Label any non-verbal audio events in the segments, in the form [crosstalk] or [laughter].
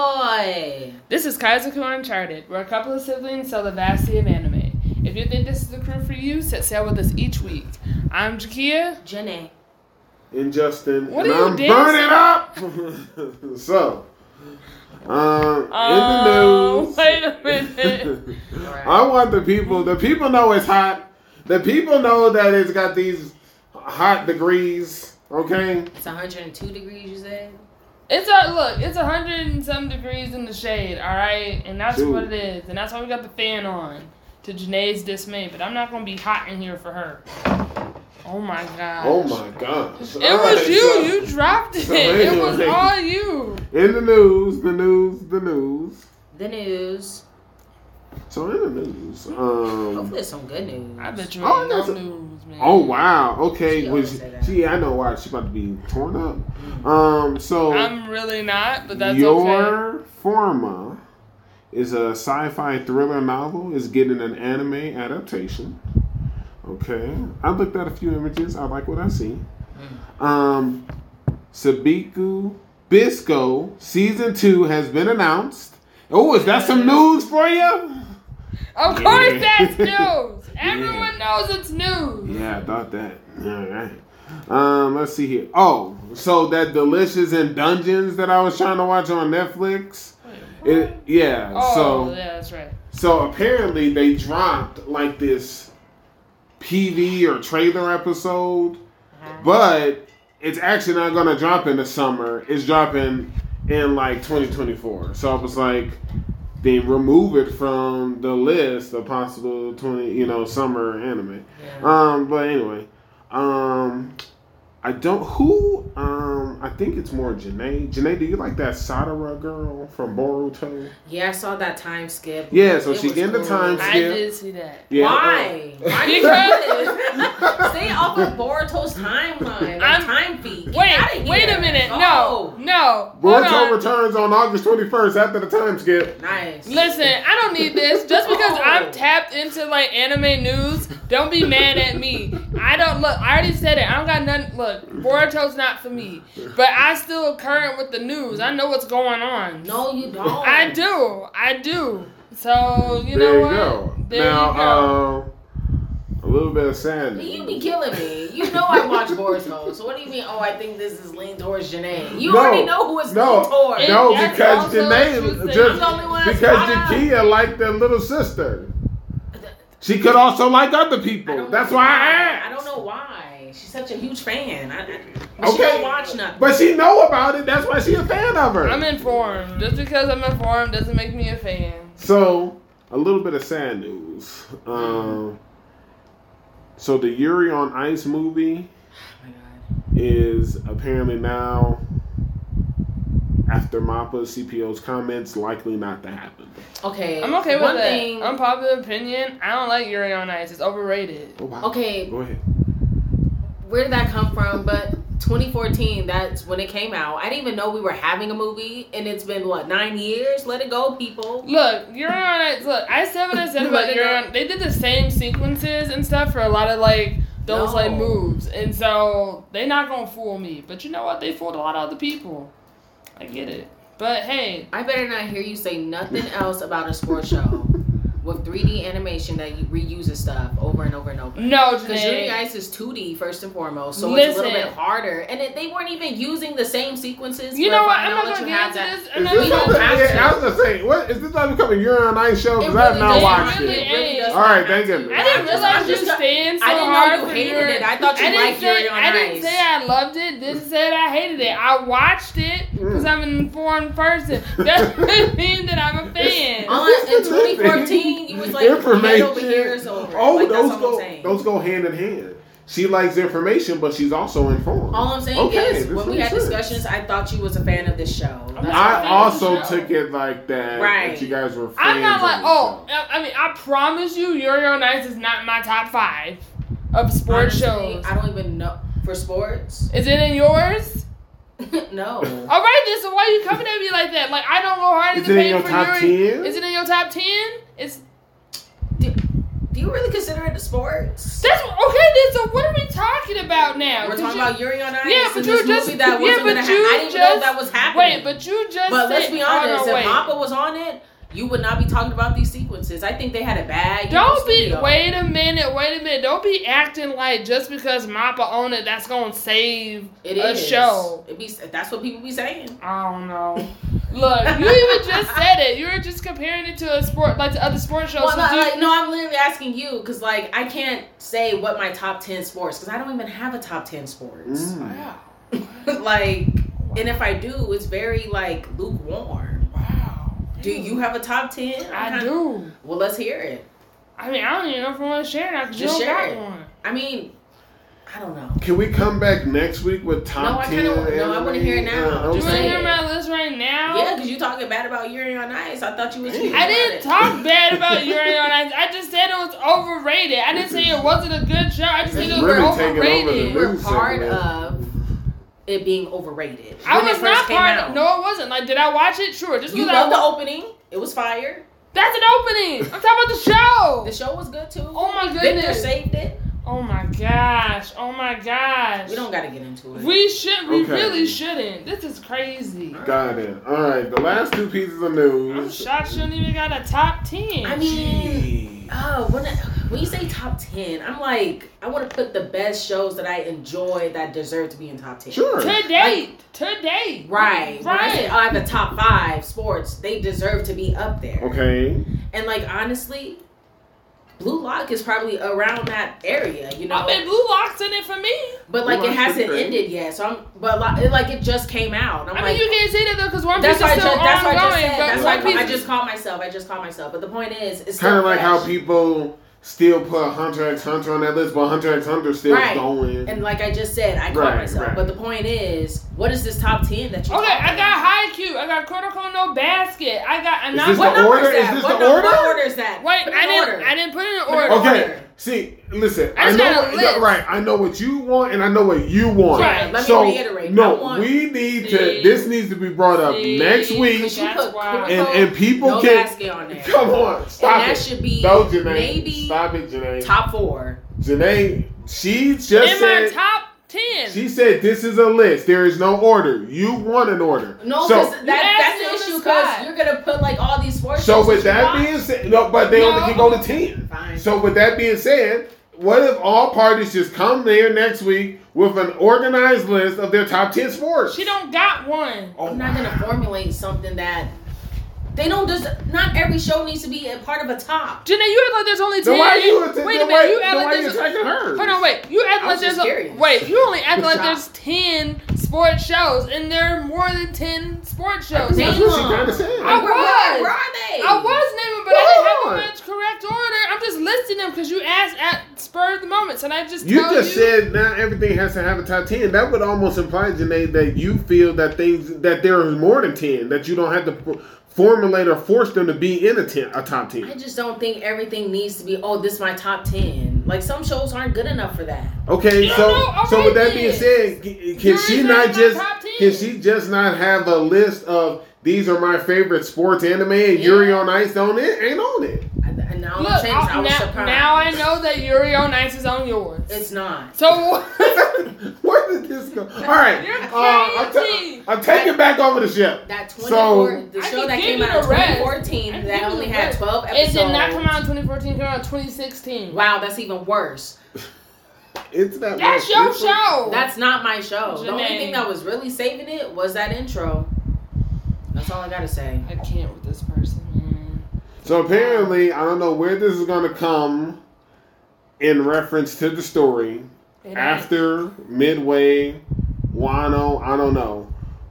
Oi! This is Kaizuku Uncharted. We're a couple of siblings sell the vast sea of anime. If you think this is the crew for you, set sail with us each week. I'm Jakia. Jenny. and Justin. What and are you I'm burning up. [laughs] so, um, Oh, in the [laughs] news. wait a minute. [laughs] I want the people. The people know it's hot. The people know that it's got these hot degrees. Okay. It's 102 degrees, you said? It's a look. It's a hundred and some degrees in the shade. All right, and that's Dude. what it is, and that's why we got the fan on. To Janae's dismay, but I'm not gonna be hot in here for her. Oh my god. Oh my gosh. It was you. you [laughs] dropped it. so it was anyway. all you. in the news. The news. The news. The news. So in the news. Um. Hopefully, it's some good news. I bet you Oh, ain't no that's a- news, man. Oh wow. Okay. She well, always she, say that. gee, I know why she's about to be torn up. Um. So. I'm really not, but that's okay. Your Forma is a sci-fi thriller novel. Is getting an anime adaptation. Okay, I looked at a few images. I like what I see. Hmm. Um, Sabiku Bisco season two has been announced. Oh, is that some news for you? Of course, [laughs] Yeah. that's news. Everyone knows it's news. Yeah, I thought that. All right. Um, let's see here. Oh, so that Delicious and Dungeons that I was trying to watch on Netflix. It, yeah. Oh, so yeah, that's right. So apparently they dropped like this PV or trailer episode, but it's actually not gonna drop in the summer. It's dropping in like 2024. So I was like, they remove it from the list of possible 20, you know, summer anime. Yeah. Um, but anyway, um, I don't who. Um, I think it's more Janae. Janae, do you like that Sadara girl from Boruto? yeah, I saw that time skip. Yeah, so It she was getting the cool. time I skip. did see that. Yeah, uh, [laughs] Why? Why did you do this? Stay off of Boruto's timeline. I'm- Like time feed. Get outta Wait, here. wait a minute. Go. No, no. Hold uh, Boruto on. returns on August 21st after the time skip. Nice. Listen, I don't need [laughs] this. Just because Oh. I'm tapped into like anime news, don't be mad at me. I don't look. I already said it. I don't got nothing. Look, Boruto's not for me. But I still current with the news. I know what's going on. No, you don't. I do. I do. So you there know you what? go. There now, you go. Uh, a little bit of sadness. You be killing me. You know I watch Boruto. So what do you mean? Oh, I think this is leaned towards Janae. You No, already know who it's no, leaned towards. no, That's because also what you Janae, said. just, I'm the only one that's because caught up. Jakia liked their little sister. She could also like other I people. don't That's know why I I don't asked. know why. She's such a huge fan. I, I, but she Okay. don't watch nothing. But she know about it. That's why she a fan of her. I'm informed. Just because I'm informed doesn't make me a fan. So, a little bit of sad news. Um, so the Yuri on Ice movie Oh is apparently now, after Mappa CPO's comments, likely not to happen. okay. I'm okay with one that. Thing, Unpopular opinion. I don't like Yuri on Ice. It's overrated. Oh, wow. okay, Go ahead. where did that come from? But 2014, that's when it came out. I didn't even know we were having a movie, and it's been what nine years. Let it go, people. Look, Yuri on Ice. Look, I said what I [laughs] said Like, about they Yuri got- on. They did the same sequences and stuff for a lot of like those like No. moves, and so they not gonna fool me. But you know what? They fooled a lot of other people. I get it. But hey, I better not hear you say nothing else about a sports [laughs] show with 3D animation that you reuses stuff over and over and over. no, Because Yuri Janae. Ice is 2D first and foremost, so it's a Listen. little bit harder. And it, they weren't even using the same sequences. You but know if what? I I'm know not that you gonna get have into that- this. I'm not Is this we don't something- have yeah, to. I was gonna say, what is this not becoming Yuri on Ice show? It Because really I've not does. watched really it. is. does All right, not have thank to. you. I didn't realize you just- stand so I didn't know hard you for hated Yuri. it. I thought you I didn't liked say, Yuri on I didn't Ice. say I loved it. Didn't say that I hated it. I watched it Mm. because I'm an [laughs] informed person. That doesn't mean that I'm a fan. On, in 2014, you was like, head over heels over. Oh, Like, that's those all I'm go saying. those go hand in hand. She likes information, but she's also informed. All I'm saying is, when we had discussions, I thought you was a fan of this show. That's not all I I'm a saying. also fan of the show. took it like that. Right. That you guys were. Fans I'm not like, of the oh, show. I I mean, I promise you, Yuri on Ice is not my top five of sports Honestly, shows. I don't even know for sports. [laughs] Is it in yours? no, All right, then. So why you coming at me like that? Like I don't go hard Is in the it in paint your for top Yuri. 10? Is it in your top ten? It's Do you really consider it a sports? That's okay. Then so what are we talking about now? We're Did talking you- about Yuri on Ice. Yeah, but and you this just- movie that yeah, wasn't but gonna you happen. I didn't even know just- that was happening. Wait, but you just But let's said- be oh, honest, if no, wait. Mappa was on it, you would not be talking about these sequences. I think they had a bad. Don't be. studio. Wait a minute. Wait a minute. Don't be acting like just because Mappa owned it, that's gonna save It a is. show. It be, that's what people be saying. I don't know. Look, you even just said it. You were just comparing it to a sport, like to other sports shows. Well, So no, do- like, no, I'm literally asking you because, like, I can't say what my top ten sports because I don't even have a top ten sports. Mm. wow, [laughs] like, and if I do, it's very like lukewarm. wow. Do you have a top ten? I do. Well, let's hear it. I mean, I don't even know if I want to share it. I just Just don't share got it. one. I mean, I don't know. Can we come back next week with No, I top ten? kinda wanna- no, I wanna hear it anime? now. Do Uh, you Just want to say okay. it. hear my list right now? Yeah, because you talking bad about Yuri on Ice. I thought you was. Dang. I didn't talk bad [laughs] about Yuri on Ice. I just said it was overrated. I didn't say it wasn't a good show. I just said it was Really taking over the overrated. You were Lose part segment. of it being overrated. I when it was not first came part out. of No, it wasn't. Like, did I watch it? Sure. Just You because I love the opening. It was fire. That's an opening. I'm talking about the show. [laughs] The show was good too. Oh my Victor goodness. saved it. Oh my gosh. Oh my gosh. We don't got to get into it. We should. We Okay. really shouldn't. This is crazy. Got it. All right. The last two pieces of I'm news. shocked she don't even got a top ten. I mean, Gee. oh, when, I, when you say top ten, I'm like, I want to put the best shows that I enjoy that deserve to be in top ten. Sure. to date. to date. Right. When I say Right. oh, I have a top five sports, they deserve to be up there. Okay. And like honestly, Blue Lock is probably around that area, you know. I mean, Blue Lock's in it for me. but like Blue it Lock's hasn't pretty great. ended yet, so I'm. But like it, like, it just came out. and I'm I like, mean, you can't say that though, because One that's Piece is why I still just. That's why I just ongoing. said. but That's why I, One ca- Piece I just called myself. I just called myself. But the point is, it's Kind of like how people. people still put Hunter x Hunter on that list, but Hunter x Hunter still Right. going. And like I just said, I caught Right, myself. right. But the point is, what is this top ten that you? Okay, I got high cute. I got Kuroko no basket. I got and Is this What the number order? is that? Is this what the num- order? What order is that? Wait, Put it I in didn't. order. I didn't put it in it order. in order. Okay. See, listen. I I, just know. got a What, list. Right. I know what you want, and I know what you want. Right, let me so reiterate. no, I want- we need to. See? This needs to be brought up See? next week, That's You put why. and and people no can basket on there. [laughs] come on. Stop and it. that should be no, Janae. maybe Stop it, Janae. top four. Janae, she just in my said. top ten. She said this is a list. There is no order. You want an order. No, so because You that, asked me on that's the the issue. spot. Because you're gonna put like all these sports. so shows with you that watch. being said, no, but they only No. can go to ten. Fine. So with that being said, what if all parties just come there next week with an organized list of their top ten sports? She don't got one. Oh I'm not gonna formulate something that they don't just. Not every show needs to be a part of a top. Jenna, you act like there's only ten. Then why are you atta- wait a then minute, why- you act then why like you there's attacking her? Hold on, wait. You act I like was there's just a, curious. wait. You only act like Shocked. there's ten sports shows, and there are more than ten sports shows. That's Damn. what she kind of said. I Where, was. where, where are they? I was naming, but I Hold didn't on. have them in correct order. I'm just listing them because you asked at spur of the moment, and I just You told just you. said not everything has to have a top ten. That would almost imply, Janae, that you feel that things that there are more than ten. That you don't have to f- formulate or force them to be in a ten, a top I ten. just don't think everything needs to be. Oh, this is my top ten. Like some shows aren't good enough for that. Okay, You so don't know so with that already. being said, c- can You're she in not my just top 10. can she just not have a list of these are my favorite sports anime and Yuri on Ice don't it ain't on it. [laughs] I, and now Look, I'm saying is I- I was now, surprised. now I know that Yuri on Ice is on yours. it's not. so [laughs] Where did this go? All right, You're uh, I'm, ta- crazy. I'm taking back over the ship. That So- 24, the I show can that give came you out in the rest. 2014 can that give you only the had rest. 12 episodes. it did not come out in 2014. It came out in 2016. Wow, that's even worse. It's that. That's much. your It's- show. That's not my show. The only Janae. thing that was really saving it was that intro. That's all I gotta say. I can't with this person, man. So apparently, I don't know where this is gonna come in reference to the story It ain't- after midway, Wano. I don't know,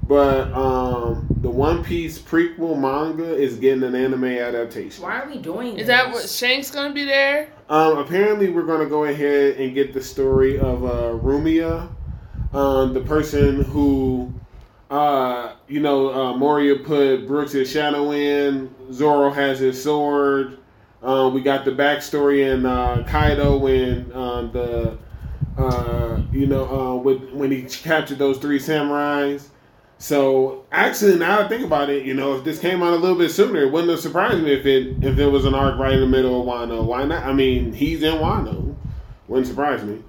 but um, the One Piece prequel manga is getting an anime adaptation. Why are we doing this? Is that what Shank's gonna be there? Um, apparently, we're gonna go ahead and get the story of uh, Rumia, um, the person who, uh, you know, uh, Moria put Brooks' shadow in. Zoro has his sword. Um, we got the backstory in uh, Kaido when um, the, uh, you know, uh, with, when he captured those three samurais. So actually, now I think about it, you know, if this came out a little bit sooner, it wouldn't have surprised me if it if it was an arc right in the middle of Wano. Why not? I mean, he's in Wano. Wouldn't surprise me.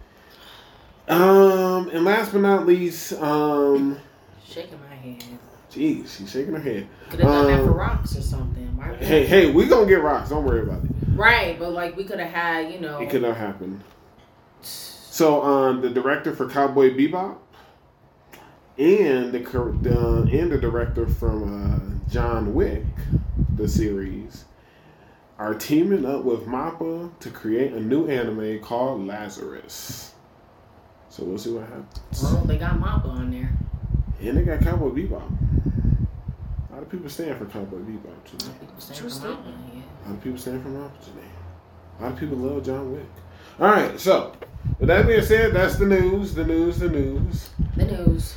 Um, and last but not least, um, Shaking my head. jeez, she's shaking her head. Could have done that for Um, rocks or something. Why- Hey, hey, we gonna get rocks. Don't worry about it. Right, but like we could have had, you know. It could not happen. So, um, the director for Cowboy Bebop and the cor- uh, and the director from uh, John Wick, the series, are teaming up with MAPPA to create a new anime called Lazarus. So we'll see what happens. Well, they got Mappa on there. And they got Cowboy Bebop. A lot of people stand for Cowboy Bebop today. People stand True for statement. Mappa, yeah. A lot of people stand for Marvel today. A lot of people love John Wick. All right, so with that being said, that's the news, the news, the news. The news.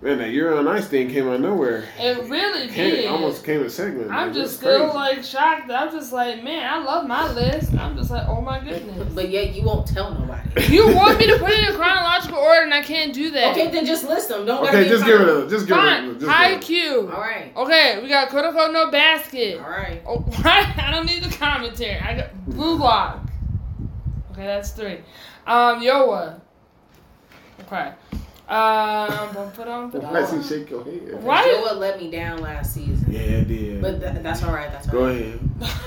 Man, that Euro on Ice thing came out of nowhere. [laughs] It really Came, did. Almost came a segment. I'm man. just That's still crazy. like shocked. I'm just like, man, I love my list. I'm just like, oh my goodness. But yet you won't tell [laughs] nobody. you want me to put it in chronological order, and I can't do that. Okay, then just list them. Don't Okay, just give it up. Just give it up. Fine. Just High give it Q. All right. Okay, we got Kodoko no basket. All right. Oh, [laughs] why? I don't need the commentary. I got Blue Lock. Okay, that's three. Um, Yoa. Okay. Um, bum, ba-dum, up. Why ba-dum. does he shake your head? Why- Joa let me down last season. Yeah, it did. But th- that's all right. That's all Go right. ahead.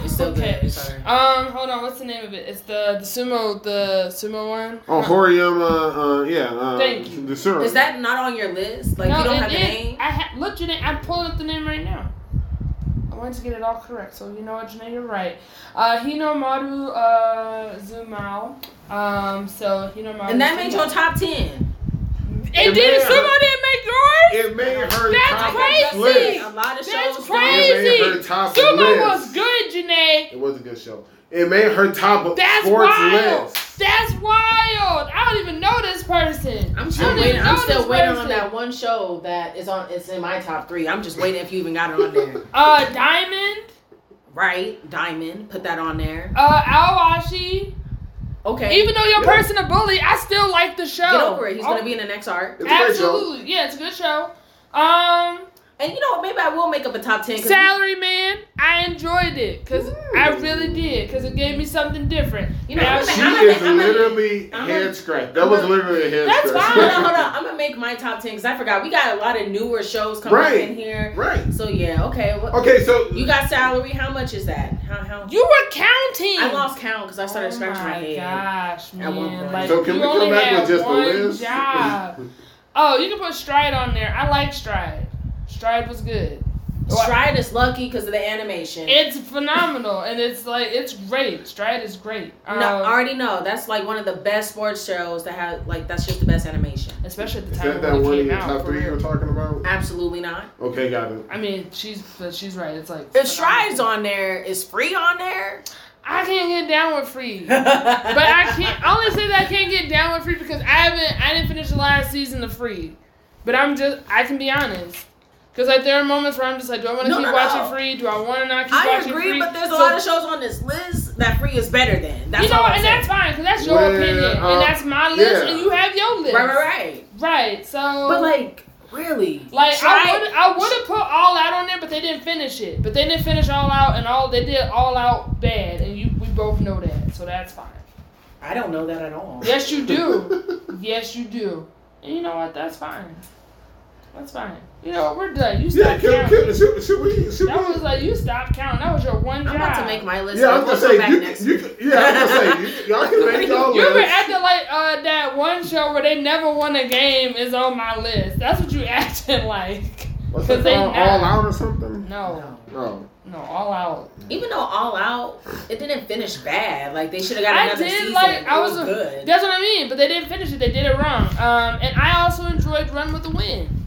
It's still [laughs] okay. good. It's all right. Um, hold on. What's the name of it? It's the the sumo the sumo one. Oh, Horiyama, uh, yeah. Uh, Thank you. The syrup. Is that not on your list? Like you don't it have a is. name? I ha- looked your name. I'm pulling up the name right now. I wanted to get it all correct, so you know what, Janae, you're right. Uh, Hinomaru uh, Zumao. Um, so Hinomaru. And that made Zumao. your top ten. It did. Somebody didn't make yours. It made her That's top crazy. list. A lot of That's shows. crazy. It made her top Sumo list. was good, Janae. It was a good show. It made her top That's sports wild. list. That's wild. I don't even know this person. I'm I still don't waiting. even I'm know still this waiting on person. that one show that is on. It's in my top three. I'm just waiting if you even got it on there. Uh, Diamond. Right, Diamond, put that on there. Uh, Alwashi. Okay, Even though your Yeah. person a bully, I still like the show. get over it. He's Oh, gonna be in the next arc. It's a great show. Absolutely, yeah, it's a good show. Um, And you know, what? maybe I will make up a top ten. 'cause Salary Man, I enjoyed it because I really did because it gave me something different. You know, And I'm I- gonna- She I'm gonna- is I'm gonna- literally I'm gonna- head scratch. That was I'm literally a head That's we- Hold [laughs] scratch. fine. on, hold on. I'm gonna make my top ten because I forgot. We got a lot of newer shows coming up Right. in here. right. So yeah, okay. What, Okay, so You got salary? How much is that? How how? you were counting. I lost count because I started oh scratching my, head. gosh, man! one point. Like, So can you we come only back with had just the one list? [laughs] Job. oh, you can put Stride on there. I like Stride. Stride was good. Stride is lucky because of the animation. It's phenomenal and it's like it's great. Stride is great. Um, no, I already know. That's like one of the best sports shows that have like that's just the best animation. especially at the is time that that when one it in came your out. top for three you real. were talking about? Absolutely not. Okay, got it. I mean, she's but she's right. It's like If phenomenal. Stride's on there, is Free on there? I can't get down with free. but But I can't. I only say that I can't get down with free because I haven't. I didn't finish the last season of free. But I'm just. I can be honest. Because like there are moments where I'm just like, do I want to No, keep no, watching no. free? Do I want to not keep I watching agree, free? but there's a So- lot of shows on this list that Free is better than. That's you know, all what, I'm and saying. that's fine because that's your Well, opinion uh, and that's my list, yeah. and you have your list. right, right, right. Right, So, But like, really, Um, Like I Stride- would, I would have put all out on there, but they didn't finish it. But they didn't finish all out, and all they did all out bad, and you we both know that, so that's fine. I don't know that at all. Yes, you [laughs] do. yes, you do. And you know what? That's fine. That's fine. You know we're done. You Yeah, stop can, counting. can, should, should we? Should That we? was like you stopped counting. That was your one I'm job. about to make my list. yeah, so I'm we'll gonna come say back you, next can- you. can- Yeah, I'm gonna say you, y'all can make [laughs] y'all you were list. acting like uh, that one show where they never won a game is on my list. That's what you [laughs] acting like. What's because that they called? not. All out or something? No, No. Oh, no, all out. Even though All Out, it didn't finish bad. Like they should have got I another did, season. like, It I was a- good. That's what I mean, but they didn't finish it. They did it wrong. Um, and I also enjoyed Run with the Wind.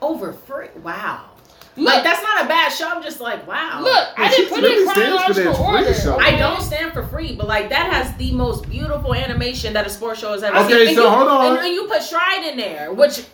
Over free. Wow. Look, like that's not a bad show. I'm just like, wow. look, I Yeah, didn't she put it in really stands for chronological that free order. show. Oh. I don't stand for free, but like that has the most beautiful animation that a sports show has ever seen. Okay, And so you- hold on. And, and you put Stride in there, which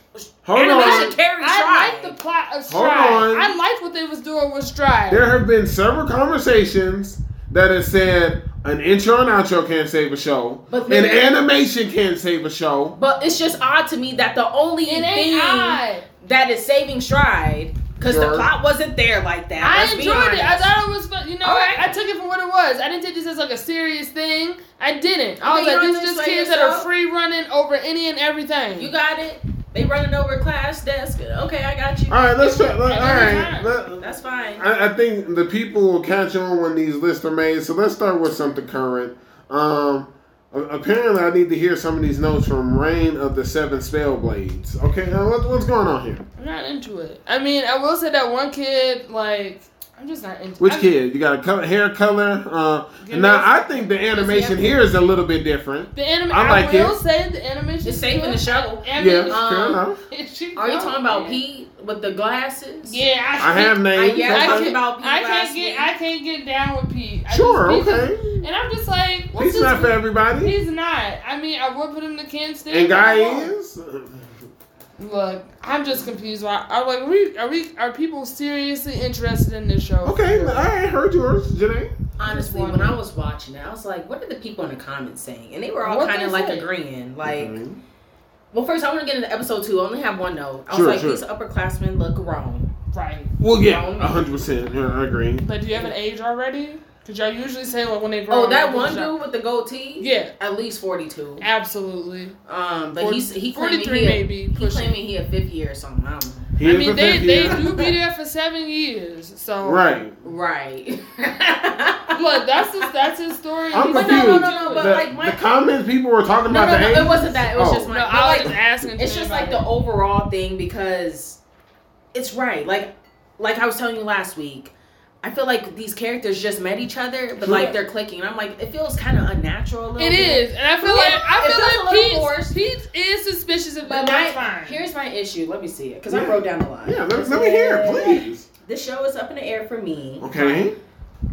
hold animation on. carries I Stride. like the plot of Hold Stride. on. I liked what they was doing with Stride. There have been several conversations that have said An intro and outro can't save a show. But An maybe- animation can't save a show. But it's just odd to me that the only It thing ain't odd. that is saving stride, because Sure. the plot wasn't there like that. I Let's be enjoyed it. I honest. thought it was fun. You know, All right. I, I took it for what it was. I didn't take this as like a serious thing. I didn't. I was Okay, you like, don't these are just explain kids that are yourself? free running over any and everything. You got it. They running over class desk. Okay, I got you. All right, let's try. Let, all right, time. let- That's fine. I, I think the people will catch on when these lists are made. So let's start with something current. Um, a- apparently, I need to hear some of these notes from Reign of the Seven Spellblades. Okay, now what, what's going on here? I'm not into it. I mean, I will say that one kid, like, I'm just not into Which I- kid? You got a color, hair color. Uh, Give now, us- I think the animation here is a little bit different. The anime. I I, like will it. say the animation. It's saving the show. Yeah, Um, fair enough. Are you talking about Pete with the glasses? Yeah, I, I have names. I- yeah, I okay. talking about Pete I last can't get. week. I can't get down with Pete. I Sure, just- he's- okay. And I'm just like, what's He's this not for with- everybody. He's not. I mean, I would put him to Ken State. And but Guy I won't. is. Look, I'm just confused. Why? I'm like, are we, are we, are people seriously interested in this show? Okay, I heard yours, Janae. Honestly, when I was watching it, I was like, what are the people in the comments saying? And they were all What kind they of like say? agreeing. Like, well, first, I want to get into episode two. I only have one note. I was Sure, like, sure. these upperclassmen look grown. Right. Well, yeah, hundred percent. Yeah, I agree. But do you have an age already? Because y'all usually say like when they grow. Oh, up, that they one just- dude with the goatee? Yeah, At least 42. absolutely. Um, but Forty- he's, he claiming 43 he a- maybe, He pushing. claiming he a fifth year or something. I don't know. He I is mean, the they fifth they year. do [laughs] be there for seven years. So Right. Right. [laughs] Look, that's his that's his story. I'm He's- But confused. no, no, no, no, but the, like, my- the comments people were talking No, about no, the no, age. it wasn't that. It was Oh. just my. No, but, I was like, just asking. it's Janae just about like it. the overall thing because it's right. Like, like I was telling you last week, I feel like these characters just met each other, but like they're clicking. And I'm like, it feels kind of unnatural. A little It bit. is, and I feel Yeah, like it feels a little I forced. feel like Pete Pete is suspicious of But that. That's my, fine. here's my issue. Let me see it because Yeah. I wrote down a lot. Yeah, let, let me hear, it, please. This show is up in the air for me. Okay,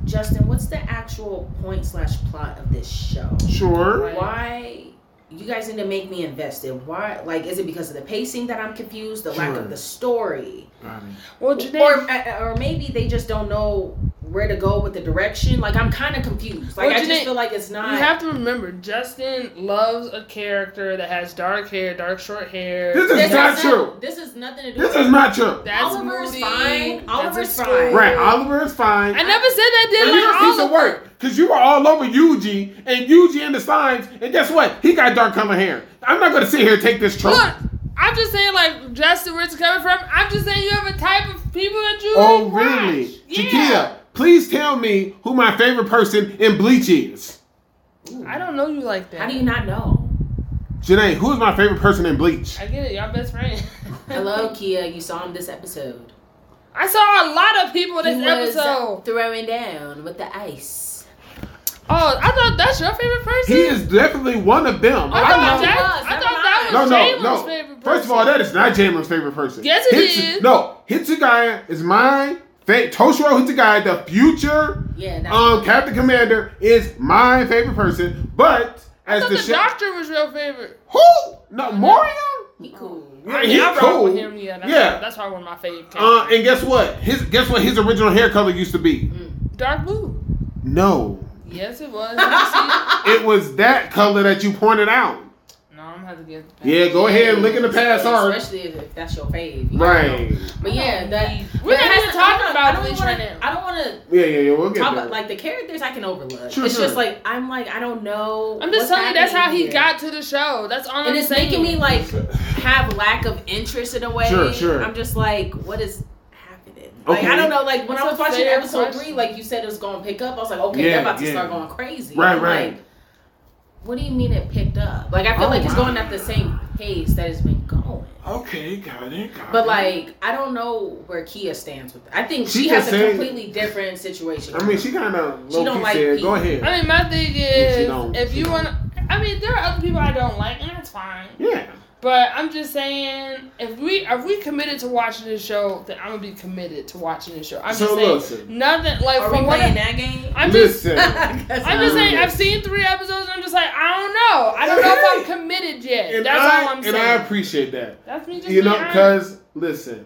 Justin, what's the actual point slash plot of this show? sure. Right. why you guys need to make me invested why like is it because of the pacing that i'm confused the lack Sure. of the story well, or Janae, or maybe they just don't know where to go with the direction like i'm kind of confused like Well, i just Janae, feel like it's not you have to remember Justin loves a character that has dark hair, dark short hair. This is this not has true. no- this is nothing to do This with is not true. That's Oliver's moody. fine. That's Oliver's a fine. Right, Oliver is fine. I never said that And did you're a like piece of Oliver. work because you were all over Yuji and Yuji and the signs. And guess what? He got dark color hair. I'm not going to sit here and take this trope. Look, I'm just saying like Justin, where's it coming from? I'm just saying you have a type of people that you. oh, watch. really? Yeah. Jakia, please tell me who my favorite person in Bleach is. I don't know you like that. how do you not know Janae, who is my favorite person in Bleach? I get it. Y'all best friend. hello kia you saw him this episode [laughs] I saw a lot of people this he was episode. throwing down with the ice Oh, I thought that's your favorite person. He is definitely one of them. I I thought, know- Jack- that, was, I never thought that No, was no, Jalen's no. favorite person. First of all, that is not Jalen's favorite person. Yes, it Hitsu- is. No, Hitsugaya is my favorite. Toshiro Hitsugaya, the future yeah that's um, Captain Commander, is my favorite person. But I as thought the, the, show, doctor was your favorite. who? No, Moria. he cool Yeah, I mean, he's I rock cool. with him. Yeah, that's, Yeah. that's probably one of my favorite. Uh, characters. and guess what? His guess what his original hair color used to be? Dark blue. No, Yes, it [laughs] was. Did you see it? it was that color that you pointed out. no, I'm gonna have to get. it back. Yeah, go ahead and look in the past art. especially if that's your fave you know? Right. but yeah that but We're not that's- even I talking don't- I about don't Bleach wanna- right now. i don't want to Yeah, yeah, yeah. We'll get Talk there. about, like the characters I can overlook. Sure, it's sure. just like I'm like I don't know. I'm just what's telling you that's happening how he here. got to the show. That's all I'm And it's saying. making me like have lack of interest in a way. Sure, sure. I'm just like, what is happening? Like Okay. I don't know. Like when That's I a was watching fair episode question. three, like you said it was going to pick up. I was like, okay, Yeah, they're about to yeah. start going crazy. Right, I'm right. Like, what do you mean it picked up? Like I feel Oh, like it's wow. going at the same pace that it's been going. okay, got it. Got But it. like I don't know where Kia stands with. It. I think She she, can has a say- completely different situation. I mean, she kind of She low don't key like said, people. "Go ahead." I mean, my thing she is, don't. if She you don't. want, to I mean, there are other people I don't like, and that's fine. yeah, But I'm just saying, if we are we committed to watching this show, then I'm gonna be committed to watching this show. I'm So just saying, listen. nothing like Are from we what playing um, I, that [laughs] game? I'm just. [laughs] listen. I'm just saying, I've seen three episodes, and I'm just like, I don't know. I don't know if Okay. I'm committed yet. and That's I, all I'm saying. and I appreciate that. That's me just You know, being honest. because listen,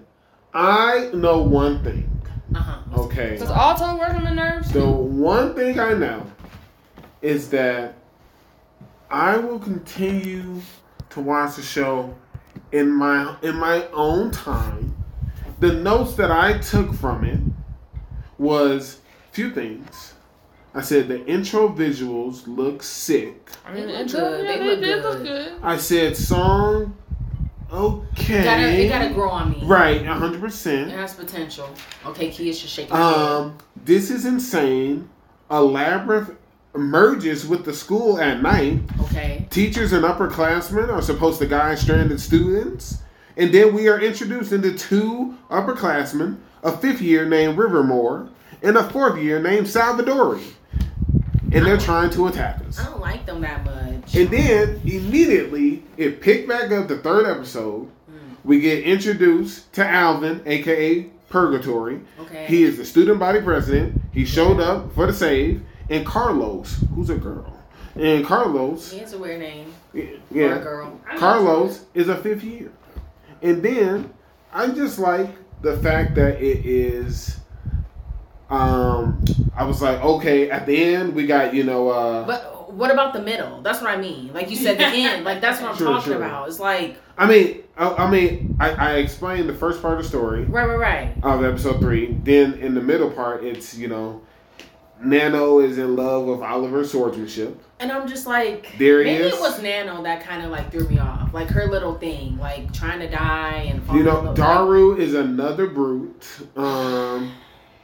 I know one thing. Uh huh. Okay, Does Alto work on the nerves? the one thing I know is that I will continue to watch the show in my in my own time. The notes that I took from it was a few things. I said the intro visuals look sick. I mean, They look the intro, good. yeah, They they, look did good. look good. I said song okay. Gotta, it gotta grow on me. Right, hundred percent. It has potential. Okay, Kia's just shaking. her head. Um, this is insane. A labyrinth merges with the school at night. okay. Teachers and upperclassmen are supposed to guide stranded students. And then we are introduced into two upperclassmen, a fifth year named Rivermore, and a fourth year named Salvadori. And they're trying to attack us. I don't like them that much. And then immediately it picked back up the third episode. We get introduced to Alvin, aka Purgatory. Okay. He is the student body president. He showed up for the save. And Carlos, who's a girl. And Carlos, He has a weird name. Yeah. yeah, girl. Carlos is a fifth year. And then I just like the fact that it is. Um, I was like, okay, at the end we got you know, uh, But what about the middle? That's what I mean. Like you [laughs] said, the end. Like that's what I'm Sure, talking sure. about. It's like I mean, I, I mean, I, I explained the first part of the story right, right, right. of episode three. Then in the middle part, it's you know, Nano is in love with Oliver's swordsmanship. And I'm just like, There he maybe is. it was Nano that kind of like threw me off. Like her little thing, like trying to die and fall You in know, love. Daru is another brute. Um,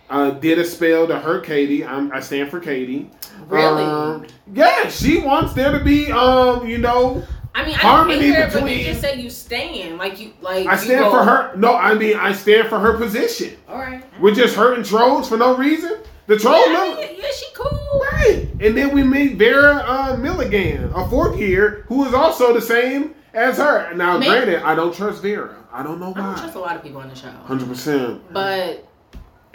uh, did a spell to hurt Katie. I'm, I stand for Katie. Really? Um, yeah, she wants there to be um, you know, I mean, I harmony didn't hate her, but between- you just say you stand. Like you, like I you stand go- for her. No, I mean I stand for her position. All right. We're just hurting trolls for no reason. The Yeah, troll number. I mean, yeah, she cool. Right. And then we meet Vera uh, Milligan, a fourth year, who is also the same as her. Now, Maybe- granted, I don't trust Vera. I don't know I don't trust why. a lot of people on the show, 100%. but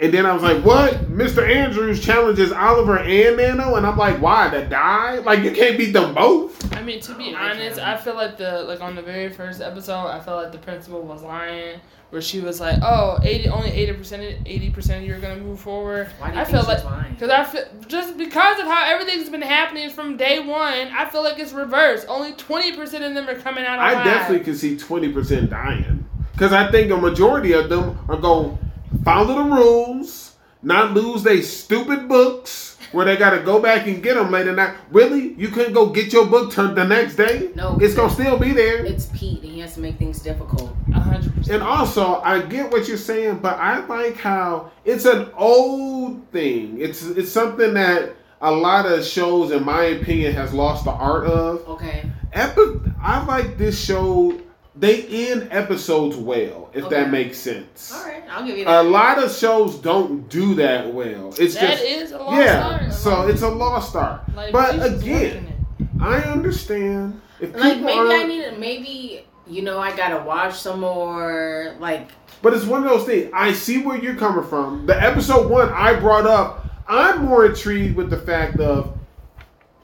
And then I was like, what? Mr. Andrews challenges Oliver and Nano? And I'm like, why? To die? Like, you can't beat them both? I mean, to be I like honest, him. I feel like the like on the very first episode, I felt like the principal was lying, where she was like, "Oh, 80, only eighty percent, eighty percent of you are gonna move forward." why do you I think feel she's like lying? because I feel just because of how everything's been happening from day one, I feel like it's reversed. Only twenty percent of them are coming out alive. I definitely can see 20% dying. Because I think a majority of them are going to follow the rules, not lose they stupid books. Where they gotta go back and get them later. Now, really, you couldn't go get your book turned the next day. No, it's gonna still be there. It's Pete, and he has to make things difficult. hundred And percent. also, I get what you're saying, but I like how it's an old thing. It's it's something that a lot of shows, in my opinion, has lost the art of. Okay. Epi- I like this show. They end episodes well, if Okay. that makes sense. All right. I'll give you A that. lot of shows don't do that well. It's That just is a lost yeah. art. So it's a lost art. Like, but she's just again, working it. I understand. If like people maybe aren't- I need to maybe you know I gotta watch some more. Like But it's one of those things. I see where you're coming from. The episode one I brought up, I'm more intrigued with the fact of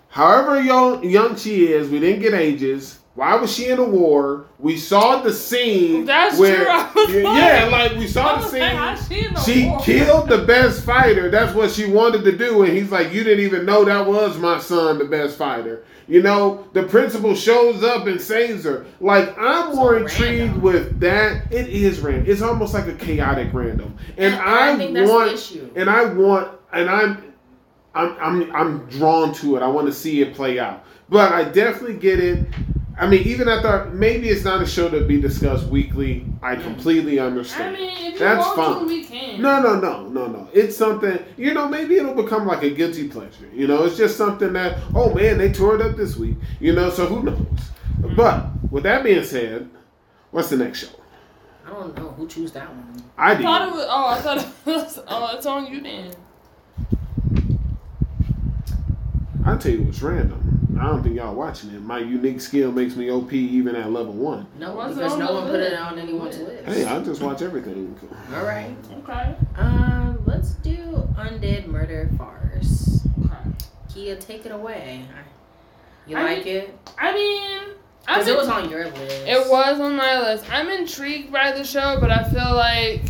however young young she is, we didn't get ages. Why was she in a war? We saw the scene. That's where, true. I was yeah, like- like we I saw the was scene. like, how she in the she war? killed the best fighter. That's what she wanted to do. And he's like, You didn't even know that was my son, the best fighter. You know, the principal shows up and saves her. Like, I'm more random. intrigued with that. It is random. It's almost like a chaotic random. And- And, and I, I think that's the want issue. and I want and I'm I'm I'm I'm drawn to it. I want to see it play out. But I definitely get it. I mean, even at the maybe it's not a show to be discussed weekly. I Mm. completely I understand. mean, if you That's want fine. to, we can. No, no, no, no, no. It's something, you know, maybe it'll become like a guilty pleasure. You know, it's just something that, oh man, they tore it up this week. You know, so who knows? Mm-hmm. But with that being said, what's the next show? I don't know who choose that one. I I thought it did. was. Oh, I thought it [laughs] was. Oh, it's on you then. I'll tell you what's random. I don't think y'all watching it. My unique skill makes me OP even at level one. No, What's because on no the one put list? it on anyone's list. Hey, I just watch everything. All right. Okay. Um, let's do undead murder farce. Okay. Kia, take it away. I- You I like mean- it? I mean, I Because it was on your list. It was on my list. I'm intrigued by the show, but I feel like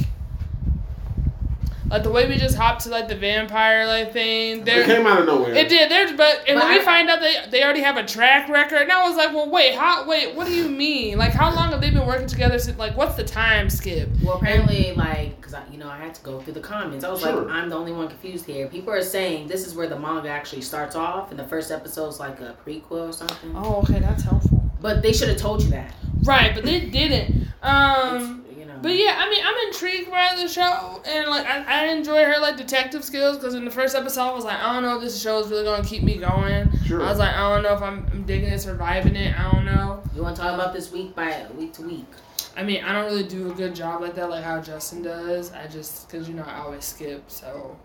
Like the way we just hopped to like the vampire like thing. There, It came out of nowhere. It did. There's, but and But when we I- find out they they already have a track record, and I was like, well, wait, how? Wait, what do you mean? Like, how long have they been working together? Since like, what's the time skip? Well, apparently, like, because I, you know, I had to go through the comments. I was Sure. like, I'm the only one confused here. People are saying this is where the manga actually starts off, and the first episode's like a prequel or something. Oh, okay, that's helpful. But they should have told you that. Right, but they didn't. Um. It's, you know. But yeah, I mean, I'm intrigued by the show, and like I, I enjoy her like detective skills because in the first episode, I was like, I don't know if this show is really gonna keep me going. Sure. I was like, I don't know if I'm, I'm digging it, surviving it. I don't know. you want to talk about this week by week to week? I mean, I don't really do a good job like that, like how Justin does. I just because you know I always skip, so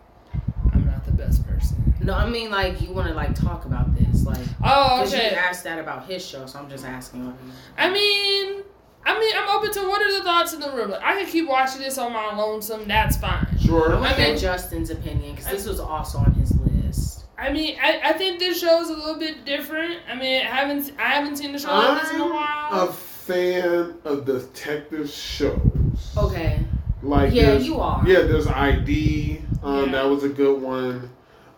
I'm not the best person. No, I mean like you want to like talk about this, like Oh, because you okay. asked that about his show, so I'm just asking. Like, I mean, I mean, I'm open to what are the thoughts in the room. Like, I could keep watching this on my lonesome. That's fine. Sure. I want to mean- get Justin's opinion because this was also on his list. I mean, I, I think this show is a little bit different. I mean, I haven't I haven't seen the show like this in a I'm while. a fan of detective shows. Okay. Like Yeah, there's- you are. Yeah, there's ID. Um, Yeah. That was a good one.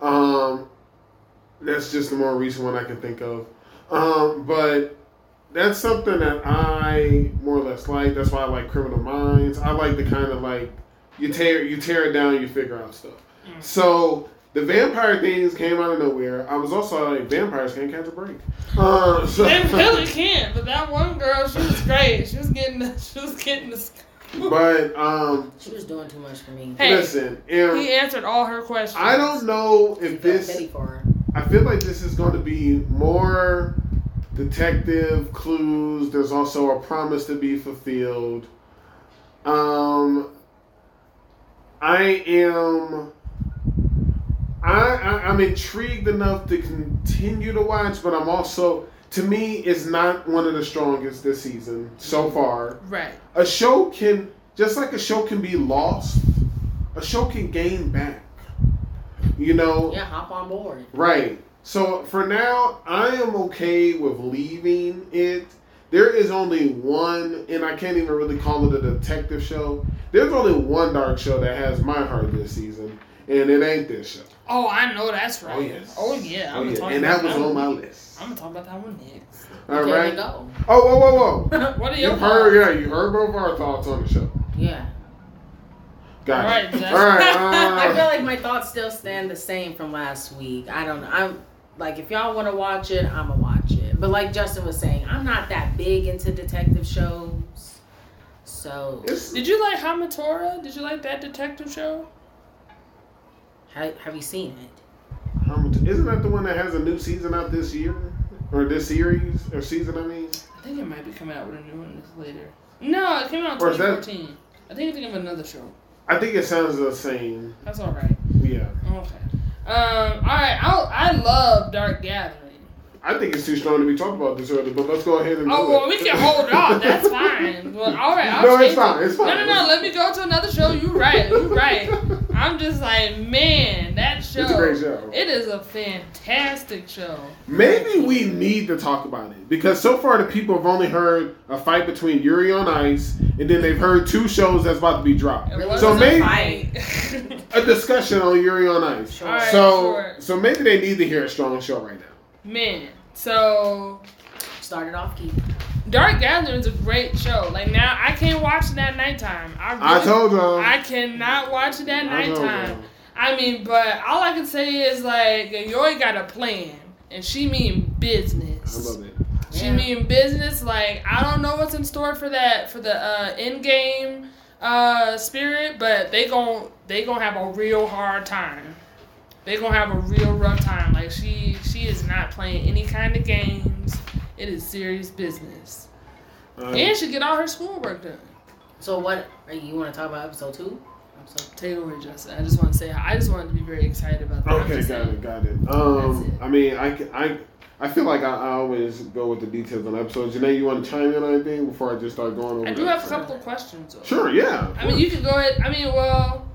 Um, that's just the more recent one I can think of. Um, but that's something that I more or less like. That's why I like Criminal Minds. I like the kind of like you tear you tear it down, you figure out stuff. Mm. So the vampire things came out of nowhere. I was also like, vampires can't catch a break. [laughs] Um, so They really can't, but that one girl, she was great. She was getting [laughs] the, she was getting the. sc- but um, She was doing too much for me. Hey, listen, if- He answered all her questions. I don't know I if felt this pity for her. I feel like this is going to be more detective clues. There's also a promise to be fulfilled. Um, I am. I, I I'm intrigued enough to continue to watch, but I'm also to me it's not one of the strongest this season so far Right. a show can just like a show can be lost, a show can gain back. You know, Yeah, hop on board. right? So for now, I am okay with leaving it. There is only one, and I can't even really call it a detective show. There's only one dark show that has my heart this season, and it ain't this show. Oh, I know that's right. Oh yes. Oh yeah. Oh I'ma yeah. talk And about that was one. on my list. I'm gonna talk about that one next. [laughs] All There we right. go. Oh whoa whoa whoa! What are You your heard yeah, you heard both our thoughts on the show. Yeah. Got All right, it. Jess. [laughs] All right. I [laughs] uh, feel like my thoughts still stand the same from last week. I don't know. I'm like, if y'all want to watch it, I'ma watch it. But like Justin was saying, I'm not that big into detective shows, so it's- Did you like Hamatora? Did you like that detective show? ha- have you seen it? Um, isn't that the one that has a new season out this year? Or this series? Or season, I mean? I think it might be coming out with a new one this later. No, it came out in Or is that- 2014. I think I think of another show. I think it sounds the same. That's all right. Yeah. Okay. Um. All right. I I love Dark Gathering. I think it's too strong to be talking about this early, but let's go ahead and Oh do well, it. we can hold [laughs] off. That's fine. Well, all right. I'll No, it's change it. fine, it's No, fine. no, no. Let me go to another show. You right. You right. I'm just like, man, that show. It's a great show. It is a fantastic show. Maybe we need to talk about it because so far the people have only heard a fight between Yuri on Ice, and then they've heard two shows that's about to be dropped. It was So a maybe- fight. [laughs] A discussion on Yuri on Ice. Sure. All right, so, sure. so maybe they need to hear a strong show right now. man. So Started off key. Dark Gathering is a great show. Like now, I can't watch it at nighttime. I, really, I told y'all. I cannot watch it at I told nighttime. y'all. I mean, but all I can say is like Yori got a plan, and she mean I business. love it. She Yeah. mean business. Like I don't know what's in store for that for the uh, end game uh, spirit, but they gon' they gonna have a real hard time. They gonna have a real rough time. Like she she is not playing any kind of games. It is serious business. Um, And she get all her schoolwork done. So what are you want to talk about? Episode two? Episode Take it away, Justin. I just want to say I just wanted to be very excited about that. I'm Okay, just got saying. it, got it. Um, That's it. I mean, I, c- I, I feel like I, I always go with the details on episodes. Janae, you want to chime in on anything before I just start going over? I do the have a episode? couple of questions. Though. Sure, yeah. of I mean, course. you can go ahead. I mean, well,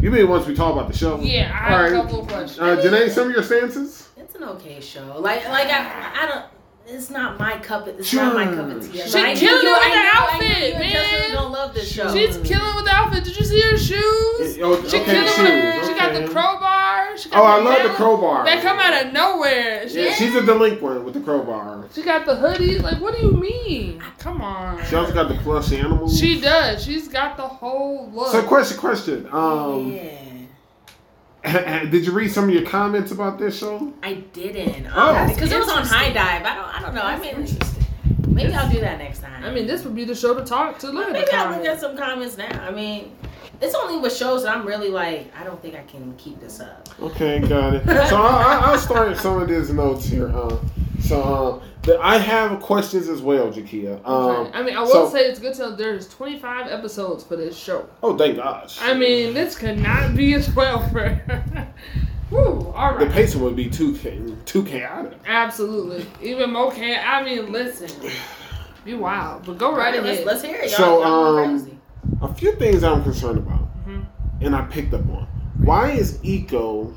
you mean once we talk about the show? yeah, I have a Alright. couple of questions. Uh, Janae, some of your stances. It's an okay show. Like like I I don't. It's not my cup. Of, it's not my cup of tea. Sure. I She knew killing it you- with I the knew- I knew outfit, you and man. Justin don't love this show. She's killing with the outfit. Did you see her shoes? shoes. Oh, She okay, killed it shoes. with a- She got okay. the crowbar. She got Oh, I the love the nail- crowbar. They come out of nowhere. She, Yeah, she's a delinquent with the crowbar. she got the hoodie. Like, what do you mean? Come on. She also got the plush animals. She does. She's got the whole look. So question, question. Um, yeah, [laughs] did you read some of your comments about this show? I didn't. Oh. because it was on Interesting. high dive. I don't. I don't know. I mean, interesting. maybe I'll do that next time. I mean, this would be the show to talk to. Look at maybe the I'll look at comments. some comments now. I mean, it's only with shows that I'm really like. I don't think I can keep this up. Okay, got it. So I, I, I'll start some of these notes here. Huh? So um, the, I have questions as well, Jakia. Um, Okay. I mean, I will so- say it's good to know there's 25 episodes for this show. oh, thank gosh. I mean, this could not be a [laughs] 12er. Woo, all the right. pacing would be too cha- too chaotic. Absolutely. Even more can I mean, listen. You wild, but go right Alright, let's, let's ahead. hear it, y'all. So, Y'all going um, crazy. A few things I'm concerned about, Mhm. and I picked up on. Why is Eco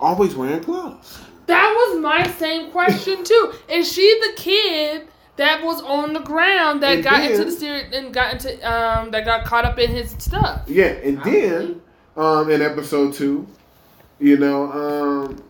always wearing gloves? That was my same question too. Is she the kid that was on the ground that And got into then- the steer and got into um that got caught up in his stuff? Yeah, and then um, in episode two, you know, um,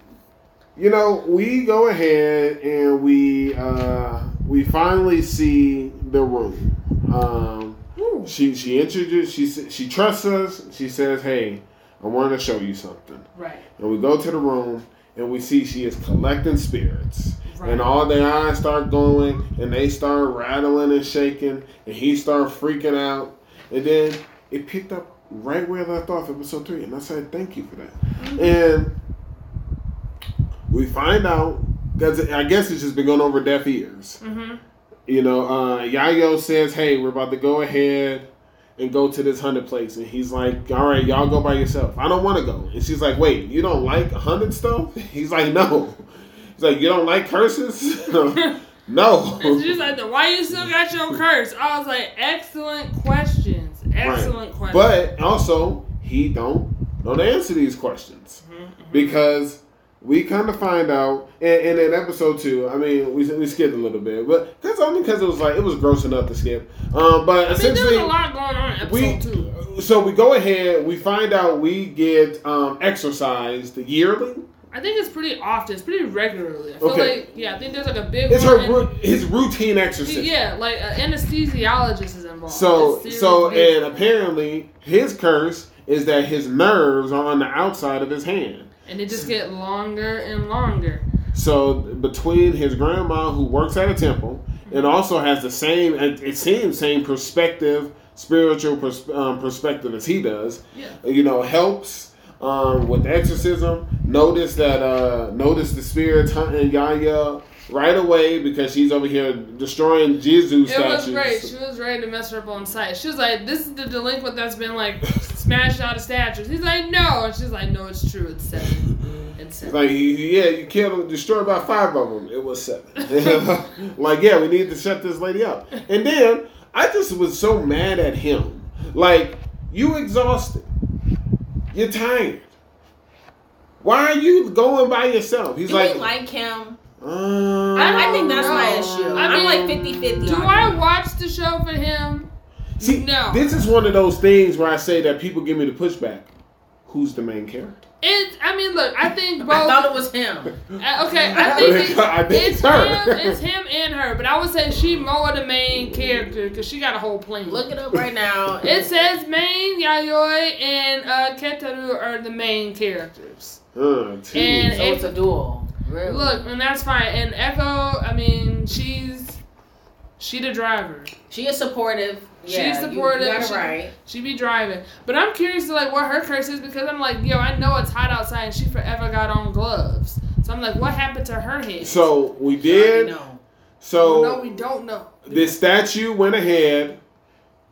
you know, we go ahead and we uh, we finally see the room. Um, Ooh. she she introduced she s- she trusts us. She says, "Hey, I want to show you something." Right. And we go to the room and we see she is collecting spirits. Right. And all their eyes start going and they start rattling and shaking and he start freaking out. And then it picked up right where it left off episode three. And I said, Thank you for that. And we find out because I guess it's just been going over deaf ears. Mm-hmm. You know, uh, Yayo says, "Hey, we're about to go ahead and go to this hundred place," and he's like, "All right, y'all go by yourself. I don't want to go." And she's like, "Wait, you don't like hundred stuff?" [laughs] He's like, "No." He's like, "You don't like curses?" [laughs] no. And [laughs] she's like, "Why you still got your curse?" I was like, "Excellent questions. Excellent questions." But also, he don't don't answer these questions Mm-hmm, because we kind of find out, and, and in episode two, I mean, we, we skipped a little bit, but that's only because it was like it was gross enough to skip. Um, but I mean, essentially, there's a lot going on in we episode two. so we go ahead. We find out we get um, exercised yearly. I think it's pretty often. It's pretty regularly. I feel Okay. like yeah. I think there's like a big. It's one her in- ru- his routine exercise. Yeah, like an anesthesiologist is involved. So It's serious so business. and apparently his curse is that his nerves are on the outside of his hand. and it just get longer and longer. So between his grandma who works at a temple Mm-hmm. and also has the same it it seems same perspective spiritual pers- um, perspective as he does Yeah. you know helps um, with exorcism. Notice that uh, notice the spirits hunting Yaya right away because she's over here destroying Jesus It was statues. great. She was ready to mess her up on sight. She was like, "This is the delinquent that's been like smashed out of statues." He's like, "No," and she's like, "No, it's true. It's seven. It's It's seven. Like yeah, you killed them, destroyed about five of them. It was seven. [laughs] like yeah, we need to shut this lady up. And then I just was so mad at him. Like you exhausted, you're tired. Why are you going by yourself? He's Do like, we like him? um, I think that's my no. issue. I I am mean, like 50 50. Do I watch the show for him? See, No. this is one of those things where I say that people give me the pushback. Who's the main character? It. I mean, look. I think both. I thought it was him. Uh, okay, [laughs] I think it's, I think it's it's her. him. It's him and her, but I would say she more the main character because she got a whole plan. Look it up right [laughs] now. It says main Yayoi and uh, Ketaru are the main characters. Uh, geez. And- so it's a duel. Really? Look, and that's fine. And Echo, I mean, she's she the driver. she is supportive. She's Yeah, supportive. You, you got it She- right. She be driving. But I'm curious to like what her curse is because I'm like, yo, I know it's hot outside, and she forever got on gloves. So I'm like, what happened to her head? so we You already did. know. So no, we don't know. the statue went ahead.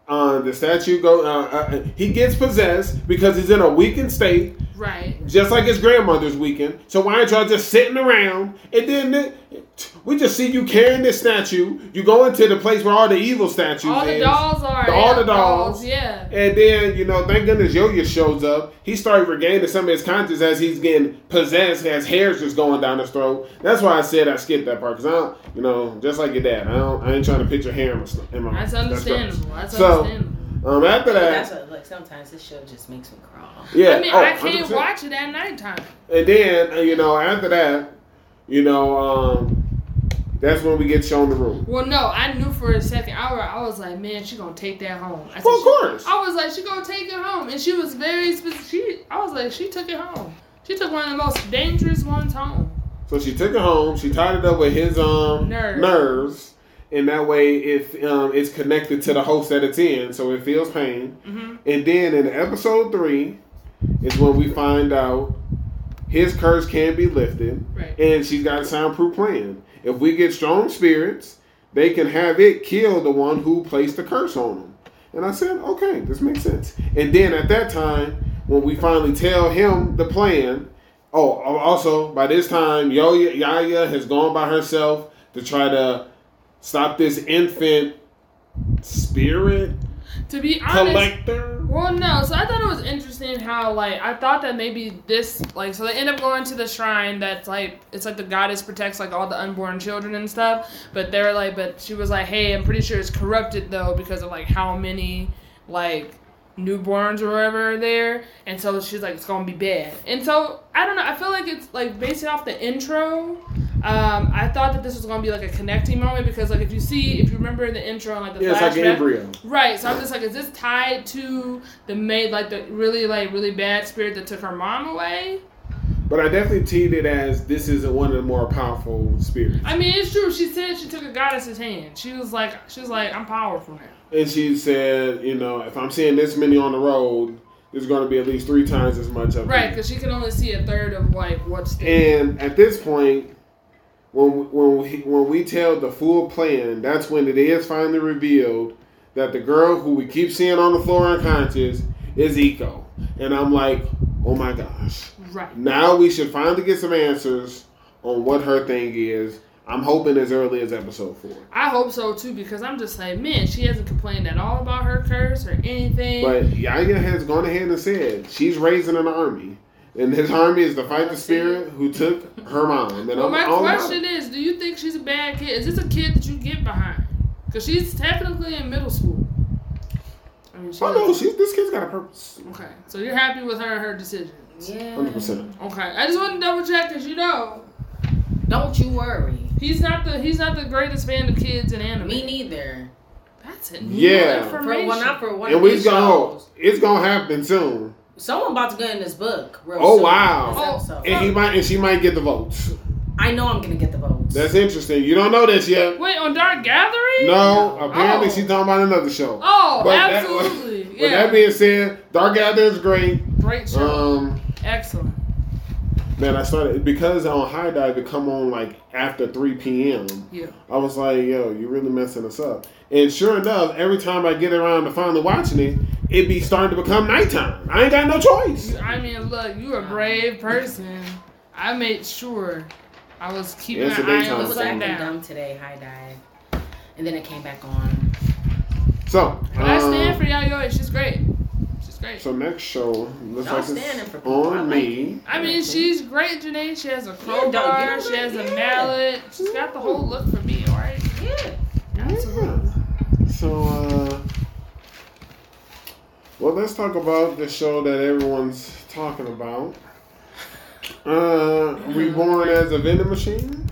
Uh, the statue go. Uh, uh, he gets possessed because he's in a weakened state, Right. just like his grandmother's weakened. So why aren't y'all just sitting around? And then the- we just see you carrying this statue. You go into the place where all the evil statues. All the is. dolls are. All yeah, the dolls. Yeah. And then, you know, thank goodness Yo-Yo shows up. He started regaining some of his conscience as he's getting possessed, as hair's just going down his throat. That's why I said I skipped that part, because I don't, you know, just like your dad, I don't, I ain't trying to picture hair in my, sn- in my That's throat. understandable. That's So- understandable. Um, after That's that, what, like sometimes this show just makes me crawl. yeah. I mean, oh, I can't 100%. watch it at nighttime. And then uh, you know, after that, you know, um, that's when we get shown the room. Well, no, I knew for a second. I, wa- I was like, man, she gonna take that home. I, said, Well, of "She- course. I was like, she gonna take it home, and she was very specific. She, I was like, she took it home. She took one of the most dangerous ones home. So she took it home. She tied it up with his um Nerves. nerves, and that way it um it's connected to the host that it's in, so it feels pain. hmm And then in episode three is when we find out his curse can be lifted, Right. and she's got a soundproof plan. If we get strong spirits, they can have it kill the one who placed the curse on them. And I said, okay, this makes sense. And then at that time, when we finally tell him the plan, oh, al- also by this time, Yo Yaya has gone by herself to try to stop this infant spirit To be honest, collector. Well, no. So I thought it was interesting how, like, I thought that maybe this, like, so they end up going to the shrine that's like, it's like the goddess protects like all the unborn children and stuff. But they're like, but she was like, hey, I'm pretty sure it's corrupted though because of like how many like newborns or whatever are there, and so she's like, it's gonna be bad. And so I don't know. I feel like it's like based off the intro. Um, I thought that this was gonna be like a connecting moment because like if you see if you remember the intro and like the Yeah, it's like an flashback, embryo. Right. So I'm just like, is this tied to the maid, like the really, like really bad spirit that took her mom away? But I definitely teed it as this is one of the more powerful spirits. I mean, it's true. She said she took a goddess's hand. She was like, she was like, I'm powerful now. And she said, you know, if I'm seeing this many on the road, there's going to be at least three times as much of Right, it. because she can only see a third of like what's there. And at this point, when when we, when we tell the full plan, that's when it is finally revealed that the girl who we keep seeing on the floor unconscious is Eco. And I'm like, oh my gosh. right. Now we should finally get some answers on what her thing is. I'm hoping as early as episode four. I hope so too, because I'm just like, man, she hasn't complained at all about her curse or anything. But Yaya has gone ahead and said she's raising an army. And his army is to fight the spirit who took her mom. And well, I'm my all about question it. is, do you think she's a bad kid? Is this a kid that you get behind? Because she's technically in middle school. I mean, she Oh no, she's, this kid's got a purpose. Okay, so you're happy with her and her decisions. Yeah. 100%. Okay, I just want to double check because you know Don't you worry. he's not the he's not the greatest fan of kids and anime. Me neither. That's it. New Yeah. For, information. well, not for one And of we these go. shows. It's gonna happen soon. Someone about to get in this book. Real Oh, soon, wow. this Oh, episode. And he might and she might get the votes. I know I'm gonna get the votes. That's interesting. You don't know this yet. Wait on Dark Gathering? No, apparently Oh. she's talking about another show. Oh, But that- absolutely. With yeah. that being said, Dark Gathering is great. Great show. Um, Excellent. man, I started because on High Dive it come on like after three p.m. Yeah. I was like, yo, you really messing us up. And sure enough, every time I get around to finally watching it, it be starting to become nighttime. I ain't got no choice. You- I mean, look, you're a brave person. I made sure I was keeping It's a an eye daytime It on was what's thing. going acting down. dumb today. High dive, and then it came back on. So, But I stand for um, Yayoi. She's great. She's great. so next show looks Y'all like standing it's for people. I on like me. I mean, she's great, Janae. She has a crowbar, don't- she has a yeah. mallet, she's got the whole look for me, alright? Yeah. Absolutely. Yeah. So, uh, well, let's talk about the show that everyone's talking about. Uh, Uh-huh. Reborn as a vending machine.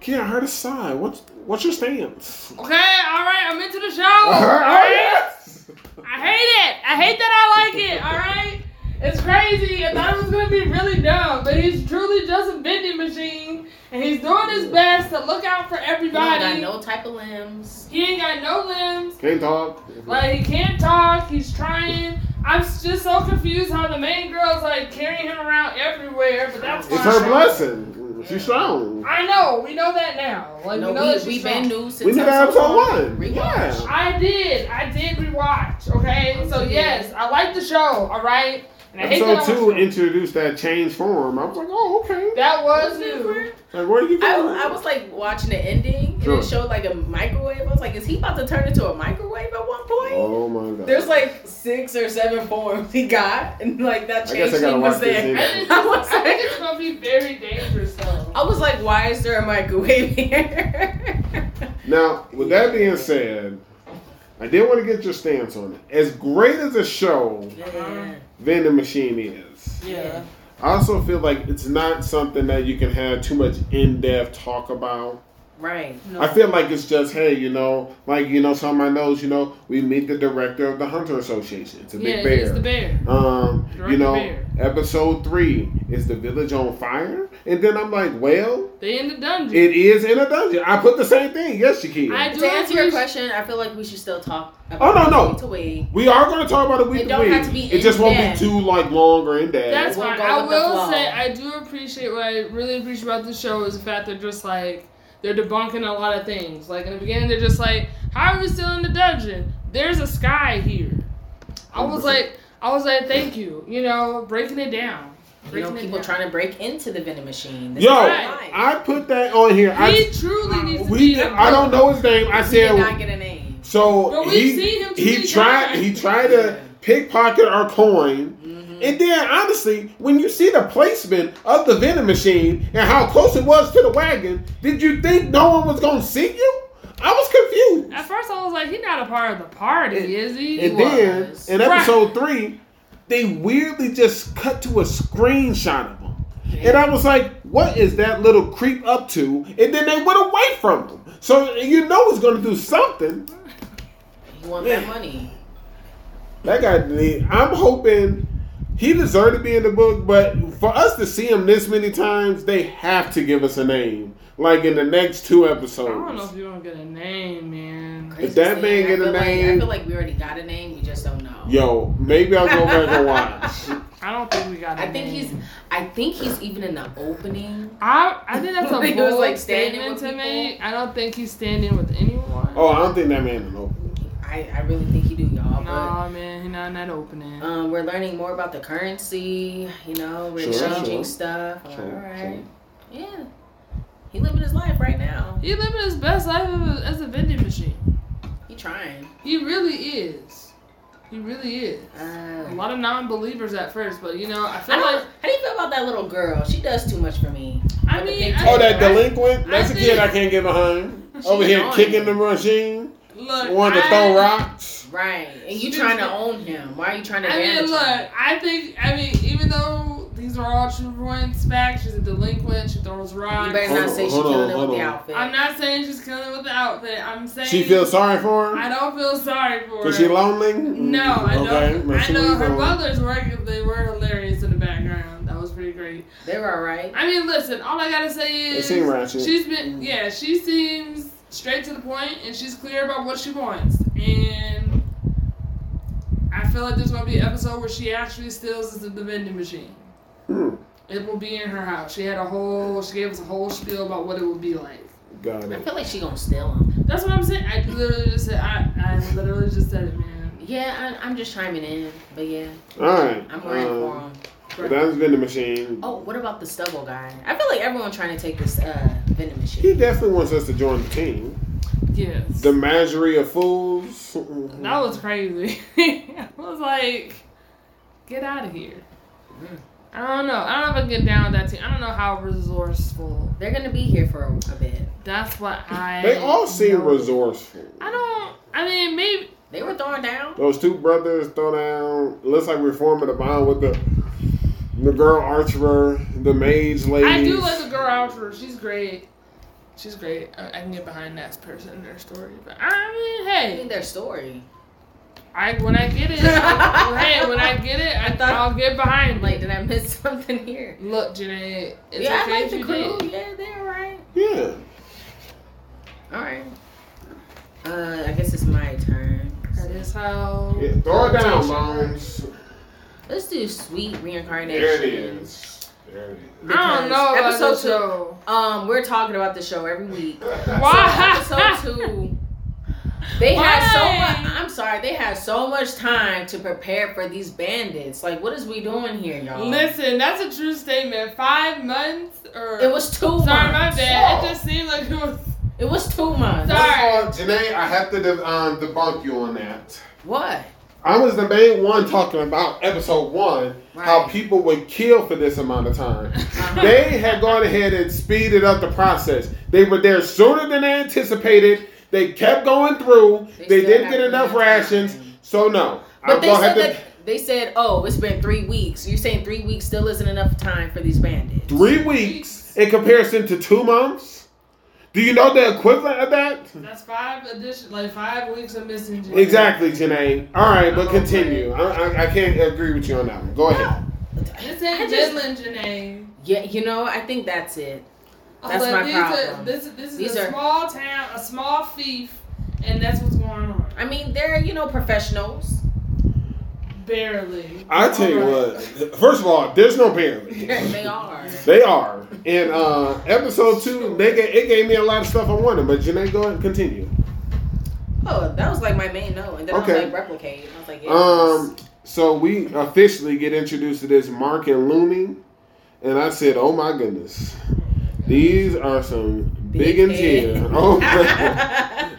Kia, I heard a sigh. What's what's your stance? Okay, alright, I'm into the [laughs] show. Oh, Alright? yes! I hate it. I hate that I like it, alright? It's crazy. I thought it was gonna be really dumb, but he's truly just a vending machine, and he's doing his best to look out for You don't got everybody. no type of limbs. He ain't got no limbs. Can't talk. Like he can't talk. He's trying. I'm just so confused how the main girl's like carrying him around everywhere, but that's It's fine. her blessing. She's strong. I know. We know that now. Like no, we Oh, know we, that she's we've strong. been new since We need to have someone. Rewatch. Yeah. I did. I did rewatch. Okay, so yes, I like the show. All right, and I hate Episode that I was- two introduced that change form. I was like, oh, okay. [laughs] That was new. I, Like, where are you going? I was like watching the ending, and Sure. it showed like a microwave. I was like, is he about to turn into a microwave at one point? Oh my god. There's like six or seven forms he got, and like that I guess change I gotta thing watch was this I there. [laughs] think I was it's- I think like- it's gonna be very dangerous though. I was like, why is there a microwave here? [laughs] Now, with that being said, I did want to get your stance on it. As great as a show Yeah. Vending Machine is, Yeah. I also feel like it's not something that you can have too much in depth talk about. Right. No. I feel like it's just, hey, you know, like, you know, some of my knows, you know, we meet the director of the Hunter Association. It's a yeah, big bear. it's the bear. Um, Drunk you know, beer. episode three is the village on fire, and then I'm like, well, They in the dungeon. it is in a dungeon. I put the same thing. Yes, Shakia. I do To answer your appreciate- question, I feel like we should still talk Oh, about no, no. week to week. we are going to talk about it week It to don't week. have to be it just won't in-depth. be too like long or in depth. That's We'll fine. go I with the will flow. say I do appreciate what I really appreciate about the show is the fact they're just like they're debunking a lot of things. Like in the beginning, they're just like, "How are we still in the dungeon? There's a sky here." I was 100%. like, I was like, "Thank you," you know, breaking it down. You know, Breaking it people down. trying to break into the vending machine. This Yo, is Right. why. I put that on here. He I, truly needs to we, be. in a I don't book. know his name. I we did not said get a name. so. But we've He seen him too he many tried times. he tried to pickpocket our coin. Mm-hmm. And then, honestly, when you see the placement of the vending machine and how close it was to the wagon, did you think no one was going to see you? I was confused. At first, I was like, "He's not a part of the party, And- is he?" And was. then, in episode three, they weirdly just cut to a screenshot of him. And I was like, what is that little creep up to? And then they went away from him. So you know he's going to do something. You want that money? That guy, need- I'm hoping he deserved to be in the book, but for us to see him this many times, they have to give us a name, like in the next two I don't know if episodes. you're gonna get a name, man. Crazy that thing, man get I a feel like- name- I feel like we already got a name. We just don't know. Yo, maybe I'll go back and watch. [laughs] I don't think we got. I I think he's. I think he's even in the opening. I I [laughs] think that's a He was, bold like, standing statement with to me. I don't think he's standing with anyone. Oh, I don't think that man will open. I, I really think he do y'all. no, man, he's not in that opening. But um, we're learning more about the currency. You know, we're Sure, exchanging sure. stuff. I'm like, Sure, All right. Yeah. He living his life right now. he living his best life as a- as a vending machine. He trying. He really is. He really is. Uh, A lot of non-believers at first, but you know, I feel I like don't, how do you feel about that little girl? She does too much for me. I With the mean, pigtail. Oh, that I- delinquent? That's a kid I can't get behind. Over here annoying. kicking the machine, look, wanting to I- throw rocks. Right. And you She's trying to the- own him. Why are you trying to I mean, damage look, him? I think, I mean, even though these are all true points, facts, she's a delinquent, she throws You rocks. better Hold not on, say she hold killing on, it with hold the on. outfit. I'm not saying she's killing it with the outfit. I'm saying She feels sorry for I him? don't feel sorry for her. Because she lonely? Mm. No, I Okay, don't. now I she know was her wrong. mother's work. They were hilarious in the background. That was pretty great. They're all right. I mean, listen. All I gotta say They is seem ratchet. she's been yeah. She seems straight to the point, and she's clear about what she wants. And I feel like there's gonna be an episode where she actually steals the vending machine. Hmm, It will be in her house. She had a whole. She gave us a whole spiel about what it would be like. Got I it. feel like she gonna steal him. That's what I'm saying. I literally just said. I I literally just said it, man. Yeah, I, I'm just chiming in, but yeah, All right. I'm rooting for him. um, That's been the machine. Oh, what about the stubble guy? I feel like everyone trying to take this uh, vending He machine. definitely wants us to join the team. Yes. The menagerie of fools. That was crazy. [laughs] I was like, get out of here. I don't know. I don't know if I can get down with that team. I don't know how resourceful. They're gonna be here for a, a bit. That's what I. They all seem know. resourceful. I don't. I mean, maybe. They were throwing down. Those two brothers throw down. Looks like we're forming a bond with the the girl archer, the mage lady. I do like the girl Alfred. She's great. She's great. I, I can get behind that person and their story. But I mean, I mean, hey, their story. I when I [laughs] get it, I- hey, when I get it, I, I thought- I'll get behind. I'm Like, like, did I miss [laughs] something here? look, Janae, it's yeah, okay I like if the you crew. did. Yeah, they're all right. Yeah. All right. Uh, I guess it's my turn. That is how. yeah. Throw it down, rotation moms. Let's do sweet reincarnation. There it is. There it is. I don't Because know. Episode Episode two. two. Um, we're talking about the show every [laughs] week. [laughs] Why? So episode two. They had so Why? much. I'm sorry. They had so much time to prepare for these bandits. Like, what is we doing here, y'all? Listen, that's a true statement. Five months or It was two months. sorry, my bad. It just seemed like it was. It was two months. Sorry. First of all, uh, Janae, I have to de- um, debunk you on that. What? I was the main one talking about episode one, how Right. people would kill for this amount of [laughs] time. they had gone ahead and speeded up the process. They were there sooner than they anticipated. They kept going through. They They, still didn't have get enough enough rations. time. So no. But I'm they gonna said have to- that they said, "Oh, it's been three weeks." You're saying three weeks still isn't enough time for these bandits. three weeks in comparison to two months. Do you know the equivalent of that? That's five addition, like five weeks of missing. Jimmy. Exactly, Janae. All right, but continue. I, I, I can't agree with you on that one. Go ahead. This I ain't just- Midland, Janae. Yeah, you know, I think that's it. That's But my these Are, problem. this, this is These a are- small town, a small fief, and that's what's going on. I mean, they're you know professionals. [laughs] Barely. I tell you Alright. what. First of all, there's no barely. they [laughs] are. They are. And uh, episode two, they ga- it gave me a lot of stuff I wanted, but Janae, go ahead and continue. Oh, that was like my main note, and then I Okay. was like replicate. And I was like, yeah, Um, so we officially get introduced to this Mark and Looney, and I said, "Oh my goodness, these are some Big biggins head. here." [laughs] Oh, my-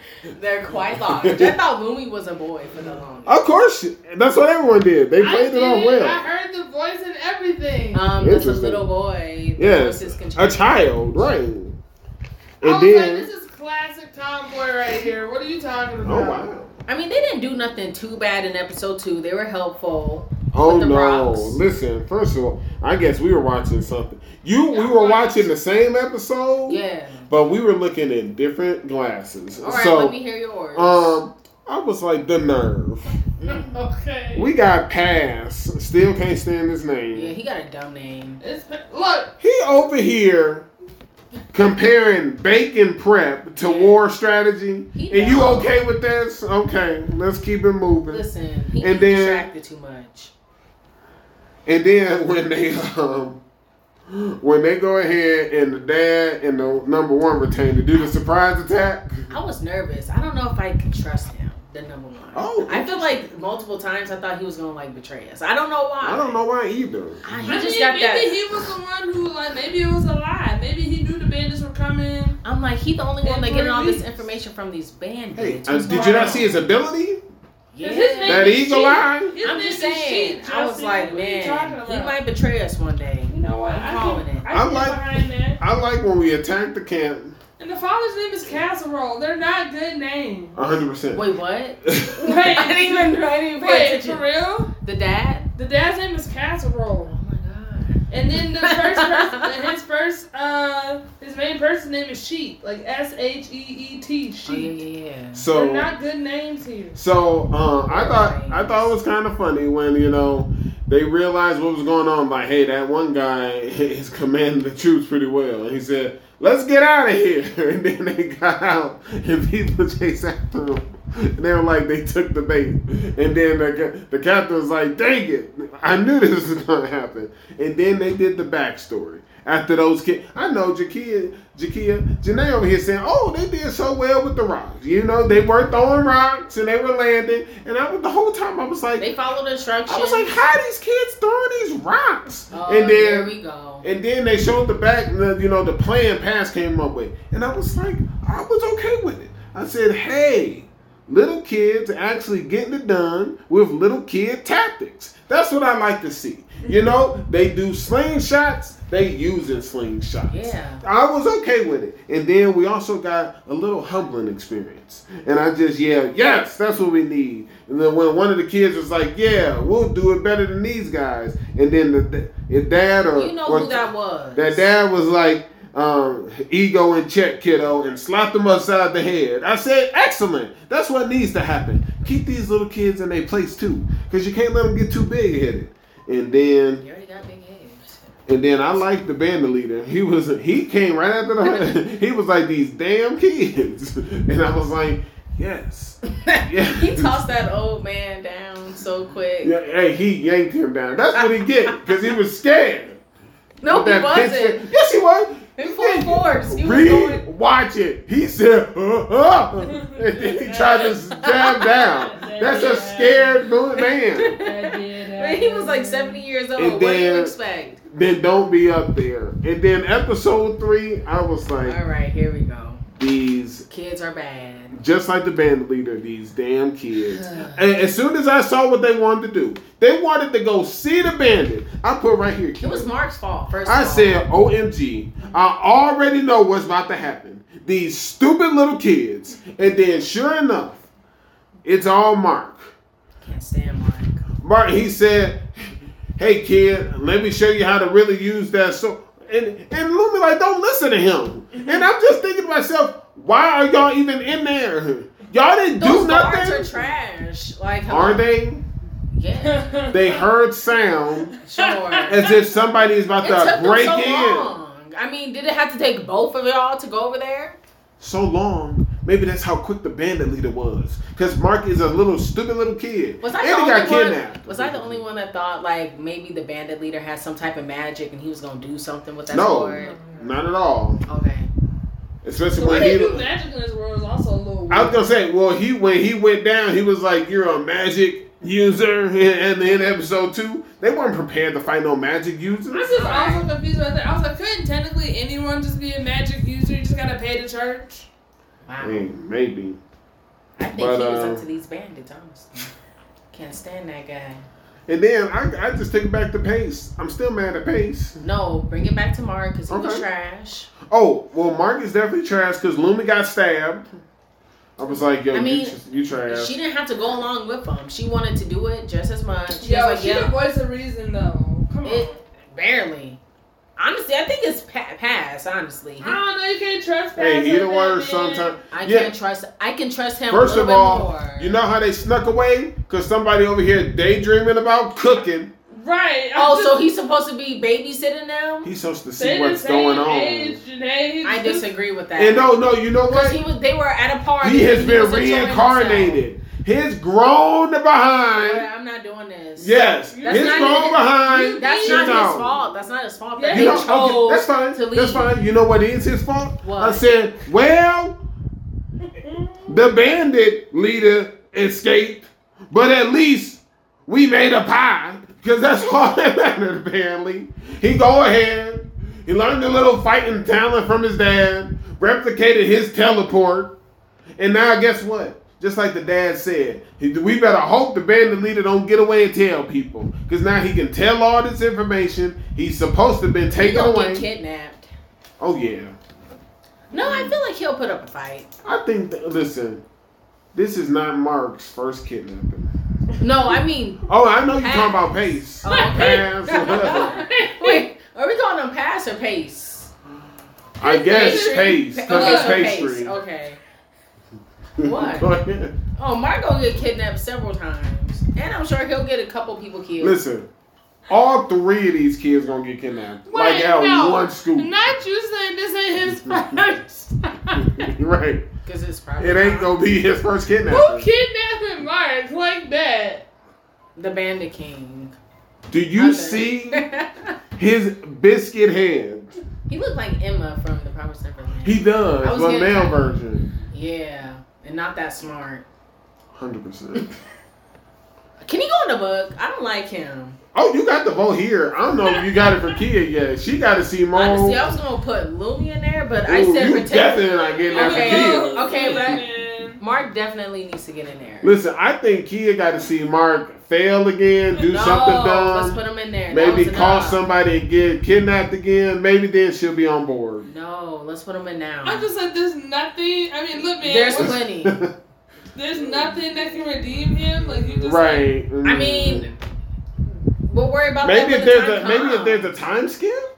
they're quite large. I thought Lumi was a boy for the longest. of course, that's what everyone did. They I played it on did. I well. heard the voice and everything. Um, that's a Interesting. little boy. Yeah, Yes, A child, right? And I was like, then, this is classic tomboy right here. What are you talking about? oh wow, I mean, they didn't do nothing too bad in episode two. They were helpful. oh the no! rocks. Listen, first of all, I guess we were watching something. You, we Yeah, were right. watching the same episode, Yeah. but we were looking in different glasses. All right, so, let me hear yours. um, I was like, the nerve. [laughs] Okay. We got Pass. Still can't stand his name. yeah, he got a dumb name. It's, look, He over here comparing bacon prep to war strategy. He and you dumb. okay with this? Okay, let's keep it moving. Listen, he And and then- distracted too much. And then when they um when they go ahead and the dad and the number one retainer do the surprise attack. I was nervous. I don't know if I could trust him. The number one. Oh. I feel like multiple times I thought he was gonna like betray us. I don't know why. I don't know why either. I, he I just mean, got maybe that. he was the one who, like, maybe it was a lie. Maybe he knew the bandits were coming. I'm like, he the only Hey, one that getting all this Bernice. information from these Hey, bandits. uh, What's did you going not on? see his ability? Yeah. His name That is eagle Sheik. eye? His I'm name just is saying. Sheik, I was Chelsea. like, What are you talking man, about? he might betray us one day. You know what? I'm I calling can- it. I I'm can like- get behind that. I like when we attack the camp. And the father's name is Casserole. They're not good names. hundred percent. [laughs] Wait, what? Wait. [laughs] I didn't even. I didn't even pay Wait, for attention. real? The dad. The dad's name is Casserole. Oh my god. And then the [laughs] first person, his first, uh, his main person's name is Sheep, like S H E E T, Oh, yeah, Sheep. yeah, yeah. So They're not good names here. So uh, I thought I thought it was kind of funny when you know they realized what was going on. Like, hey, that one guy [laughs] is commanding the troops pretty well, and he said, "Let's get out of here." [laughs] And then they got out, and people [laughs] chased after them. And they were like, they took the bait. And then the, the captain was like, "Dang it, I knew this was gonna happen." And then they did the backstory. After those kids, I know Jakia, Jakia, Janae over here saying, "Oh, they did so well with the rocks. You know, they were throwing rocks and they were landing." And I was the whole time I was like, They followed instructions. I was like, "How are these kids throwing these rocks?" Oh, and here then, we go. and then they showed the back. the- You know, the plan pass came up with, and I was like, I was okay with it. I said, "Hey, little kids actually getting it done with little kid tactics. That's what I like to see. You know, they do slingshots. They using slingshots. Yeah. I was okay with it. And then we also got a little humbling experience. And I just yelled, yes, that's what we need. And then when one of the kids was like, yeah, we'll do it better than these guys. And then the, the his dad or You know or who that was. that dad was like, um, ego in check, kiddo, and slapped him upside the head. I said, excellent. That's what needs to happen. Keep these little kids in their place too, because you can't let them get too big headed. And then You already got big heads. and then I liked the band leader. He was he came right after the [laughs] he was like these damn kids, [laughs] and I was like, yes, Yeah. [laughs] he tossed that old man down so quick. yeah, hey, he yanked him down. That's what he get because he was scared. No, With he that wasn't. pitch- Yes, he was. In full force. He was Read, going- watch it. He said, [laughs] uh, uh, and then he [laughs] tried to jab down. That's a scared man. Man, [laughs] he was like 70 years old. And what do you then- expect? Then don't be up there. And then episode three, I was like, All right, here we go. these Kids are bad. just like the band leader, these damn kids. and as soon as I saw what they wanted to do, they wanted to go see the bandit. I put right here. It was Mark's fault, first I of all. said, OMG, I already know what's about to happen. these stupid little kids. And then, sure enough, it's all Mark. Can't stand Mark. Mark, he said, "Hey kid, let me show you how to really use that." So and and Lumi like don't listen to him. And I'm just thinking to myself, why are y'all even in there? Y'all didn't Those do guards are nothing. trash. Like hello. Are they? Yeah, [laughs] They heard sound [laughs] sure. as if somebody is about it took to break them so in. long. I mean, did it have to take both of y'all to go over there? So long. Maybe that's how quick the bandit leader was. Cause Mark is a little stupid little kid. Was I and the he only got one? kidnapped. Was I the only one that thought like maybe the bandit leader had some type of magic and he was gonna do something with that No. sword? Not at all. Okay. Especially So what when they he do magic in this world is also a little. Weird. I was gonna say, well, he when he went down, he was like, "You're a magic user." [laughs] And- And then episode two, they weren't prepared to fight no magic I'm users. just also confused about that. I was like, couldn't technically anyone just be a magic user? You just gotta pay the church. Wow. I mean, maybe. I think Mm. But, he was um, up to these bandits. Honestly, can't stand that guy. And then I, I just take back the pace. I'm still mad at pace. No, bring it back to Mark because he was Okay. trash. Oh well, Mark is definitely trash because Lumi got stabbed. I was like, yo, I mean, you, tr- you trash. She didn't have to go along with him. She wanted to do it just as much. She Yo, was like, she yeah, the voice of reason though. Come on. It- barely. Honestly, I think it's pa- past. Honestly, I don't know. You can't trust. hey, either way, or sometimes. sometime. I Yeah. can't trust. I can trust him. First a of little all, bit more. you know how they snuck away? Cause somebody over here daydreaming about cooking. Right. I'm Oh, just- so he's supposed to be babysitting them? He's supposed to They see the what's same going on. Age, Janae, he's I just- disagree with that. And no, no, you know what? because he was. They were at a party. He has and been was enjoying reincarnated. His grown himself. behind. Boy, I'm not doing this. Yes, That's his not grown his- behind. That's she not his know. fault. That's not his fault. Yeah, That You they know, chose okay, that's fine. to leave. That's fine. You know what is his fault? What? I said, well, the bandit leader escaped, but at least we made a pie because that's [laughs] all that mattered. Apparently, he go ahead. He learned a little fighting talent from his dad, replicated his teleport, and now guess what? Just like the dad said, he- we better hope the bandit leader don't get away and tell people, because now he can tell all this information. He's supposed to have been He taken gonna get away. kidnapped. Oh yeah, No, I feel like he'll put up a fight. I think. Th- listen, this is not Mark's first kidnapping. No, I mean, Oh, I know you're Pass. talking about pace. Oh. [laughs] Pass or whatever. wait, are we calling him pass or pace? I guess pace. Pa- Because it's okay, pastry. Okay. Oh, [laughs] What? Go ahead. Oh, Mark gonna get kidnapped several times, and I'm sure he'll get a couple people killed. Listen, all three of these kids gonna get kidnapped. Wait, like out no. one scoop. Not you saying this ain't his [laughs] first. right. [laughs] Cause it's probably It ain't gonna be his first Who kidnapping. kidnapping Mark like that? the Bandit King. Do you see his biscuit hand? [laughs] he looked like Emma from The Promised Neverland. He I does, was but getting- male version. yeah, and not that smart. 100%. Can he go in the book? I don't like him. Oh, you got the vote here. I don't know if you got it for Kia yet. She got to see more. Honestly, I was gonna put Lumi in there, but I Ooh, said you protect. definitely not getting that Okay. for Kia. okay, but- Oh, man. Mark definitely needs to get in there. Listen, I think Kia got to see Mark fail again, do no, something let's dumb, put him in there. That maybe was call enough. somebody and get kidnapped again. Maybe then she'll be on board. No, let's put him in now. I'm just like, there's nothing. I mean, look, man, There's what- plenty. there's nothing that can redeem him. Like you just [laughs] right. I mean, we'll worry about maybe that when if there's the a time maybe if comes. there's a time skip.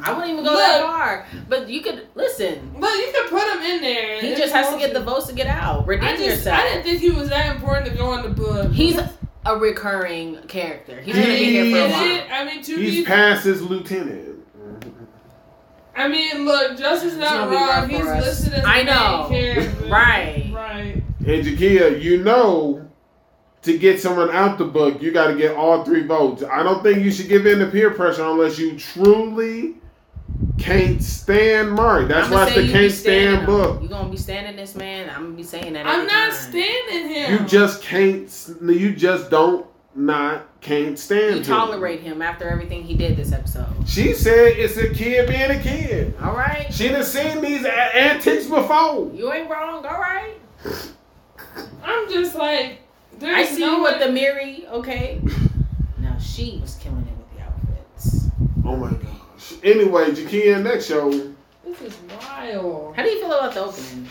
I wouldn't even go Look. that far. But you could listen. Like, look, you can put him in there. He If just you has to want get the votes to get out. Redeem I just, yourself. I didn't think he was that important to go in the book. He's a recurring character. He's gonna be He here for a Is while. it? I mean, to He's be past his lieutenant. I mean, look, Justice gonna not be wrong. rough for He's us. listed as I the main know. character. [laughs] Right. Right. And Jakia, you know, to get someone out the book, you got to get all three votes. I don't think you should give in to peer pressure unless you truly can't stand Mark. That's I'ma why it's say the you be can't standing stand him. book. You gonna be standing this man. I'm gonna be saying that. I'm every not time. standing him. You just can't. s- You just don't not can't stand. You him. tolerate him after everything he did this episode. She said it's a kid being a kid. All right. She done seen these a- antics before. You ain't wrong. All right. I'm just like. I There's see no you with one- the Miri. Okay. Now she was killing it with the outfits. Oh my gosh. Anyway, Jakia, next show. This is wild. How do you feel about the opening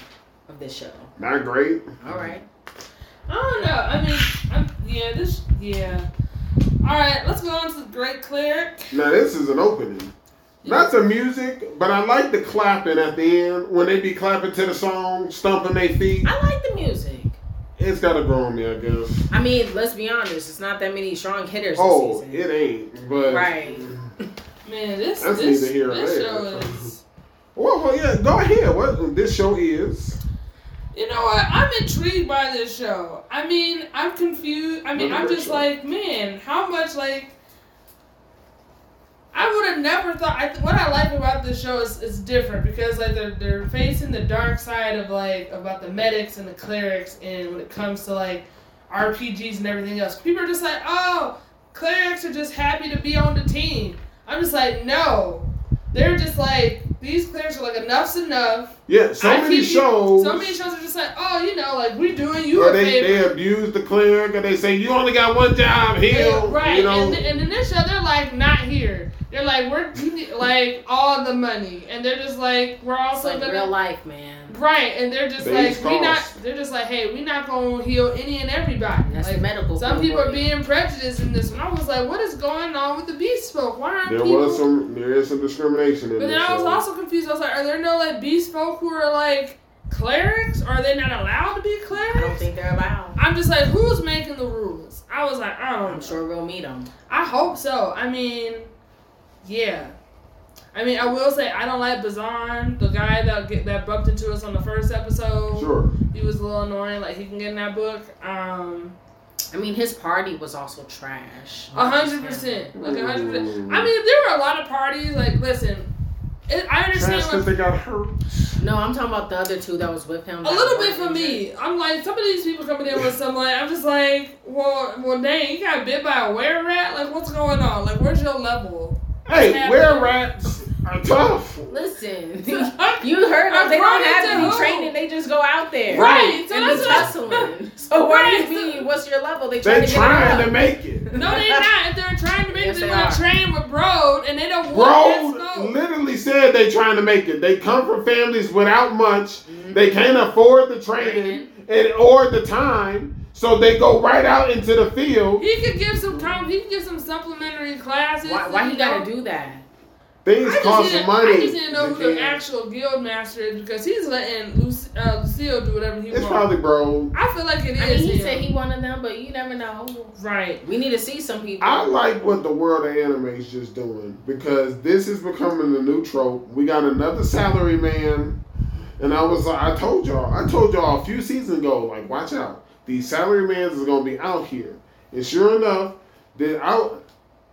of this show? Not great. All right. I don't know. I mean, I'm, yeah, this, yeah. All right, let's go on to the Great Cleric. Now this is an opening. Not the music, but I like the clapping at the end when they be clapping to the song, stomping their feet. I like the music. It's gotta grow on me, I guess. I mean, let's be honest. It's not that many strong hitters this Oh, season. it ain't. But Right. Man, this That's this, neither here nor this there. show is. Well, well, yeah. Go ahead. What this show is? You know what? I'm intrigued by this show. I mean, I'm confused. I mean, Another I'm great just show. like, man, how much like. I would have never thought. I th- what I like about this show is it's different because like they're they're facing the dark side of like about the medics and the clerics and when it comes to like RPGs and everything else. People are just like, oh, clerics are just happy to be on the team. I'm just like, no, they're just like these clerics are like enough's enough. Yeah. So I many keep- shows. So many shows are just like, oh, you know, like we're doing you Or a they, favor. they abuse the cleric and they say you only got one job here. Yeah, right. You know. and, and in this show, they're like not here. They're like we're we need, like all the money, and they're just like we're It's also like gonna real life, man. right, and they're just Things like we not. cost. They're just like hey, we not gonna heal any and everybody. That's Like, the medical. some people field. are being prejudiced in this, and I was like, what is going on with the beast folk? Why aren't there people? was some. There is some discrimination in But this then I was show. also confused. I was like, are there no like beast folk who are like clerics? Are they not allowed to be clerics? I don't think they're allowed. I'm just like, who's making the rules? I was like, I don't. I'm sure we'll meet them. I hope so. I mean, yeah. I mean, I will say I don't like Bazan, the guy that get, that bumped into us on the first episode. Sure. He was a little annoying. Like he can get in that book. Um, I mean, his party was also trash. a hundred percent. Like a hundred percent. Mm. I mean, there were a lot of parties. Like, listen, it, I understand. Trash what- because they got hurt. No, I'm talking about the other two that was with him. A that little were bit for injured. me. I'm like, some of these people coming in with some like, I'm just like, well, well, dang, you got bit by a were rat. Like, what's going on? Like, where's your level? Hey, happening? where rats are tough. Listen, you heard them. [laughs] I'm They don't running have to to be who? training. They just go out there. Right, so and that's be what I- hustling. [laughs] So what do Right, you so- mean? What's your level? They trying They to get it trying up. to make it. No, they not. If they're trying to make Yes, it, they they want are. to train with Broad, and they don't want that Bro smoke. literally said they trying to make it. They come from families without much. Mm-hmm. They can't afford the training and or the time, so they go right out into the field. He could give some com- He could give some supplementary classes. Why, why he gotta do that? Things I just, cost didn't, money. I just didn't know who the Yeah. actual guild master is because he's letting Luc- uh, Lucille do whatever he It's wants. probably bro. I feel like it is. I mean, he him. said he one of them, but you never know. right. We need to see some people. I like what the world of anime is just doing because this is becoming the new trope. We got another salary man, and I was like, I told y'all, I told y'all a few seasons ago, like, watch out, these salary mans is gonna be out here, and sure enough, then I,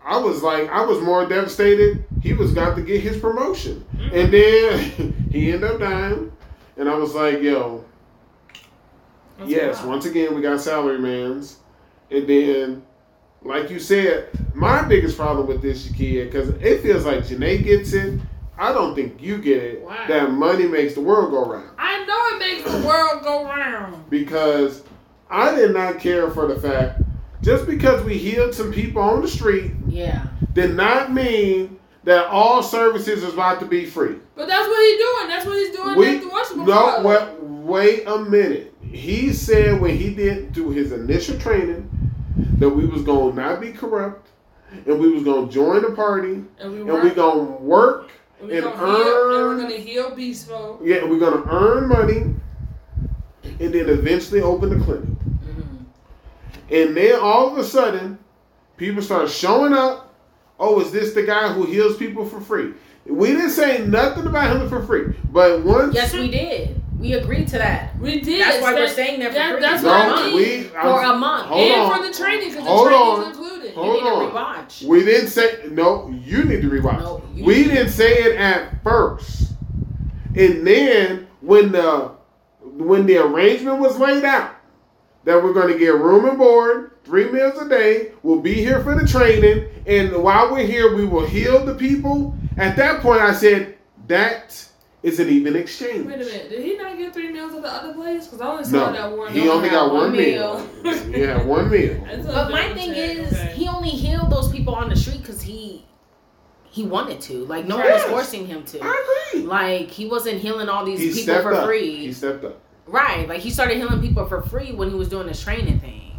I was like, I was more devastated. He was got to get his promotion, and then [laughs] he ended up dying, and I was like, yo, That's yes, wild. once again we got salary mans, and then, like you said, my biggest problem with this kid because it feels like Janae gets it. I don't think you get it. Why? That money makes the world go round I know it makes the world go round. because I did not care for the fact just because we healed some people on the street yeah. did not mean that all services is about to be free. But that's what he's doing. That's what he's doing We at the worship no what wait a minute. He said when he did do his initial training that we was gonna not be corrupt and we was gonna join the party And we and we were. gonna work And we and gonna heal. And we're earn- gonna heal Beast Folk. yeah and we're gonna earn money and then eventually open the clinic. Mhm. And then all of a sudden people start showing up. Oh, is this the guy who heals people for free? We didn't say nothing about healing for free. But once Yes, we did. We agreed to that. We did. That's why we're Spe- staying there for that- free. that's No, what I mean. we, I For was- a month. Hold and on. for the training because Hold the on. training's included. you Hold need to on. rewatch. We didn't say no. You need to rewatch. No, you we need- didn't say it at first, and then when the when the arrangement was laid out that we're going to get room and board, three meals a day, we'll be here for the training, and while we're here, we will heal the people. At that point, I said that is an even exchange. Wait a minute. Did he not get three meals at the other place? Because I only saw that No, one. he only got one meal. meal. [laughs] He had one meal. That's a But my different thing check, is, okay. he only healed those people on the street because he he wanted to. Like no Yes. one was forcing him to. I agree. Like he wasn't healing all these He people stepped for up. free. He stepped up. Right. Like he started healing people for free when he was doing this training thing.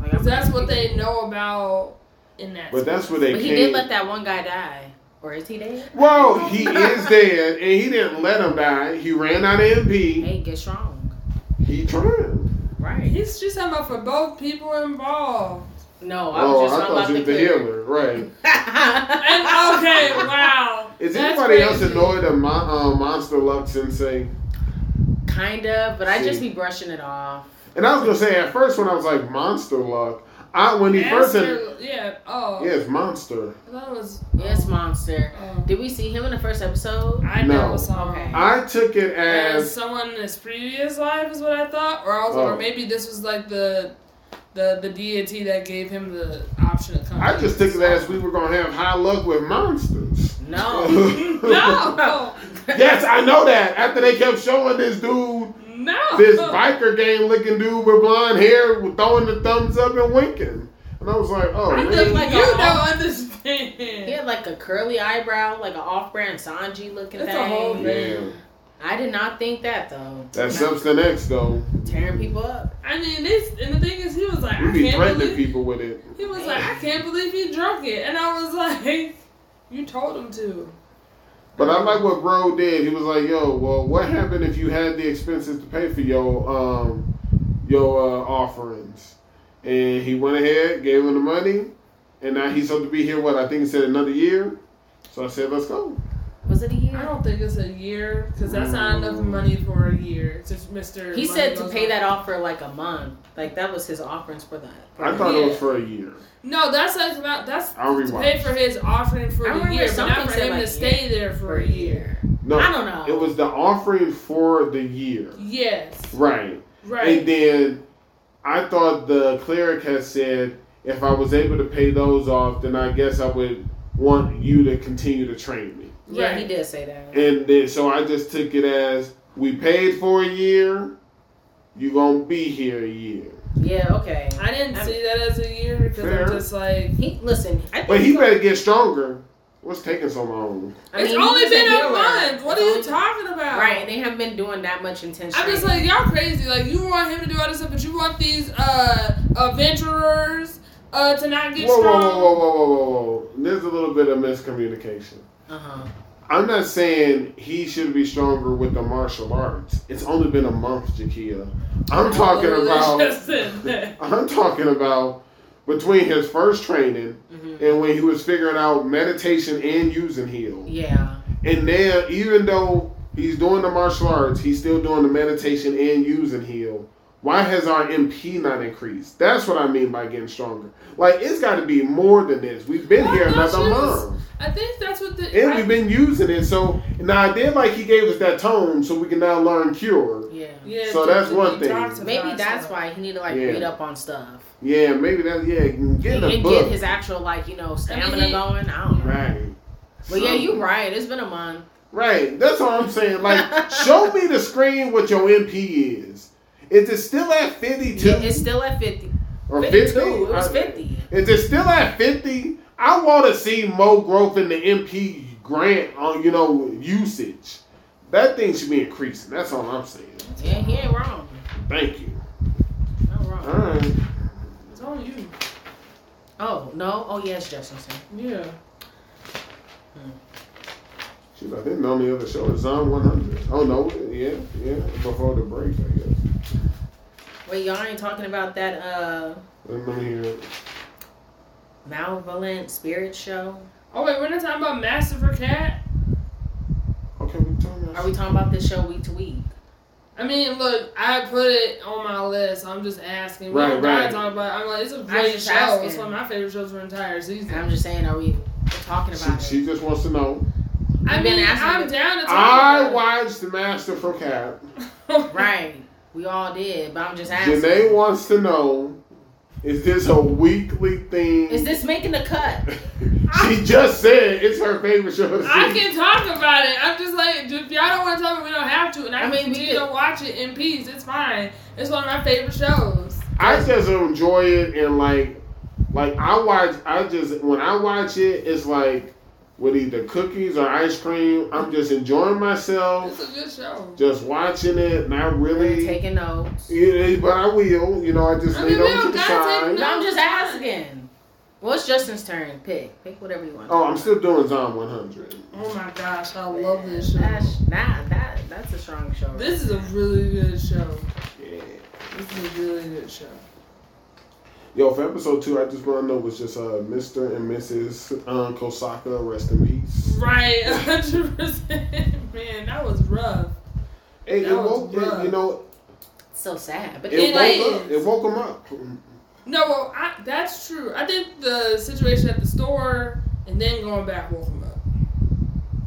Like I'm- So that's what they know about in that. But that's where they But he came. did let that one guy die. Or is he dead? Well, he is dead, and he didn't let him die. He ran out of MP. Hey, get strong. He tried. Right. He's just talking about for both people involved. No, I Oh, was just I talking thought you was about the the kid. healer, right? And [laughs] okay, wow. Is That's anybody else crazy. annoyed at my um, Monster Luck Sensei? Kind of, but I just See. be brushing it off. And I was gonna say at first when I was like Monster Luck, I when he first said, Master- yeah. Oh. yes, Monster. I thought it was. Yes, monster. Oh. Did we see him in the first episode? I No. never saw Okay. him. I took it as as someone in his previous life is what I thought, or I was, Oh. or maybe this was like the, the the deity that gave him the option to come. I back. just took it as we were gonna have high luck with monsters. [laughs] No. [laughs] [laughs] no, Yes, I know that. After they kept showing this dude, no. [laughs] this biker gang looking dude with blonde hair throwing the thumbs up and winking. And I was like, oh, I You think man. like don't a- understand. he had like a curly eyebrow, like an off-brand Sanji looking That's a whole thing. Yeah. thing. I did not think that though. That Substance X, though. Tearing people up. I mean, this and the thing is, he was like, You I be can't threatening believe. people with it. He was like, I can't believe he drunk it, and I was like, [laughs] you told him to. But I like what Bro did. He was like, yo, well, what happened if you had the expenses to pay for your um your uh, offerings? And he went ahead, gave him the money, and now he's supposed to be here, what, I think he said another year? So I said, let's go. Was it a I year? don't think it's a year because that's not enough money for a year. To Mr. He Money said to Goes pay On. that off for like a month. Like that was his offerings for that. I thought it was for a year. No, that's that's about that's I'll to pay rewatch. for his offering for I the remember year, but something not for said him like to stay there for a year. No, I don't know. it was the offering for the year. Yes, Right. And right. then I thought the cleric had said, if I was able to pay those off, then I guess I would want you to continue to train me. Yeah, Right. he did say that. And then, so I just took it as we paid for a year, you gonna be here a year. Yeah, okay. I didn't I'm- see that as a year because Fair. I'm just like He listen. I think But he so. better get stronger. What's taking so long? I it's mean, he only was been a healer. month. What are you It's only- talking about? Right, and they haven't been doing that much intense. I'm just training. like y'all crazy. Like you want him to do all this stuff, but you want these uh adventurers uh to not Whoa, get whoa, whoa, strong. whoa, whoa, whoa, whoa, whoa. There's a little bit of miscommunication. [laughs] uh-huh. I'm not saying he should be stronger with the martial arts. It's only been a month, Jakia. I'm talking Literally about. just said Mm-hmm. that. I'm talking about between his first training Mhm. and when he was figuring out meditation and using heal. Yeah. And now, even though he's doing the martial arts, he's still doing the meditation and using heal. Why has our MP not increased? That's what I mean by getting stronger. Like it's got to be more than this. We've been Well, here that's another just- month. I think that's what the And I- we've been using it, so now I did like he gave us that tone, so we can now learn cure. Yeah. yeah, so that's the one thing. detoxifier Maybe that's stuff. why he need to like Yeah. read up on stuff Yeah, maybe that. Yeah, and, get in a and book. get his actual like you know stamina he- going. I don't know. right. But yeah, Something. you're right. It's been a month. Right. That's all I'm [laughs] saying. Like, show me the screen what your MP is. Is it still at 52 Yeah, it's still at fifty. or 52. 50? It was I- fifty. Is it still at 50? I want to see more growth in the MP grant on you know usage. That thing should be increasing. That's all I'm saying. Yeah, he ain't wrong. Thank you. Not wrong. All right. It's on you. Oh no. Oh yes, Justin. Yeah. Shoot, I didn't know the other show is on 100. Oh no, yeah, yeah, before the break, I guess. Wait, y'all ain't talking about that uh Let me hear it. malevolent spirit show. Oh wait, we're not talking about Master for Cat. Okay, we talking about. Are we talking about this show week to week? I mean, look, I put it on my list. I'm just asking. Right, we don't gotta right. Talk about. it. I'm like, it's a great just show. asking. It's one of my favorite shows for the entire season. I'm just saying, are we talking about She, she it? just wants to know. I You've been mean, asking I'm me- down to talk. I about watched The Master for Cap. [laughs] it. Right. We all did, but I'm just asking. Janae wants to know: Is this a weekly thing? Is this making the cut? [laughs] she just said it's her favorite show. of the I season. can talk about it. I'm just like, if y'all don't want to talk, we don't have to. And I I, mean, we mean, continue to could- watch it in peace. It's fine. It's one of my favorite shows. I just enjoy it and like, like I watch. I just when I watch it, it's like with either cookies or ice cream. I'm just enjoying myself, It's a good show. just watching it, not Really? really. Taking notes. Yeah, but I will. You know, I just I lean mean, we over to don't the gotta take side. No, I'm just No. asking. Well, it's Justin's turn. Pick. Pick whatever you want. Oh, I'm still doing Zom 100. Oh my gosh, I love this show. That's, that, that, that's a strong show. This is a really good show. Yeah. This is a really good show. Yo, for episode two, I just want to know was just uh, Mr. and Mrs. Um, Kosaka, rest in peace. Right, [laughs] 100%. Man, that was rough. Hey, it That was woke, it, rough. you know, It's so sad. But it, It woke up. is. It woke him up. No, well, I, that's true. I think the situation at the store and then going back woke him up.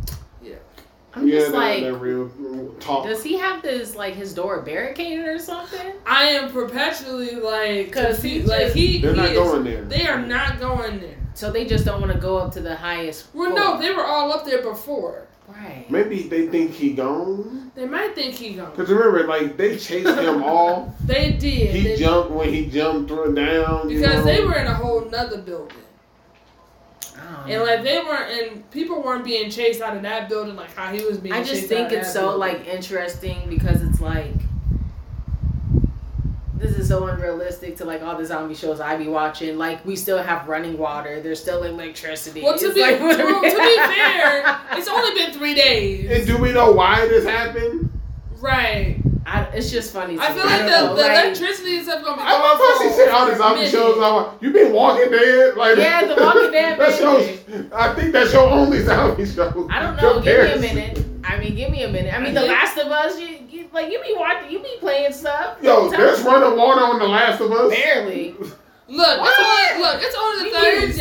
I'm yeah, just that, like, that real talk. does he have this, like, his door barricaded or something? I am perpetually like, 'Cause he confused. like he, They're he not is- going there. They are not going there. So they just don't want to go up to the highest. Well, no, they were all up there before. Right. Maybe they think he gone. They might think he gone. Cause remember, like they chased him [laughs] off. They did. He They- jumped when he jumped through and down. you because know? they were in a whole nother building. I don't And know. like they weren't, and people weren't being chased out of that building like how he was being. I just chased out think of it's that so building. like interesting because it's like this is so unrealistic to like all the zombie shows I be watching. Like we still have running water, there's still electricity. Well, to It's be like, well, to [laughs] be fair, it's only been three days. And do we know why this happened? Right. I, it's just funny. To I me. feel like don't the, know, the like- electricity and stuff gonna be I going love how she for said all the zombie minute. shows. I want you been Walking Dead, like Yeah, The Walking [laughs] Dead, that's baby. your, I think that's your only zombie show. I don't know. Give me a Comparison. minute. I mean, give me a minute. I mean, The I think- Last of Us. You, you like you be watching, you be playing stuff. Yo, Sometimes- there's running water on The Last of Us. barely. Look, it's What? only, look, it's only the You be- third You be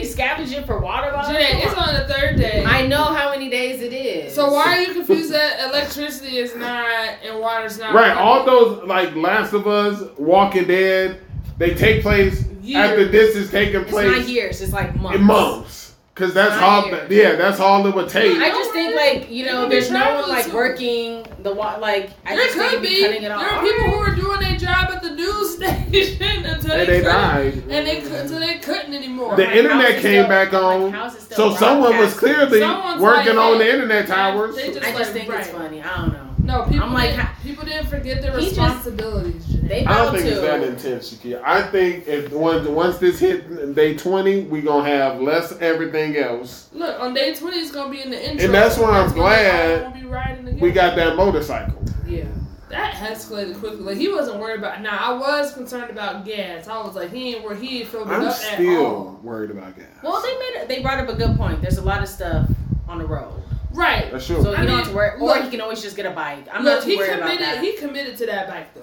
day. scavenging for water bottles. Janae, it's only the third day. I know how many days it is. So why are you confused that electricity is not and water's not? Right, all those like Last of Us, Walking Dead, they take place Years. after this is taking It's not place years. It's like months. in months. Cause that's Not all. years. Yeah, that's all it would take. I just think like you know, there's no one like Travel too. working the wa- like. I there just think could it'd be. cutting it There off. are people who are doing their job at the news [laughs] station until and they they couldn't- died. and they cou- until they couldn't anymore. The My house internet is came still- back on. my house is still So someone was broadcasting. clearly Someone's working like, on the hey, internet they- towers. they just- I just think it's Right. funny. I don't know. no, people. I'm like, didn't, ha- people didn't forget their He just- responsibilities. Janae. They I about don't think to. it's that intense, Shakia. I think if once once this hit day twenty, we gonna have less everything else. Look, on day 20, it's going to be in the intro. And that's why I'm when they all glad gonna be riding together. We got that motorcycle. Yeah. That escalated quickly. Like, he wasn't worried about. Now, I was concerned about gas. I was like, he ain't where he ain't filled it I'm up at all. still worried about gas. Well, they made it, they brought up a good point. There's a lot of stuff on the road, Right. That's so true. you I don't mean, have to worry. Or look- he can always just get a bike. I'm Look, not he too worried about committed. that. He committed to that bike, though.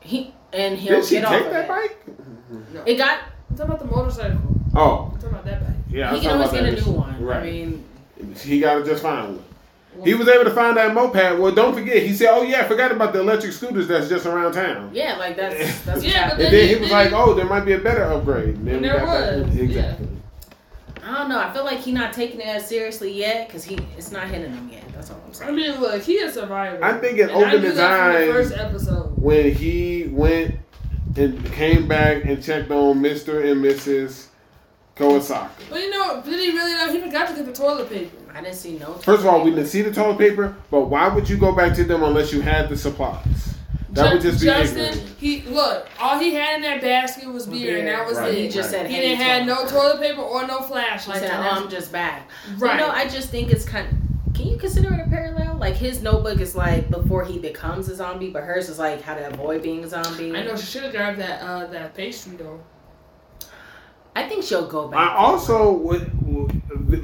He and he'll Did she get take off of that it. Mm-hmm. bike? It got. I'm talking about the motorcycle. Oh, I'm talking about that bike. yeah. I he was can talking always about get a that. new one. Right. I mean, he got to just find one. He was able to find that moped. Well, don't forget, he said, "Oh yeah, I forgot about the electric scooters that's just around town." yeah, like [laughs] that's that's. Yeah, yeah, but And Then then he- he was then like, he- "Oh, there might be a better upgrade." And then And we there got that- was, yeah. exactly. I don't know. I feel like he not taking it as seriously yet because he it's not hitting him yet. That's all I'm I saying. mean, look, he a survivor. I think it And I opened knew his that from the eyes First episode. when he went and came back and checked on Mister and Mrs. Kawasaki. But you know, did he really know? He forgot to get the toilet paper. I didn't see no. First of all, we didn't see the toilet paper, but why would you go back to them unless you had the supplies? That Ju- would just be Justin, ignorant. he look, all he had in that basket was Well, beer, and that was Right. He it. just Right. said He hey, didn't have Tom. no toilet paper or no He flashlight. said, and "Oh, that's- I'm just back." right. You know, I just think it's kind. Can you consider it a parallel? Like his notebook is like before he becomes a zombie, but hers is like how to avoid being a zombie. I know she should have grabbed that uh, that pastry though. I think she'll go back. I also would, would-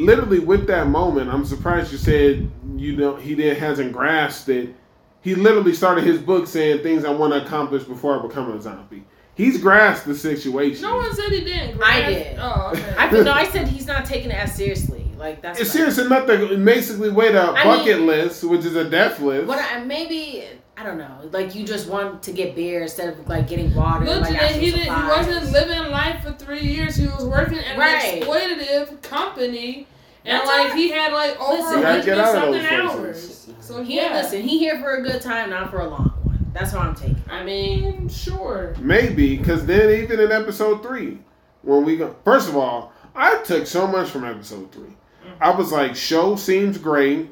literally with that moment, I'm surprised you said you know he did hasn't grasped it. He literally started his book saying things I want to accomplish before I become a zombie. He's grasped the situation. No one said he didn't. I grab- did. Oh, okay. [laughs] I feel, no, [laughs] I said he's not taking it as seriously. Like that's it's what I- serious enough to basically wait a I bucket list, which is a death list. What I maybe I don't know. Like you just want to get beer instead of like getting water. Look, like, Janae, actual he didn't. He supplies. wasn't living life for three years. He was working at Right. an exploitative company, and That's like right. he had like over Listen, a You gotta hundred get out of something those places. hours. So He yeah, listen. He here for a good time, not for a long one. That's what I'm taking. I mean, sure. Maybe, because then even in episode three, when we go, first of all, I took so much from episode three. Mm-hmm. I was like, show seems great.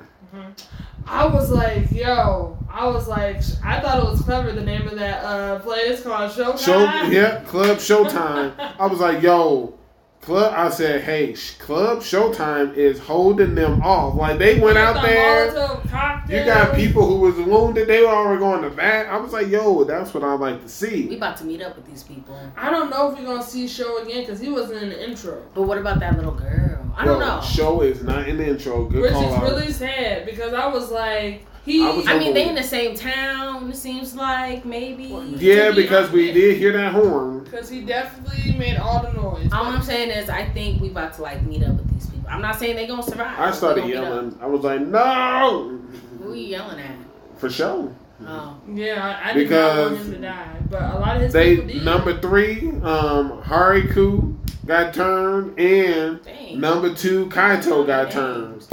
I was like, yo, I was like, sh- I thought it was clever. The name of that uh, play is called [laughs] Showtime. Show, yeah, club showtime. I was like, yo, club. I said, hey, sh- club showtime is holding them off. Like they went out there. You got people who was wounded. They were already going to bat. I was like, yo, that's what I like to We see. about to meet up with these people. I don't know if we're gonna see Show again because he wasn't in the intro. But what about that little girl? I don't Yo, know. Show is not in the intro. Good Which call is out. really sad because I was like, he. I was I mean, they in the same town. It seems like maybe. yeah, to be because we honest. did hear that horn. Because he definitely made all the noise. All I'm saying is, I think we about to like meet up with these people. I'm not saying they gonna survive. I but started we gonna meet up. yelling. I was like, no, Who you yelling at? for sure. Oh, yeah, I, I did not want him to die, but a lot of his They people did. number three, um, Hariku got turned, and dang. number two, Kaito got turned.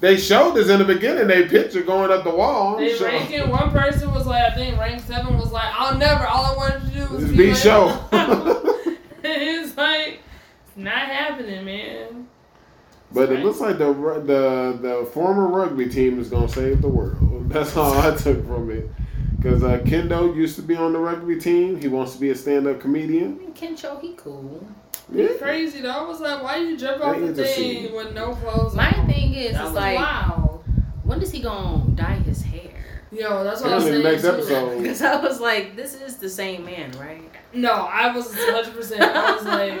They showed this in the beginning. They picture going up the wall. They Show- ranking. One person was like, I think rank seven was like, I'll never. All I wanted to do was Just be like- [laughs] show. [laughs] it's like it's not happening, man. But it looks like the ru- the the former rugby team is gonna save the world. [laughs] That's all I took from it. Because uh, Kendo used to be on the rugby team. He wants to be a stand up comedian. Kencho, he cool. Yeah. Crazy though. I was like, why you jump off They the need to see. thing with no clothes My on? thing is, That is was like, wow. when is he gonna dye his hair? [laughs] Yo, that's what I That's was in saying. the next too. episode. Because I was like, this is the same man, right? No, I was 100. percent [laughs] I was [laughs] like,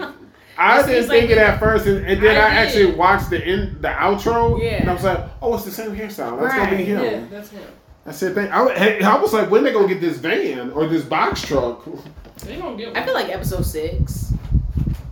I It didn't seems like think it at first, and, and then I, I did. actually watched the in, the outro, Yeah. and I was like, "Oh, it's the same hairstyle. That's gonna be Right, him." yeah, that's him. I said, "Thank." I, wa- hey, I was like, "When they gonna get this van or this box truck?" [laughs] They gonna get. One. I feel like episode six.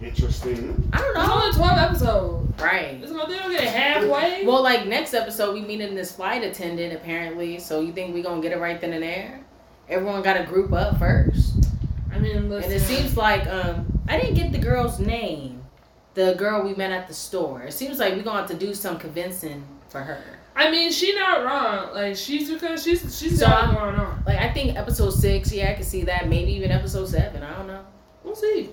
Interesting. I don't it's know. only 12 episodes. Right. It's gonna they don't get it halfway. Well, like next episode, we meeting this flight attendant apparently. So you think we gonna get it right then and there? Everyone got to group up first, I mean, and listen. it seems like um I didn't get the girl's name, the girl we met at the store. It seems like we gonna have to do some convincing for her. I mean, she not wrong. Like she's because she's she's So got I'm- it going on. Like I think episode six, yeah, I can see that. Maybe even episode seven. I don't know. We'll see.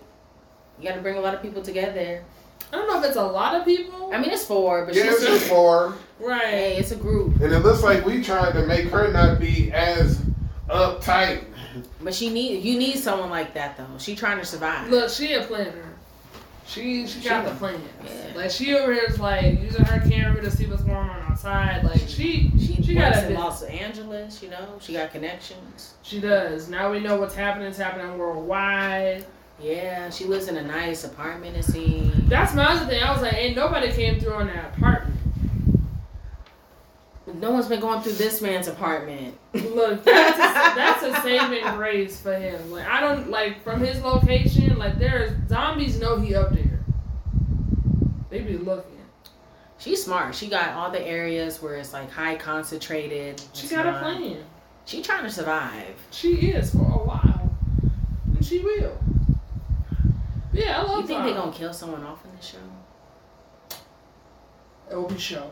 You got to bring a lot of people together. I don't know if it's a lot of people. I mean, it's four, but Yeah, she's it's just four, right. hey, it's a group. and it looks like we tried to make her not be as [laughs] uptight. But she need you need someone like that though. She trying to survive. Look, she a planner. She she got She- the plans. yeah. Like she over here is like using her camera to see what's going on outside. Like she She, she got works in a business. Los Angeles, you know. She got connections. She does. Now we know what's happening. It's happening worldwide. Yeah, she lives in a nice apartment. It seems. That's my other thing. I was like, ain't nobody came through on that apartment. No one's been going through this man's apartment. Look, that's a, that's a saving grace for him. Like I don't like from his location. Like there's zombies know he up there. They be looking. She's smart. She got all the areas where it's like high concentrated. She It's got a not- plan. She trying to survive. She is for a while, and she will. Yeah, I love. You think Bob. they gonna kill someone off in the show? It will be show.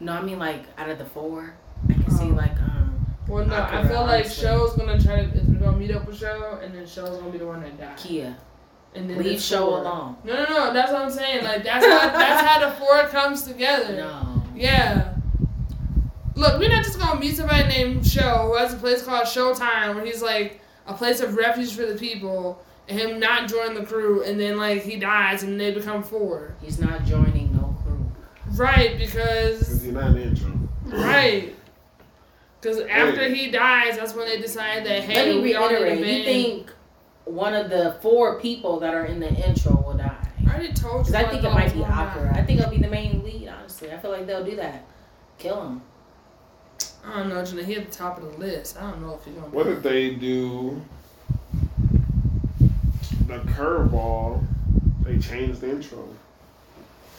No, I mean like out of the four, I can Oh. see like um Well, no, I I, could feel like honestly- show's gonna try to. It's gonna meet up with show, and then show's gonna be the one that dies. Kia. And then Leave it's show four. alone. No, no, no. That's what I'm saying. Like that's how that's how the four comes together. No. Yeah. Look, we're not just gonna meet somebody named Show who has a place called Showtime, where he's like a place of refuge for the people, and him not join the crew, and then like he dies, and they become four. He's not joining no crew. Right, because Is he not in the intro? Right. Because after he dies, that's when they decide that Let hey, me we all need a reiterate. You band. think one of the four people that are in the intro will die? I already told you. Because I what think it goes might be on. opera. I think it'll be the main lead. Honestly, I feel like they'll do that. Kill him. I don't know, Jenna. He at the top of the list. I don't know if you're gonna. What if they do the curveball? They changed the intro.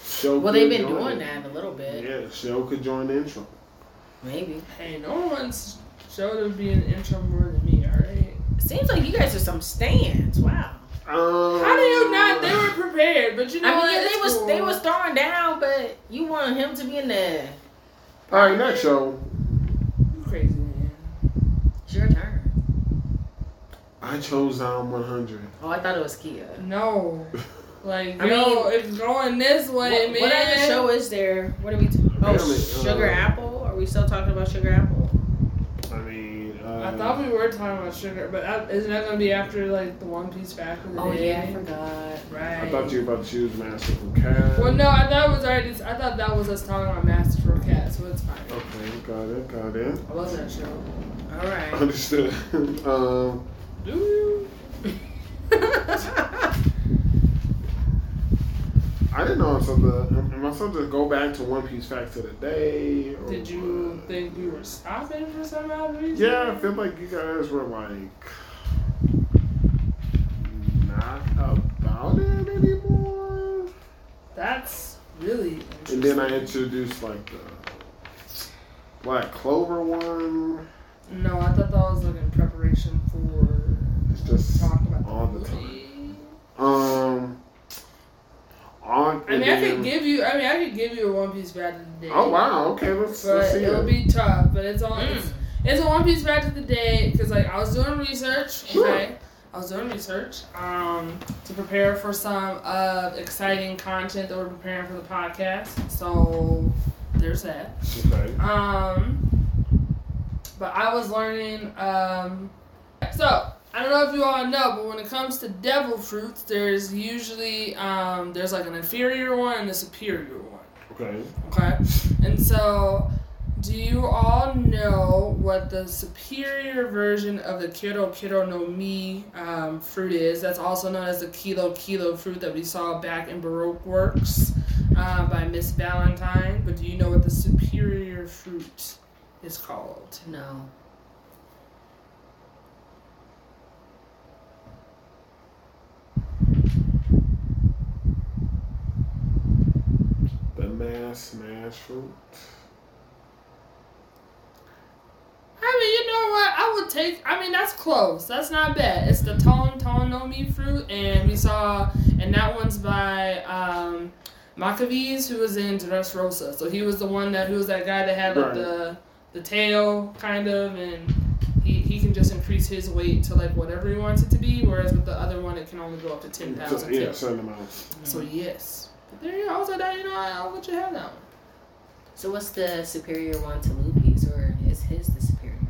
Show Well, they've could been join doing it. that a little bit. Yeah, show could join the intro. Maybe. Hey, no one's showed to be an intro more than me. All right. Seems like you guys are some stands. Wow. Um, How do you not? They were prepared, but you know I mean, what? yeah, they It's was cool. they was throwing down, but you want him to be in there. All right, next show. You crazy man. It's your turn. I chose Zom 100. Oh, I thought it was Kia. No. Like, I yo, mean, it's going this What, way, man. what other show is there? What are we? T- oh, Really, Sugar uh, Apple. Are we still talking about Sugar Apple? I mean, uh, I thought we were talking about sugar, but that, isn't that gonna be after like the One Piece back in the day? Oh, forgot. right. I thought you were about to choose Master from Cat. Well, no, I thought it was already. I thought that was us talking about Master for Cat, so it's fine. Okay, got it, got it. [laughs] I wasn't sure. All right. [laughs] Understood. um, Do you? I didn't know I'm supposed to. Am I supposed to go back to One Piece Facts of the Day? or Did you what? think we were stopping for some odd reason? Yeah, I feel like you guys were like not about it anymore. That's really. And then I introduced like the Black Clover one. No, I thought that was like in preparation for It's just talking about all the time. movie. Um, on. I and mean, I then- could give you. I mean, I could give you a One Piece back of the day. Oh wow! Okay, let's, let's But see. it'll it. be tough. But it's all. It's, Mm. it's a One Piece back of the day because like I was doing research. Sure. Okay. I was doing research um, to prepare for some uh, exciting content that we're preparing for the podcast. So there's that. okay. Um, but I was learning. Um, so I don't know if you all know, but when it comes to devil fruits, there's usually um, there's like an inferior one and a superior one. Okay. Okay, and so do you all know what the superior version of the Kiro Kiro no Mi um, fruit is? That's also known as the Kilo Kilo fruit that we saw back in Baroque Works uh, by Miss Valentine. But do you know what the superior fruit is called? No. The mass smash fruit. I mean, you know what? I would take. I mean, that's close. That's not bad. It's the Ton Ton no Mi fruit, and we saw, and that one's by um, Maccabees, who was in Dressrosa. So he was the one that who was that guy that had like Right. the the tail kind of, and he he can just increase his weight to like whatever he wants it to be. Whereas with the other one, it can only go up to ten pounds. Just, yeah, certain amount. So yes. But there you go. I was like, that, you know, I'll let you have that one. So what's the superior one to Luffy's, or is his the superior one?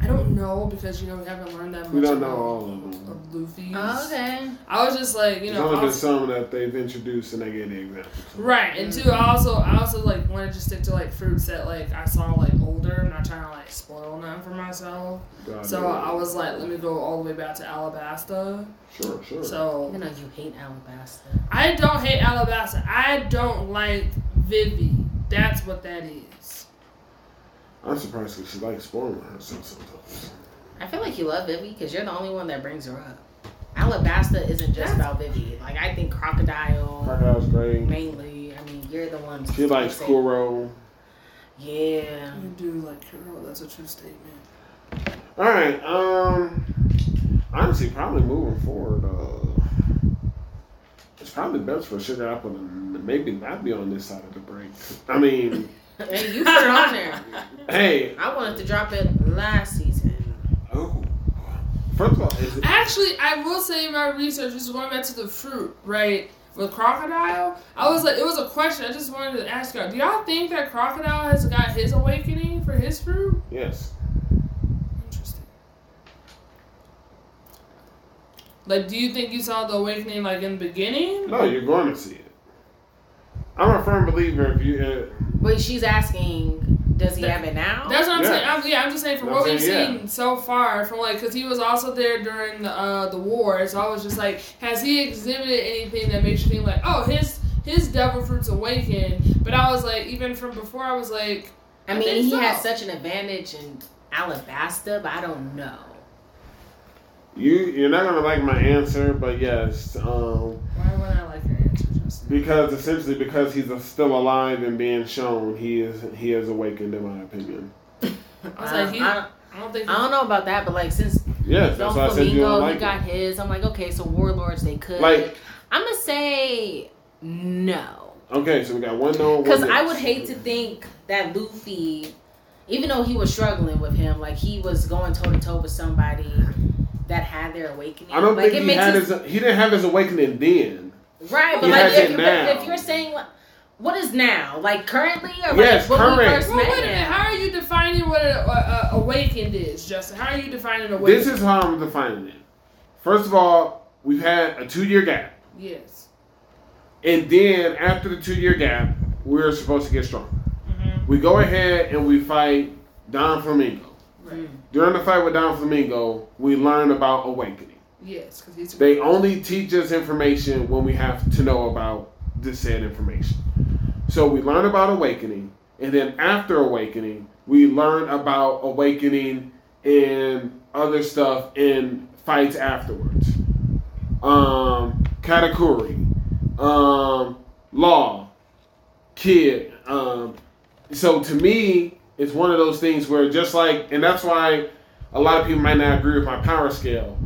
I don't know because you know we haven't learned that much. We don't know about- all of them. Of Luffy's. okay. I was just like, you There's know, only been also- some that they've introduced and they gave the example. right. And two, I also, I also like wanted to stick to like fruits that like I saw like older. I'm not trying to like spoil none for myself. God So knows. I was like, let me go all the way back to Alabasta. Sure, sure. So Even though you hate Alabasta. I don't hate Alabasta. I don't like Vivi. That's what that is. I'm surprised because she likes spoiling herself sometimes. I feel like you love Vivi because you're the only one that brings her up. Alabasta isn't just about Vivi. Like I think Crocodile Crocodile's great. mainly. I mean, you're the one. She likes Kuro. [laughs] Yeah. You do like Carol. That's a true statement. All right. Um. Honestly, probably moving forward, uh, it's probably best for Sugar Apple to maybe not be on this side of the break. [laughs] I mean, Hey, you put it on there. hey. I wanted to drop it last season. Oh. First of all, is it, Actually, I will say my research just going back to the fruit, right? With crocodile, I was like, it was a question. I just wanted to ask y'all. Do y'all think that crocodile has got his awakening for his fruit? yes. Interesting. Like, do you think you saw the awakening like in the beginning? No, you're going to see it. I'm a firm believer. If you, uh, But she's asking, does he have it now? That's what I'm Yeah. saying. I'm, yeah, I'm just saying from I'm what we've saying, yeah. seen so far, from like, because he was also there during the uh, the war, so I was just like, has he exhibited anything that makes you think like, oh, his his devil fruits awakened? But I was like, even from before, I was like, I I mean, think he so. has such an advantage in Alabasta, but I don't know. you you're not gonna like my answer, but yes, um, why would I like your answer, Justin? because essentially because he's still alive and being shown, he is he is awakened in my opinion. I was like, he- Um, I, don't, I don't think. I don't know about that, but like since Yes, Don that's why I said you Flamingo, don't he like got it. his. I'm like, okay, so warlords they could. Like I'm gonna say no, okay, so we got one no. because I would hate to think that Luffy, even though he was struggling with him, like he was going toe to toe with somebody that had their awakening. I don't like, think he had you- his. He didn't have his awakening then. Right, but He like has if it you're, now. if you're saying like, what is now, like currently, or like Yes, when we current. first Well, wait a met minute. him? How are you defining what a, a, a awakened is, Justin? How are you defining awakened? This is how I'm defining it. First of all, we've had a two year gap. yes. And then after the two year gap, we're supposed to get strong. Mm-hmm. We go ahead and we fight Don Flamingo. Mm. Right. During the fight with Don Flamingo, we learn about awakening. Yes, because he's They only teach us information when we have to know about this said information. So we learn about awakening, and then after awakening, we learn about awakening and other stuff in fights afterwards. Um, Katakuri, um, Law, Kid. Um, so to me, it's one of those things where just like, and that's why a lot of people might not agree with my power scale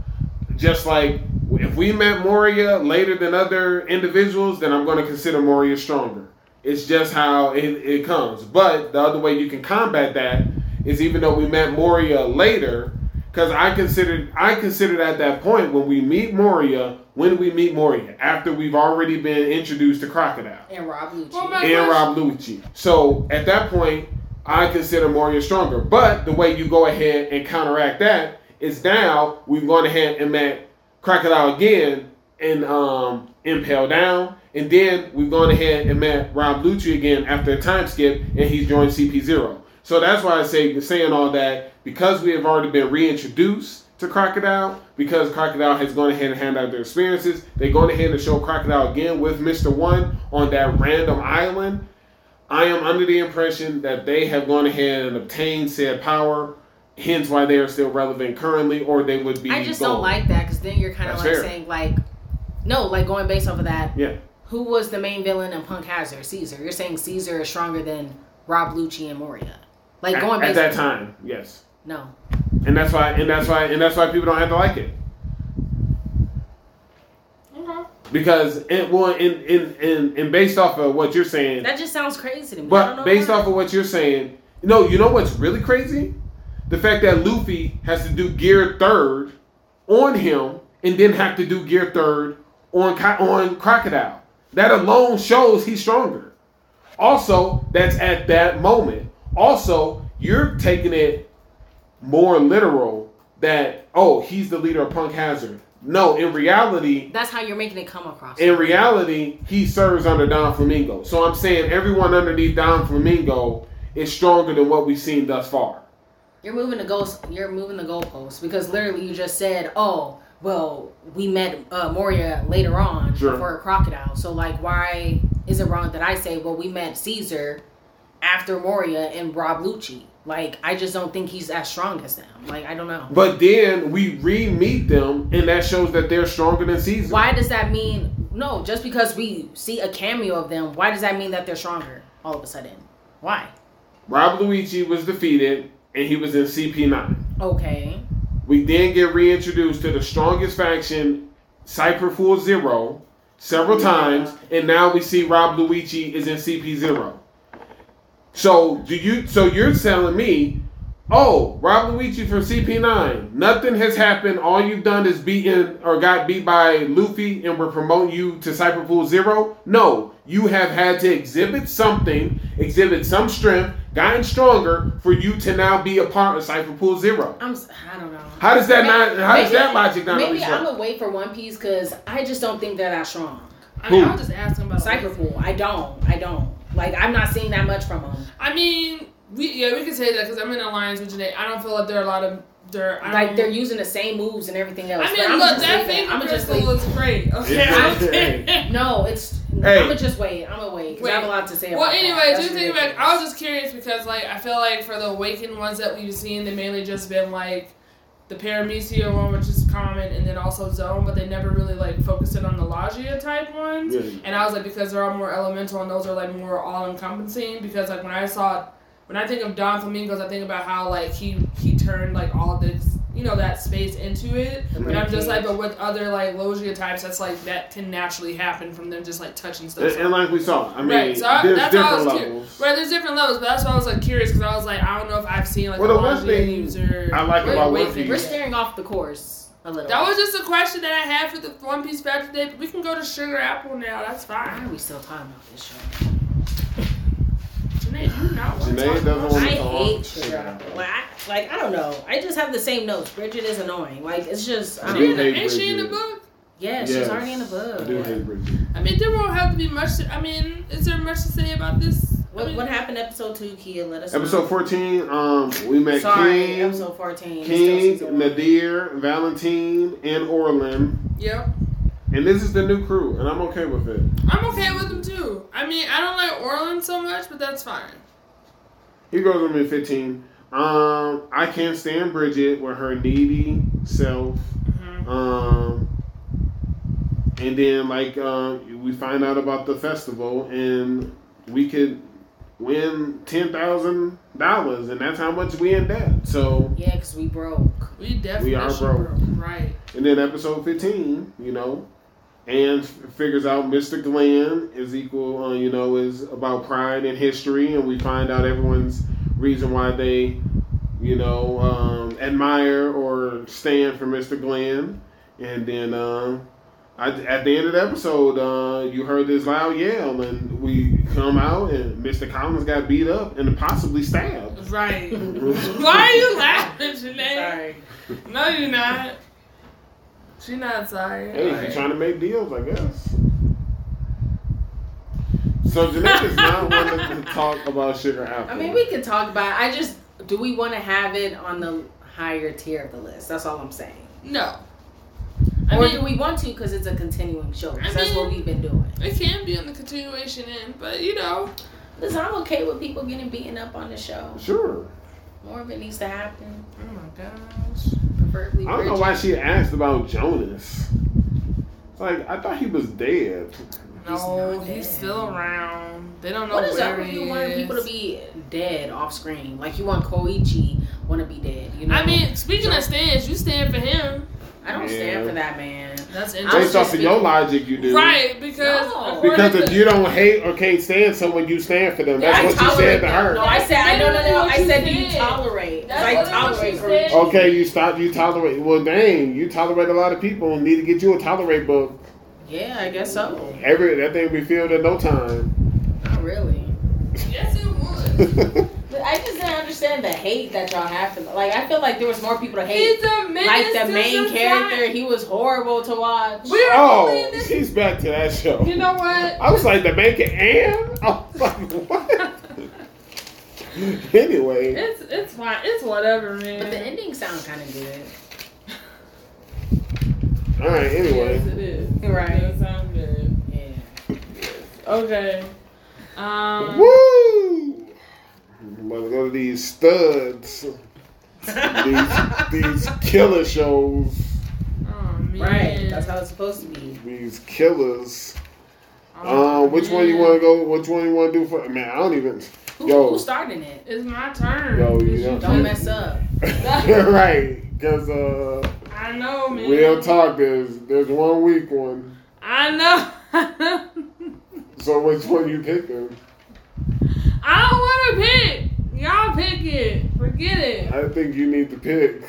just like if we met Moria later than other individuals, then I'm going to consider Moria stronger. It's just how it, it comes. But the other way you can combat that is even though we met Moria later, because I considered I considered at that point when we meet Moria, when we meet Moria after we've already been introduced to Crocodile And Rob Lucci. Well, my- and Rob Lucci. So at that point, I consider Moria stronger. But the way you go ahead and counteract that is now we've gone ahead and met Crocodile again and um, Impel Down. And then we've gone ahead and met Rob Lucci again after a time skip, and he's joined CP0. So that's why I say saying all that because we have already been reintroduced to Crocodile, because Crocodile has gone ahead and hand out their experiences. They're going ahead and show Crocodile again with Mr. One on that random island. I am under the impression that they have gone ahead and obtained said power, hence why they are still relevant currently, or they would be. I just gone. don't like that because then you're kind of That's like fair. saying like, no, like going based off of that. Yeah. Who was the main villain in Punk Hazard? Caesar. You're saying Caesar is stronger than Rob Lucci and Moria. Like At- going at, based that time, yes, No. and that's why, and that's why, and that's why people don't have to like it Okay. because it well, and and and, and based off of what you're saying, That just sounds crazy to me. I don't But know based why. off of what you're saying, no, you know what's really crazy? The fact that Luffy has to do gear third on him and then have to do gear third on Ki- on Crocodile. That alone shows he's stronger. Also, that's at that moment. Also, you're taking it more literal that oh, he's the leader of Punk Hazard. No, in reality, That's how you're making it come across. in reality, he serves under Don Flamingo. So I'm saying everyone underneath Don Flamingo is stronger than what we've seen thus far. You're moving the goals. You're moving the goalposts because literally you just said, "Oh, well, we met uh, Moria later on Sure. for a crocodile." So like, why is it wrong that I say, "Well, we met Caesar after Moria and Rob Lucci"? Like, I just don't think he's as strong as them. Like, I don't know. But then we re-meet them, and that shows that they're stronger than Caesar. Why does that mean? No, just because we see a cameo of them, why does that mean that they're stronger all of a sudden? Why? Rob Luigi was defeated, and he was in CP9. Okay. We then get reintroduced to the strongest faction, Cypher Fool Zero, several times, and now we see Rob Luigi is in CP Zero. So do you? So you're telling me, oh, Rob Luigi from CP Nine, nothing has happened. All you've done is beaten or got beat by Luffy, and we're promoting you to Cypher Fool Zero. No, you have had to exhibit something, exhibit some strength, gotten stronger for you to now be a part of Cypher Pool Zero. I'm. s- I don't know. How does that May- not? How does maybe- that logic not Maybe make I'm sense? gonna wait for One Piece because I just don't think they're that strong. I mean, Who? I was just asking about Cypherpool, I don't. I don't. Like I'm not seeing that much from them. I mean, we yeah, we can say that because I'm in alliance with Janae. I don't feel like there are a lot of there. I Like don't- they're using the same moves and everything else. I but mean, I'm look, just that leaving- finger I'ma just crystal leave- looks [laughs] great. Okay, It's I'm just- kidding. No, it's. Hey. I'm gonna just wait. I'm gonna wait. 'cause I have a Wait. lot to say. Well, about anyway, that. That's just thinking ridiculous. back, I was just curious because like I feel like for the awakened ones that we've seen, they mainly just been like the Paramecia one, which is common, and then also Zone, but they never really like focused in on the Logia type ones. Yeah. And I was like, because they're all more elemental and those are like more all encompassing. Because like when I saw, when I think of Don Flamingos, I think about how like he he turned like all this, you know, that space into it. And I'm just like, but with other like Logia types, that's like that can naturally happen from them just like touching stuff. And, and like we saw, I mean, Right, so I- there's that's how I different was curious. levels. Right, there's different levels, but that's why I was like curious because I was like, I don't know if I've seen like Well, a the one Logia thing user. I like We're- about we're, One Piece. we're steering off the course. A little. That was just a question that I had for the One Piece battle today. But we can go to Sugar Apple now. That's Why fine. are we still talking about this show? Janae, you know what I'm Janae talking doesn't about. want I to talk. hate Shit. Sugar Apple. Like, I, like I don't know. I just have the same notes. Bridget is annoying. Like it's just. I don't I do She know. in the- hate Ain't she in the Bridget. book? Yeah, Yes. she's already in the book. I do hate Bridget. I mean, there won't have to be much. To, I mean, is there much to say about this? I What, mean, what happened episode two, Kia? Let us Episode 14, um, we know. met Sorry, King, episode 14. it's still King, season one. Nadir, Valentine, and Orlin. Yep. And this is the new crew, and I'm okay with it. I'm okay with them too. I mean, I don't like Orland so much, but that's fine. He goes with me 15. Um, I can't stand Bridget with her needy self. Mm-hmm. Um, and then like um, we find out about the festival, and we could win ten thousand dollars, and that's how much we in debt. So, Yeah, because we broke. We definitely We are should broke. grow. Right. and then episode fifteen, you know, and figures out Mister Glenn is equal, uh, you know, is about pride and history, and we find out everyone's reason why they, you know, um, admire or stand for Mister Glenn, and then. Um, I, at the end of the episode, uh, you heard this loud yell, and we come out, and Mr. Collins got beat up and possibly stabbed. Right. [laughs] Why are you laughing, Janae? Sorry. No, you're not. She not sorry. Hey, if you're trying to make deals, I guess. So Jeanette is not willing to talk about sugar apple. I mean, we can talk about it. I just, do we want to have it on the higher tier of the list? That's all I'm saying. No. I or mean, do we want to because it's a continuing show? 'cause I that's what mean- we've been doing. it can be on the continuation end, but you know, Listen, I'm okay with people getting beaten up on the show. sure. More of it needs to happen. oh my gosh. Preferably, I don't know Bridget. why she asked about Jonas. It's like I thought he was dead. No, not he's, dead. still around. They don't know What is where up with you he wanting people to is. be dead off screen? Like you want Koichi want to be dead? You know? I mean, speaking of stands, you stand for him. I don't Yeah. stand for that man. That's Based just off of interesting. your logic, you do. Right, because No. according Because if to- you don't hate or can't stand someone, you stand for them. That's I what you said tolerate to them. No, her. I said I no no no. I That's said literally you what you said. tolerate. That's I literally what tolerate you Koichi. said. Okay, you stop. You tolerate. Well, dang, you tolerate a lot of people. and Need to get you a tolerate book. Yeah, I guess so. Every that thing be filled in no time. [laughs] Not really. Yes, it would. But I just didn't understand the hate that y'all have for. Like I feel like there was more people to hate. He's a menace Like to the main society. character, he was horrible to watch. We're only in oh, this- she's back to that show. You know what? I was like, the bacon and? I was like, [laughs] what? anyway, It's it's fine. It's whatever, man. But the ending sound kind of good. all right, Yes, anyway. it is. Right. Yes, I'm good. Yeah. Okay. Um. [laughs] Woo! Let's go to these studs, these, these killer shows, Oh man. Right. That's how it's supposed to be. these killers. Oh, Um, which one you man. want to go? Which one you want to do for? Man, I don't even. Who, Yo. who started it? It's my turn. Yo, you 'cause know- Don't mess up. [laughs] right, because uh, I know, man. real talk. There's there's one weak one. I know. [laughs] So which one you picking? I don't want to pick. Y'all pick it. Forget it. I think you need to pick.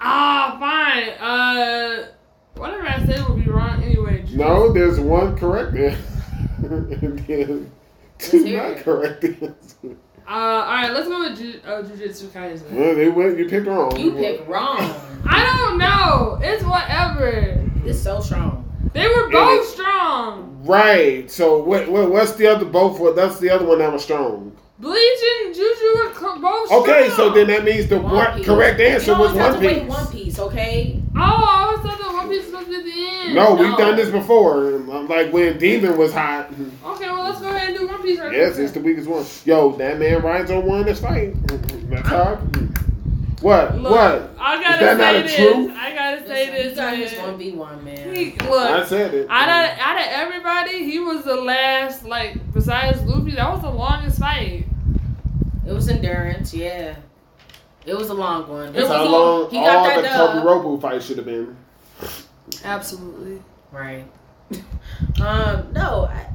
Ah, fine. Uh, whatever I say will be wrong anyway. No, there's one correct [laughs] answer. and then two Let's hear not it. correct answers. Uh, all right, let's go with ju- uh, Jujutsu Kaisen. Well, they went. You picked wrong. You picked wrong. I don't know. It's whatever. It's so strong. They were It both is- strong. Right. So what, what? What's the other both? What? That's the other one that was strong. Bleach and Juju were co- both Okay. strong. So then that means the One one Piece. correct answer you was always have One to wait Piece. one piece, okay? Oh, I always thought that One Piece was supposed to be at the end. No, No. we've done this before. Like when Demon was hot. [laughs] Okay, well, let's go ahead and do One Piece right Yes, now. it's the weakest one. Yo, that man Rizo won this fight. [laughs] That's hard. What? Look, what? I Is gotta say that not a this. truth? I gotta say Listen, you this. got man. his one v one, man. He- look, I said it. Out of, out of everybody, he was the last, like, besides Luffy, that was the longest fight. It was endurance, yeah. It was a long one. It That's was a- how long he got all that the Kobe dub. Robo fight should have been. Absolutely. Right. [laughs] um, no, I,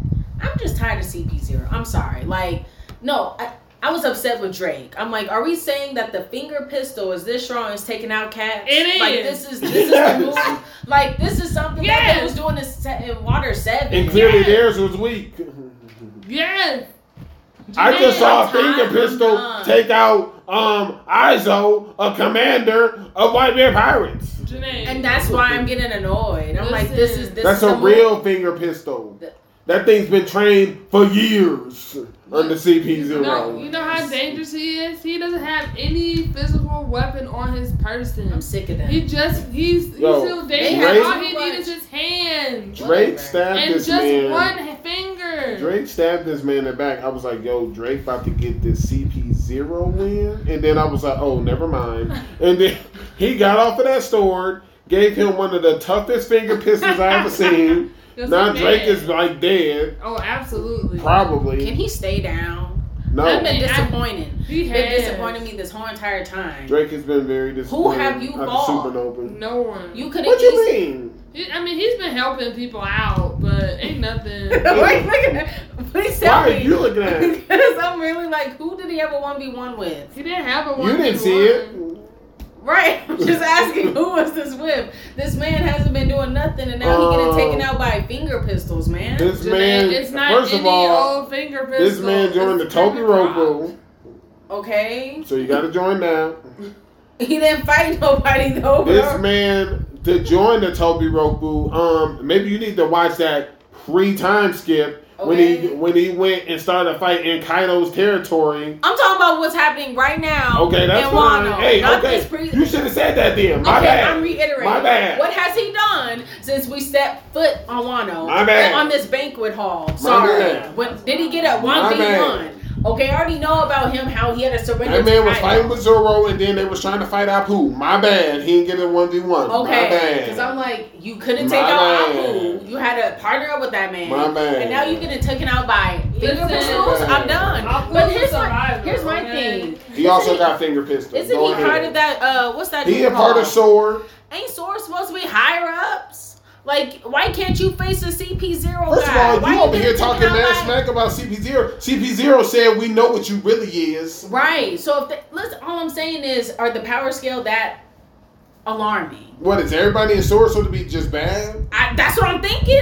I'm just tired of CP0. I'm sorry. Like, no, I, I was upset with Drake. I'm like, are we saying that the finger pistol is this strong? Is taking out cats? It Like is. this is this is the [laughs] move. Like this is something that Yes. they was doing in, se- in Water Seven. And clearly Yeah. theirs was weak. Yes. I just saw a finger I'm pistol done. take out um Izo, a commander of White Bear Pirates. Janae. and that's why I'm getting annoyed. I'm like, this is Listen. this. That's is a the move. real finger pistol. Th- That thing's been trained for years under CP0. No, you know how dangerous he is? He doesn't have any physical weapon on his person. I'm sick of He them. just he's he's Yo, still Drake- dangerous. All he needs is his hands. Drake stabbed And this just man. one finger. Drake stabbed this man in the back. I was like, yo, Drake about to get this CP0 win. And then I was like, oh, never mind. And then he got off of that sword, gave him one of the toughest finger pistols I [laughs] ever seen. That's a now Drake man. is like dead, Oh, absolutely. probably. Can he stay down? Oh. I've no. been I- disappointed. He Been has. disappointed me this whole entire time. Drake has been very disappointed. have you at the fought? Supernova. No one. You could have What you easily. mean? He- I mean, he's been helping people out, but ain't [laughs] nothing. [laughs] Why are you looking at? Please tell Why are me. [laughs] you looking at it? Because I'm really like, who did he have a one v one with? He didn't have a one. You didn't see it. Right. I'm just asking who was this with? This man hasn't been doing nothing and now he Uh, getting taken out by finger pistols, man. This man, it's not first any of all, old finger pistol. this man joined the It's Toby Kevin Rope Rock. Rule, okay. so you got to join now. He didn't fight nobody though. This bro. man to join the Toby Roku, um, maybe you need to watch that free time skip when he Okay. when he went and started fighting in Kaido's territory. I'm talking about what's happening right now. Okay, that's in fine. Wano. Hey, Not okay, this pre- you should have said that then. My okay, bad. I'm reiterating. My bad. What has he done since we set foot on Wano? My bad. On this banquet hall. Sorry. bad. What did he get at My one v bad. one? Okay, I already know about him. How he had to surrender. that to man was Kaido. fighting with Zoro, and then they was trying to fight Apu. My bad. He didn't get a one v one. My Okay, bad. because I'm like, you couldn't My take out man. Apu. You had to partner up with that man. My man. And now you're getting taken out by finger Listen. pistols. I'm done. Apu's but a here's my survivor, here's my okay? thing. he also Isn't got finger pistol. Isn't Go he ahead. part of that? Uh, what's that? He dude a part of called? Sword. Ain't Source supposed to be higher ups? Like, why can't you face a CP0 First of guy? all, Oh, why you over getting here taken talking out mad by- smack about CP0. CP0 said we know what you really is. Right. So if they, listen, all I'm saying is, are the power scale that alarming? What is everybody in Sword supposed to be just bad? I, that's what I'm thinking.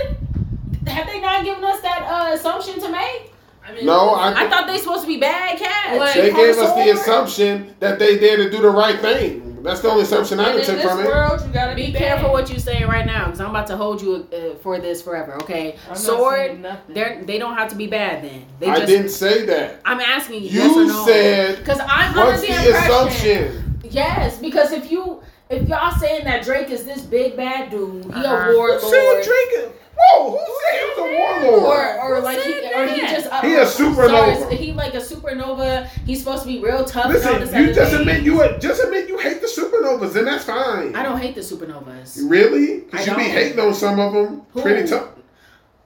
Have they not given us that uh, assumption to make? I mean, No, I, I thought they supposed to be bad cats. Like, they gave us the Sword? assumption that they there to do the right thing. That's the only assumption I And can in take this from it. world, you gotta Be be careful bad. what you saying right now, because I'm about to hold you uh, for this forever. Okay, I'm not saying sword. nothing. They they don't have to be bad then. They I just. didn't say that. I'm asking you. You yes or no. said, Because I'm under What's the, the impression. assumption? Yes, because if you if y'all saying that Drake is this big bad dude, he Uh-huh. a Who said warlord. drinking? Whoa, who said he was a warlord? Or, or Who like he, said or he that? just uh, He a sorry, supernova. is he like a supernova. He's supposed to be real tough. and all this Listen, you other just thing. admit you just admit you hate the supernovas, and that's fine. I don't hate the supernovas. really because I you be don't. hating on some of them Who? pretty tough.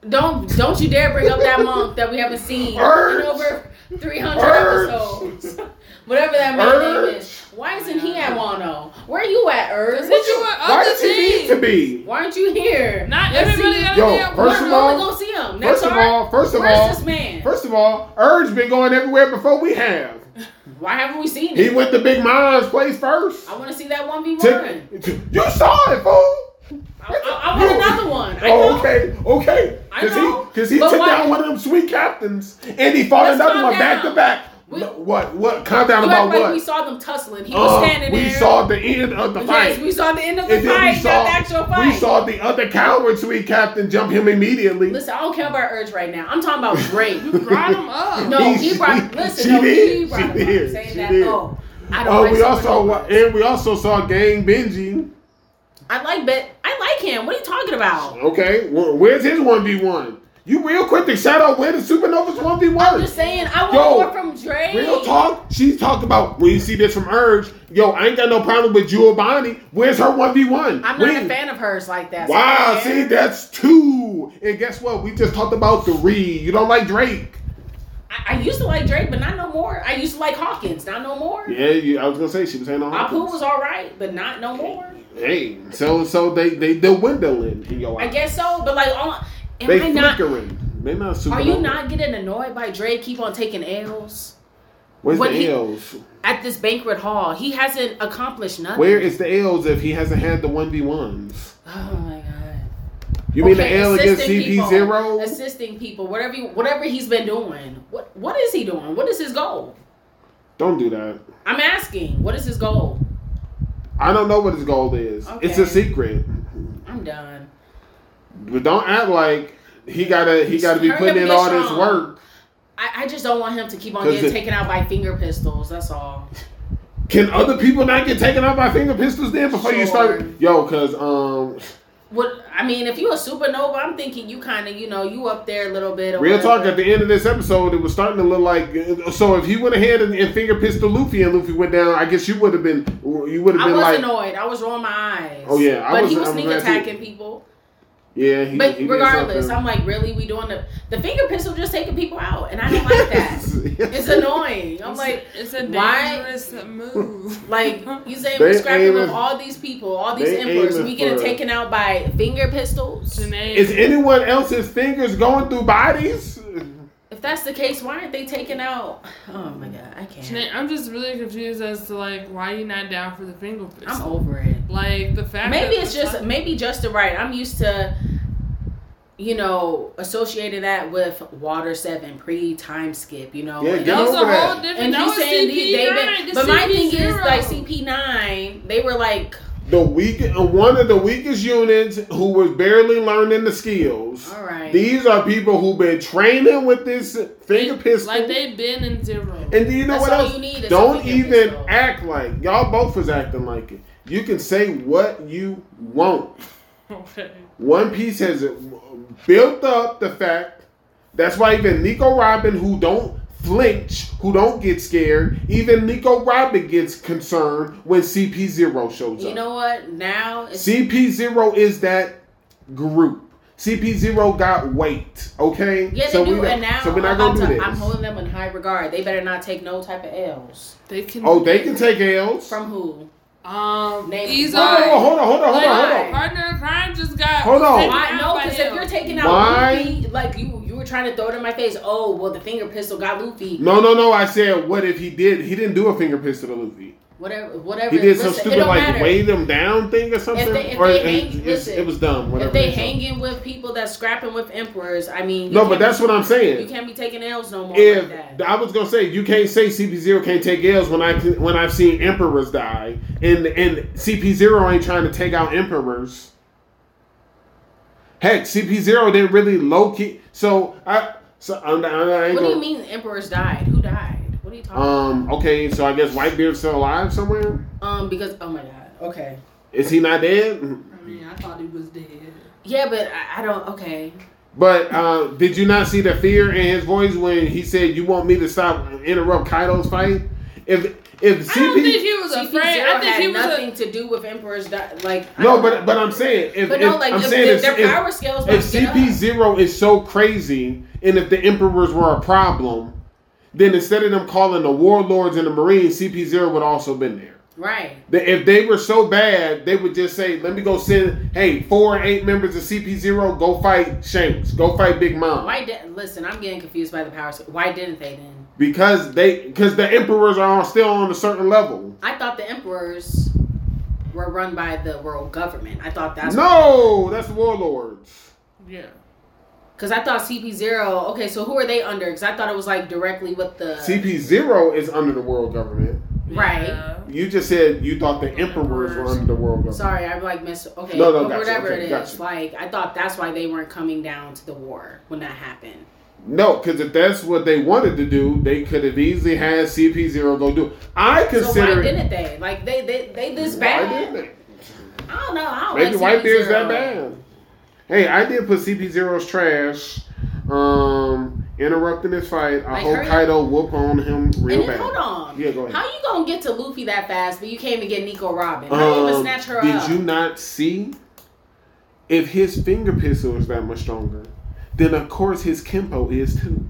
Don't don't you dare bring up [laughs] that monk that we haven't seen in Urge. over 300 Urge. episodes. [laughs] Whatever that man's name is. Why isn't he at Wano? Where you at, Urge? What you want Why other does he need team? to be? Why aren't you here? Not Let's everybody see. gotta Yo, be at first work. of We're all- only gonna see him. That's First of all right. all, first of Where's all, this man? first of all, Urge been going everywhere before we have. Why haven't we seen He him? went to Big Mom's place first. I want to see that one v To- one. to- you saw it, fool. I I want another one. I Oh, know. okay, okay. I Because know. he, cause he But took why- down one of them sweet captains, and he fought Let's another calm one back down. to back. We- No, what? What? Calm down You about act like what? we saw them tussling. He Uh, was standing we there. saw the end of the fight. Yes, we saw the end of the and then fight. we not saw, the actual fight. we saw the other coward sweet captain jump him immediately. Listen, I don't care about Urge right now. I'm talking about [laughs] Drake. You brought him up. No, She- he brought. Listen, she no, he did. brought She him did. up saying She that. did. Oh, I don't Oh, like we also wa- supernovas. and we also saw Gang Benji. I like, but I like him. What are you talking about? Okay, wh- where's his one v one? You real quick to shout out where the Supernovas one v I'm one. just saying, I want Yo, more from Drake. Real talk. She talked about when you see this from Urge. Yo, I ain't got no problem with Jewel Bonnie. Where's her one v one? I'm not a fan of hers like that. so I Wow, don't care. see that's two. And guess what? We just talked about three. You don't like Drake. I, I used to like Drake, but not no more. I used to like Hawkins, not no more. Yeah, you, I was gonna say she was saying on. Apu was all right, but not no more. Hey, so so they they dwindling in your I eyes. guess so, but like, all, am They I not? flickering. They not super. Are you not getting annoyed by Drake keep on taking L's? Where's What the he- L's? At this banquet hall, he hasn't accomplished nothing. Where is the L's if he hasn't had the one v ones? Oh my god. You mean Okay, the L against assisting CP people. zero? Assisting people, whatever you, whatever he's been doing. What what is he doing? What is his goal? Don't do that. I'm asking. What is his goal? I don't know what his goal is. It's Okay. a secret. I'm done. But don't act like he gotta he gotta be Hurry putting up in and get all this strong. work. I, I just don't want him to keep on 'Cause getting it- taken out by finger pistols. That's all. Can other people not get taken out by finger pistols then before you start? Sure. Yo, cause um, What I mean, if you a supernova, I'm thinking you kind of you know you up there a little bit. Or real talk. whatever. At the end of this episode, it was starting to look like. uh, So if he went ahead and, and finger pistol Luffy and Luffy went down, I guess you would have been you would have I been was like, annoyed. I was rolling my eyes. Oh, yeah, I but was- he was I'm sneak glad too. attacking people. yeah. He, But he did regardless, something. I'm like, really, we doing the the finger pistol just taking people out, and I don't like [laughs] that. it's annoying. I'm It's- like, it's a why- dangerous [laughs] move. like you saying They we're scrapping aiming- with all these people, all these they emperors, aiming we getting for- taken out by finger pistols. Janae, Is anyone else's fingers going through bodies? If that's the case, why aren't they taking out? Oh my god, I can't. Janae, I'm just really confused as to like why you not down for the finger pistol. I'm over it. Like the fact. Maybe that it's just maybe just the right. I'm used to, you know, associating that with Water Seven pre time skip. You know, Yeah, And get that was a over that. whole different. and that he's was saying CP9, these they the been, but my thing is CP0. like CP nine, they were like, The weak, one of the weakest units who was barely learning the skills. all right, These are people who've been training with this finger pistol. Like they've been in zero. and do you know that's what all else? you need. Is a Don't finger even pistol. act like y'all both was acting like it. You can say what you want. okay. One Piece has built up the fact. That's why even Nico Robin, who don't flinch, who don't get scared, even Nico Robin gets concerned when CP0 shows up. You know what? Now it's CP0 is that group. CP0 got weight, okay? yeah, they so do, we, and now so we're not I'm, gonna about to- do this. I'm holding them in high regard. They better not take no type of L's [laughs] They can. oh, they can take L's. from who? Um. Name- Ease Whoa, Hold up. on, hold on, hold on, hold on, hold Why? on. Partner in crime just got. Hold on. taken Why? out No, by because him. if you're taking out Why? Luffy, like you, you were trying to throw it in my face. Oh, well, the finger pistol got Luffy. No, no, no. I said, what if he did? He didn't do a finger pistol to Luffy. Whatever, whatever. He did some Listen, it stupid don't like matter. weigh them down thing or something. they- if or they and hang- it's- listen, it was dumb. Whatever. If they it is. hanging with people that's scrapping with emperors, I mean, you No, but can't that's be- what I'm You saying. can't be taking L's no more If like that. I was gonna say you can't say CP0 can't take L's when I can- when I've seen emperors die and and CP0 ain't trying to take out emperors. Heck, CP0 didn't really low key. So I so I'm, not- I ain't What do gonna, you mean emperors died? Who died? What are you talking? about? Um. Okay. So I guess Whitebeard's still alive somewhere. Um, because oh my god. Okay. Is he not dead? I mean, I thought he was dead. Yeah, but I, I don't. Okay. But uh, did you not see the fear in his voice when he said, "You want me to stop interrupt Kaido's fight?" If if I don't think CP he was CP0 afraid. I think had he was. A, nothing to do with emperors. Di- like I don't know. no, but but I'm saying if, but no, if- like I'm if, saying their- if, their if, power scales. if must get up. CP zero is so crazy, and if the emperors were a problem, then instead of them calling the warlords and the marines, CP zero would also been there. right. The- If they were so bad, they would just say, "Let me go send hey four or eight members of CP zero go fight Shanks, go fight Big Mom." Why did listen? I'm getting confused by the power. sc- Why didn't they then? because they because the emperors are still on a certain level. I thought the emperors were run by the world government. I thought that's no, that's the warlords. yeah. Because I thought CP0, okay, so who are they under? Because I thought it was like directly with the. CP zero is under the world government. Right. Yeah. You just said you thought the emperors were under the world government. Sorry, I like miss. Okay, No, no, but gotcha, whatever okay, it is. gotcha. Like, I thought that's why they weren't coming down to the war when that happened. No, because if that's what they wanted to do, they could have easily had CP zero go do. it. I so why consider it didn't they? Like, they they, they this Why bad? didn't I don't know. I they? don't Maybe like Whitebeard's that CP0. bad. Hey, I did put CP 0s trash. Um, interrupting this fight. I Like, hope hurry up. Kaido whoop on him real And then, bad. hold on. Yeah, go ahead. How you gonna get to Luffy that fast, but you can't even get Nico Robin? How you even Um, snatch her did up? you not see? If his finger pistol is that much stronger, then of course his Kempo is too.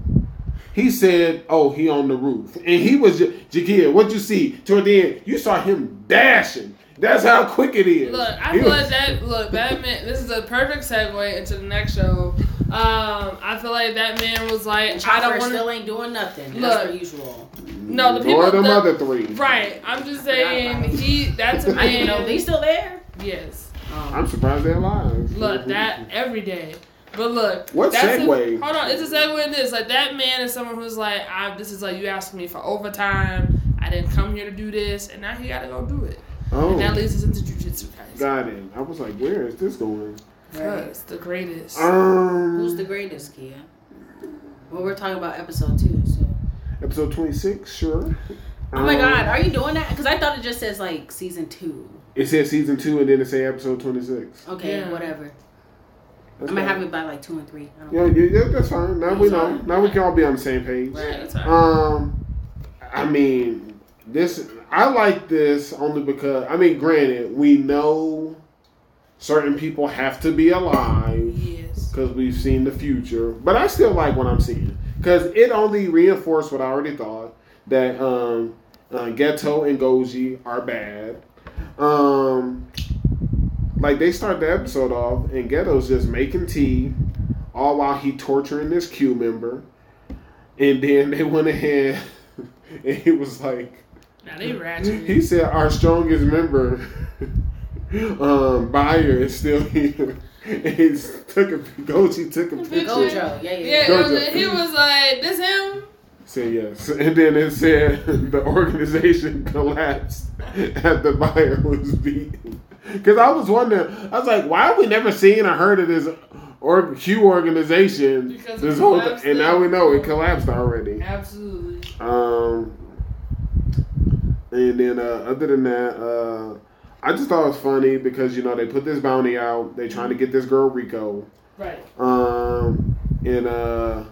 He said, "Oh, he on the roof," and he was Jakia. What you see toward the end? You saw him dashing. That's how quick it is. Look, I He feel was- like that. Look, that man. This is a perfect segue into the next show. Um, I feel like that man was like, I Chopper don't want still to. ain't doing nothing. Look. That's per usual. No, the people. or them the- other three. Right. I'm just saying he. That's a I didn't man. know they still there. Yes. Um, I'm surprised they're alive. Look, that every day. But look, Mm-hmm. What that's a- segue? hold on, it's a segue. in This like that man is someone who's like, I, this is like you asking me for overtime. I didn't come here to do this, and now he got to go do it. And that Oh, leads us into jujitsu, guys. got it. I was like, where is this going? right. Cause the greatest. Um, Who's the greatest, Kia? Well, we're talking about episode two, so. episode 26? Sure. Oh my Um, God, are you doing that? Because I thought it just says like season two. It says season two, and then it say episode 26. Okay, Yeah. whatever. That's I'm gonna fine. have it by like two and three. I don't Yeah, know. yeah, yeah, that's fine. Now we know. That's fine. Now we can all be on the same page. Right. Yeah, that's all right. Um, I mean, this I like this only because I mean, granted, we know certain people have to be alive yes. because we've seen the future, but I still like what I'm seeing because it only reinforced what I already thought that um, uh, Ghetto and Goji are bad. Um, like they start the episode off, and Ghetto's just making tea, all while he torturing this Q member, and then they went ahead, [laughs] and he was like, Now they ratchet. [laughs] he said, our strongest member, [laughs] um, buyer is still here. [laughs] And he took a Goji took a picture. Gojo, yeah, yeah. Yeah, yeah. it was, Gojo. he was like, this him? Say yes. And then it said [laughs] the organization [laughs] collapsed at the buyer was beaten. Because I was wondering, I was like, why have we never seen or heard of this or Q organization? Because it this whole collapsed and now it. we know it collapsed already. Absolutely. Um, and then uh, other than that, uh, I just thought it was funny because you know they put this bounty out. They trying to get this girl Rico. [laughs] Right. Um, and uh,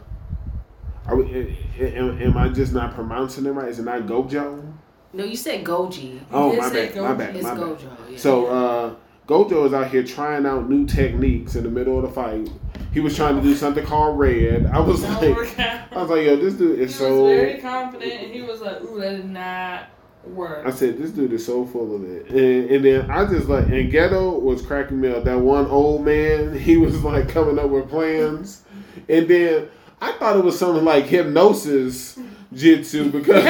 are we, a- a- am, am I just not pronouncing it right? Is it not Gojo? No, you said Goji. Oh, did my say bad, my Gojo. bad, It's my bad. Gojo. Yeah. So uh, Gojo is out here trying out new techniques in the middle of the fight. He was trying to do something called Red. I was Don't like, work out. I was like, yo, this dude He is was so. very confident, and he was like, ooh, that did not work. I said, this dude is so full of it. And, and then I just like, and Ghetto was cracking me up. That one old man, [laughs] he was like coming up with plans. And then I thought it was something like hypnosis jitsu because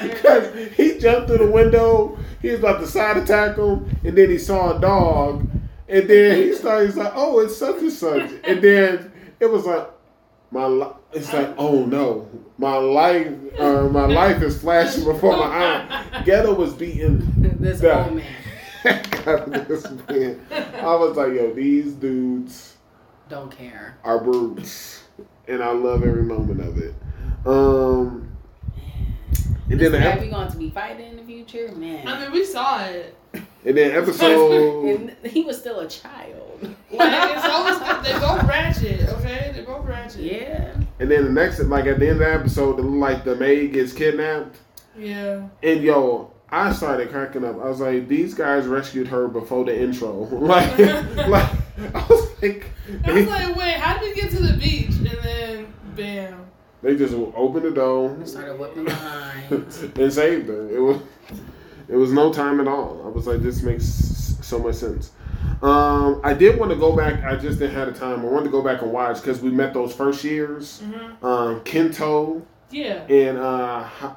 because he jumped through the window. He was about to side attack him. And then he saw a dog. And then he started, he's like, oh, it's such and such. And then it was like, my life. It's like, oh no, my life, uh, my life is flashing before my eyes. Ghetto was beaten. [laughs] this Yeah. old man. [laughs] out of this man. I was like, yo, these dudes Don't care. are brutes, and I love every moment of it. Um, and Is then, the that ep- we going to be fighting in the future, man? I mean, we saw [laughs] it. and then episode. [laughs] and he was still a [laughs] child. Like, it's always they both ratchet, okay? They both [laughs] ratchet. yeah. And then the next, like at the end of the episode, it looked like the maid gets kidnapped. Yeah. And yo, I started cracking up. I was like, these guys rescued her before the intro. [laughs] Like, like I was like, I was they, like, wait, how did we get to the beach? And then, bam. they just opened the door [laughs] Started whipping behind. and saved her. It was, it was no time at all. I was like, this makes so much sense. Um, I did want to go back. I just didn't have the time. I wanted to go back and watch because we met those first years, Mm-hmm. um, Kento Yeah. and uh, Hi-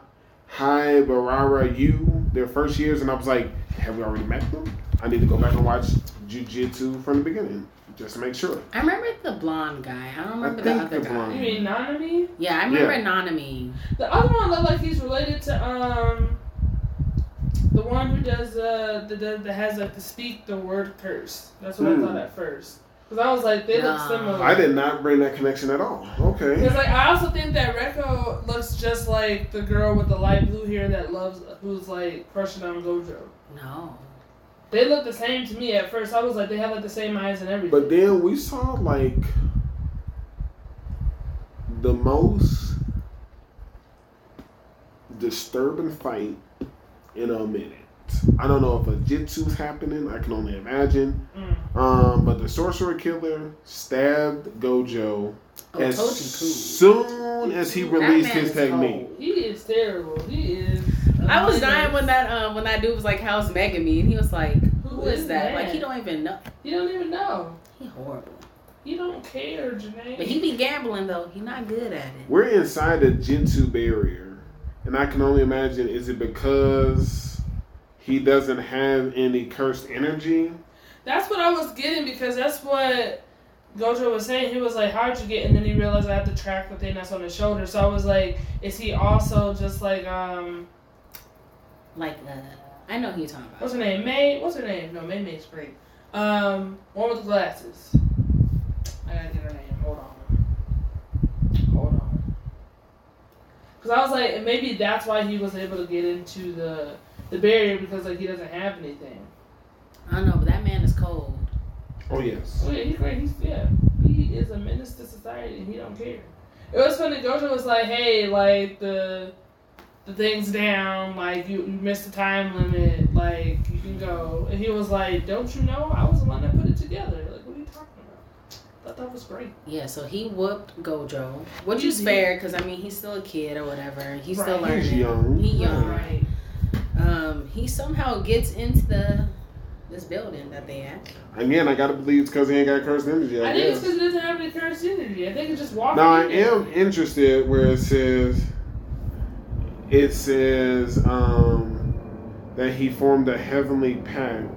Haibarara Yu, their first years, and I was like, have we already met them? I need to go back and watch jujitsu from the beginning just to make sure. I remember the blonde guy. I don't I remember the think other the guy. You blonde. mean Nanami? Yeah, I remember Yeah. Anonymous. The other one looked like he's related to um the one who does uh the, the that has like to speak the word curse. That's what Hmm. I thought at first. Cause I was like, they Nah. look similar. I did not bring that connection at all. Cause Okay. like I also think that Reko looks just like the girl with the light blue hair that loves who's like crushing on Gojo. No. They look the same to me at first. I was like, they have like the same eyes and everything. But then we saw like the most disturbing fight in a minute. I don't know if a jitsu's happening. I can only imagine. Mm. Um, but the sorcerer killer stabbed Gojo Oh, as Toji soon as he cool. That released man his is technique. cold. He is terrible. He is. I was dying when that um, when that dude was like, "How's Megami?" and he was like, "Who is that?" Like he don't even know. You don't even know. He horrible. You don't care, Janae. But he be gambling though. He not good at it. We're inside a Jinsu barrier, And I can only imagine is it because he doesn't have any cursed energy? That's what I was getting because that's what Gojo was saying. He was like, "How'd you get?" And then he realized I have to track the thing that's on his shoulder. So I was like, "Is he also just like um, Like, uh, I know who you're talking what's about. her name? May? What's her name? No, May May's great. Um, one with the glasses. I gotta get her name. Hold on. Hold on. Cause I was like, and maybe that's why he was able to get into the the barrier because like he doesn't have anything. I don't know, but that man is cold. Oh yes. Oh yeah, he's great. He's yeah, he is a menace to society, and he don't care. It was funny. Gojo was like, "Hey, like the the thing's down. Like you, you missed the time limit. Like you can go." And he was like, "Don't you know? I was the one that put it together. Like what are you talking about?" Thought that was great. Yeah, so he whooped Gojo, which is Mhm. fair because I mean he's still a kid or whatever. He's still Right. learning. He's young. He young. Um, he somehow gets into the this building that they at. Again, I gotta believe it's because he ain't got cursed energy. I, I think it's guess. because it doesn't have any current energy. I think it's just walking. Now I in there. am interested where it says it says um, that he formed a heavenly pact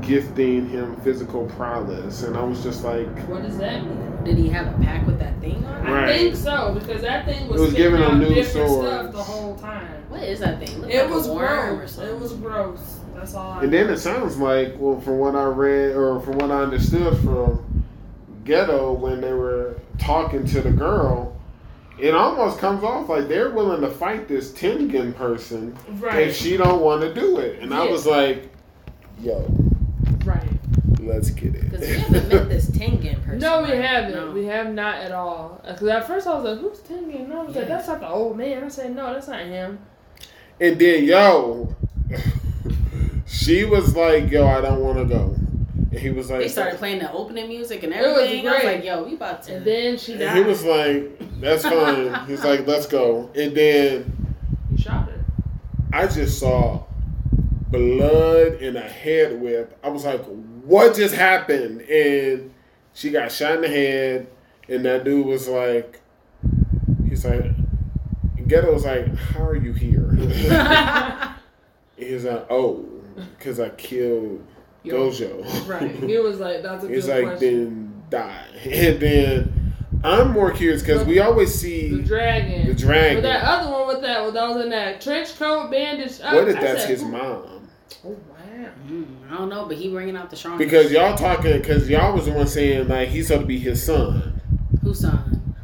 gifting him physical prowess and I was just like What does that mean? Did he have a pack with that thing on? I Right. think so because that thing was, It was spitting giving out them new different stuff swords. the whole time. What is that thing? Look It like a was worm or gross. something. It was gross. That's all I and then it sounds like well from what I read or from what I understood from Ghetto when they were talking to the girl it almost comes off like they're willing to fight this Tengen person right. if she don't want to do it and I Yeah. was like yo right. Let's get it. Because we haven't met this Tengen person. No, we right? haven't. No. We have not at all. Because at first I was like, "Who's Tengen?" And I was like, Yeah. "That's not the old man." I said, "No, that's not him." [laughs] And then yo, [laughs] she was like, "Yo, I don't want to go." And he was like, They started playing the opening music and It was everything. I was great. like, yo, we about to. And then she died. and he was like, "That's fine." He's like, "Let's go." And then He shot her. I just saw blood and a head whip. I was like, "What just happened?" And she got shot in the head. And that dude was like, "He's like." Ghetto was like, "How are you [laughs] here?" He's like, "Oh, because I killed Yo. Gojo." [laughs] [laughs] Right. He was like, "That's a It's good like question." then die, [laughs] and then I'm more curious because we always see the dragon. the dragon. But that other one with that, with those in that trench coat bandage. up, what if I that's said, his "Who- mom? Oh wow. [laughs] Mm, I don't know, but he bringing out the strong. Because y'all talking, because y'all was the one saying like he's supposed to be his son. Who's on?